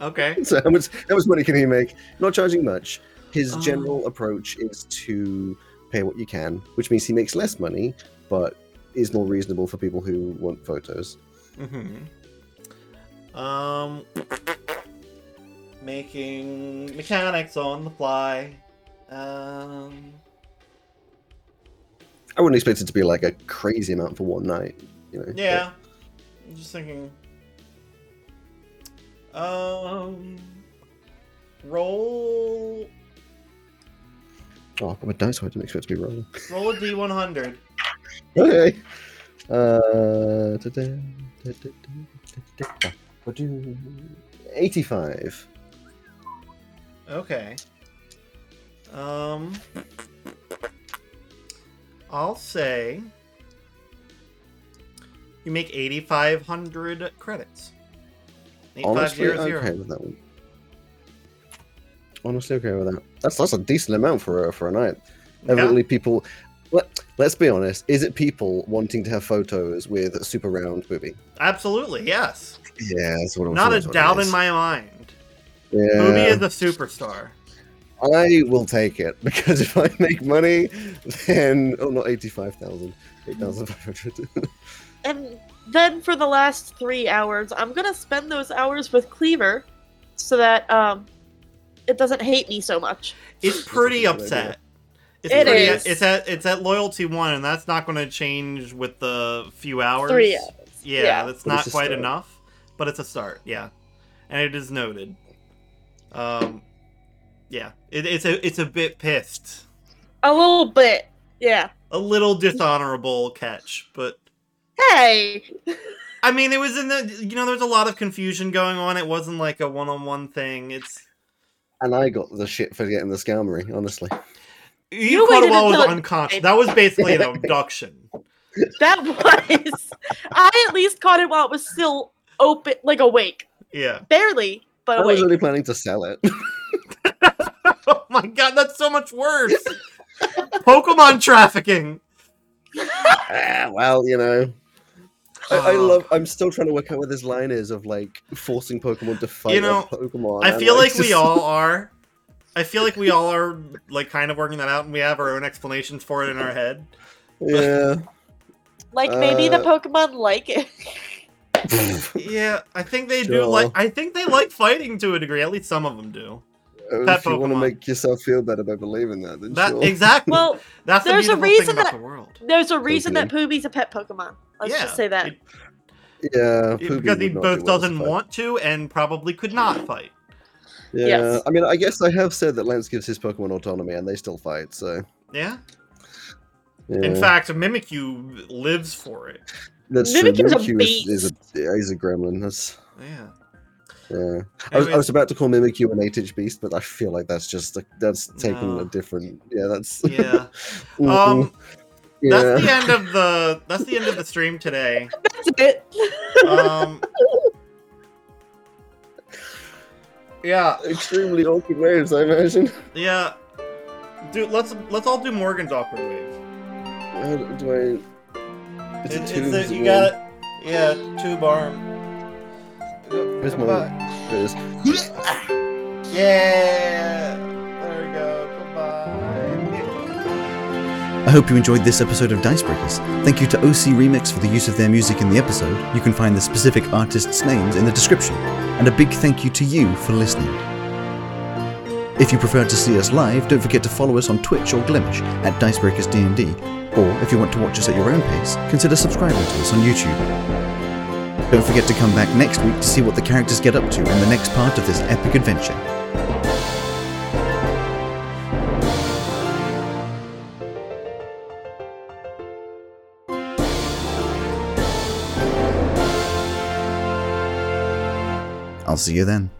Speaker 1: Okay.
Speaker 3: so how much how much money can he make? Not charging much. His
Speaker 1: Um.
Speaker 3: general approach is to pay what you can, which means he makes less money, but is more reasonable for people who want photos.
Speaker 1: hmm Um, making mechanics on the fly. Um,
Speaker 3: I wouldn't expect it to be like a crazy amount for one night. You know, but-
Speaker 1: yeah. I'm just thinking. Um, roll
Speaker 3: oh, I'm a dice. so I didn't expect to be rolling.
Speaker 1: roll a d100.
Speaker 3: Okay. Uh, da-da, da-da, da-da, da-da. 85.
Speaker 1: Okay. Um, I'll say you make eighty five hundred credits. Eight five
Speaker 3: Honestly,
Speaker 1: zero
Speaker 3: okay
Speaker 1: zero.
Speaker 3: with that one. Honestly, okay with that. That's that's a decent amount for a, for a night. Evidently, people. Let, let's be honest. Is it people wanting to have photos with a super round boobie?
Speaker 1: Absolutely, yes.
Speaker 3: Yeah, that's what I'm
Speaker 1: Not a
Speaker 3: that's what it
Speaker 1: doubt in
Speaker 3: is.
Speaker 1: my mind. Booby
Speaker 3: Yeah,
Speaker 1: is a superstar.
Speaker 3: I will take it because if I make money, then oh, not eighty-five thousand, eight thousand five hundred.
Speaker 2: And then for the last three hours, I'm gonna spend those hours with Cleaver so that um it doesn't hate me so much.
Speaker 1: It's
Speaker 3: That's a
Speaker 1: pretty
Speaker 3: good
Speaker 1: upset.
Speaker 3: idea.
Speaker 1: It's
Speaker 2: It
Speaker 1: pretty,
Speaker 2: is.
Speaker 1: It's at it's at loyalty one, and that's not going to change with the few hours.
Speaker 2: Three hours.
Speaker 1: Yeah, that's
Speaker 2: Yeah.
Speaker 3: But it's
Speaker 1: not
Speaker 3: a
Speaker 1: quite
Speaker 3: start.
Speaker 1: enough, but it's a start. Yeah, and it is noted. Um, yeah, it, it's a it's a bit pissed,
Speaker 2: A little bit. Yeah.
Speaker 1: a little dishonorable catch, but
Speaker 2: Hey.
Speaker 1: I mean, it was in the you know there's a lot of confusion going on. It wasn't like a one on one thing. It's
Speaker 3: And I got the shit for getting the scammery, honestly.
Speaker 1: Ian
Speaker 2: waited
Speaker 1: Quattlebaugh was
Speaker 2: until-
Speaker 1: unconscious. That was basically an abduction.
Speaker 2: That was I at least caught it while it was still open like awake.
Speaker 1: Yeah.
Speaker 2: Barely, but
Speaker 3: I was
Speaker 2: awake.
Speaker 3: only planning to sell it.
Speaker 1: Oh my god, that's so much worse. Pokemon trafficking.
Speaker 3: Ah, well, you know. I, I love. I'm still trying to work out where this line is of like forcing Pokemon to fight
Speaker 1: You know,
Speaker 3: other Pokemon.
Speaker 1: I
Speaker 3: and,
Speaker 1: feel like we
Speaker 3: just-
Speaker 1: all are. I feel like we all are like kind of working that out, and we have our own explanations for it in our head.
Speaker 3: Yeah.
Speaker 2: like maybe the
Speaker 3: uh,
Speaker 2: Pokemon like it.
Speaker 1: Yeah, I think they do
Speaker 3: Sure.
Speaker 1: like. I think they like fighting to a degree. At least some of them do.
Speaker 3: Oh,
Speaker 1: Pet
Speaker 3: if you want to
Speaker 1: Pokemon.
Speaker 3: make yourself feel better by believing that, then
Speaker 1: That
Speaker 3: sure.
Speaker 1: exactly.
Speaker 2: Well,
Speaker 1: That's the
Speaker 2: there's a
Speaker 1: beautiful
Speaker 2: reason
Speaker 1: thing about
Speaker 2: that-
Speaker 1: the world.
Speaker 2: there's a reason
Speaker 3: you.
Speaker 2: that Poobie's a pet Pokemon. Let's
Speaker 1: Yeah,
Speaker 2: just say that.
Speaker 1: it-
Speaker 3: Yeah,
Speaker 1: it-
Speaker 3: Pooby
Speaker 1: because he
Speaker 3: would
Speaker 1: both
Speaker 3: not do well as a
Speaker 1: doesn't
Speaker 3: fighter.
Speaker 1: want to and probably could not fight.
Speaker 3: Yeah,
Speaker 2: Yes.
Speaker 3: I mean, I guess I have said that Lance gives his Pokemon autonomy, and they still fight. So,
Speaker 1: Yeah.
Speaker 3: yeah.
Speaker 1: In fact, Mimikyu lives for it.
Speaker 3: that's
Speaker 2: Mimikyu's a
Speaker 3: true. Mimikyu is, is a yeah, he's a gremlin. That's
Speaker 1: Yeah.
Speaker 3: yeah. I was, I
Speaker 1: Anyways,
Speaker 3: was about to call Mimikyu an eight-inch beast, but I feel like that's just a, that's taking
Speaker 1: No.
Speaker 3: a different. Yeah, that's
Speaker 1: yeah.
Speaker 3: Mm-mm.
Speaker 1: Um, that's the end of the that's the end of the stream today.
Speaker 2: That's it.
Speaker 1: Um, yeah,
Speaker 3: extremely awkward waves, I imagine.
Speaker 1: yeah. Dude, let's let's all do Morgan's awkward wave.
Speaker 3: How do- do I? Is it,
Speaker 1: It's-
Speaker 3: two?
Speaker 1: it's a-
Speaker 3: Is it
Speaker 1: you
Speaker 3: one?
Speaker 1: got it. Yeah, tube arm.
Speaker 3: Where's my-
Speaker 1: Goodbye.
Speaker 3: There it is.
Speaker 1: Yeah. There we go. Bye.
Speaker 4: I hope you enjoyed this episode of Dicebreakers. Thank you to OC Remix for the use of their music in the episode. You can find the specific artists' names in the description. And a big thank you to you for listening. If you prefer to see us live, don't forget to follow us on Twitch or Glimish at Dicebreakers D&D. Or if you want to watch us at your own pace, consider subscribing to us on YouTube. Don't forget to come back next week to see what the characters get up to in the next part of this epic adventure. I'll see you then.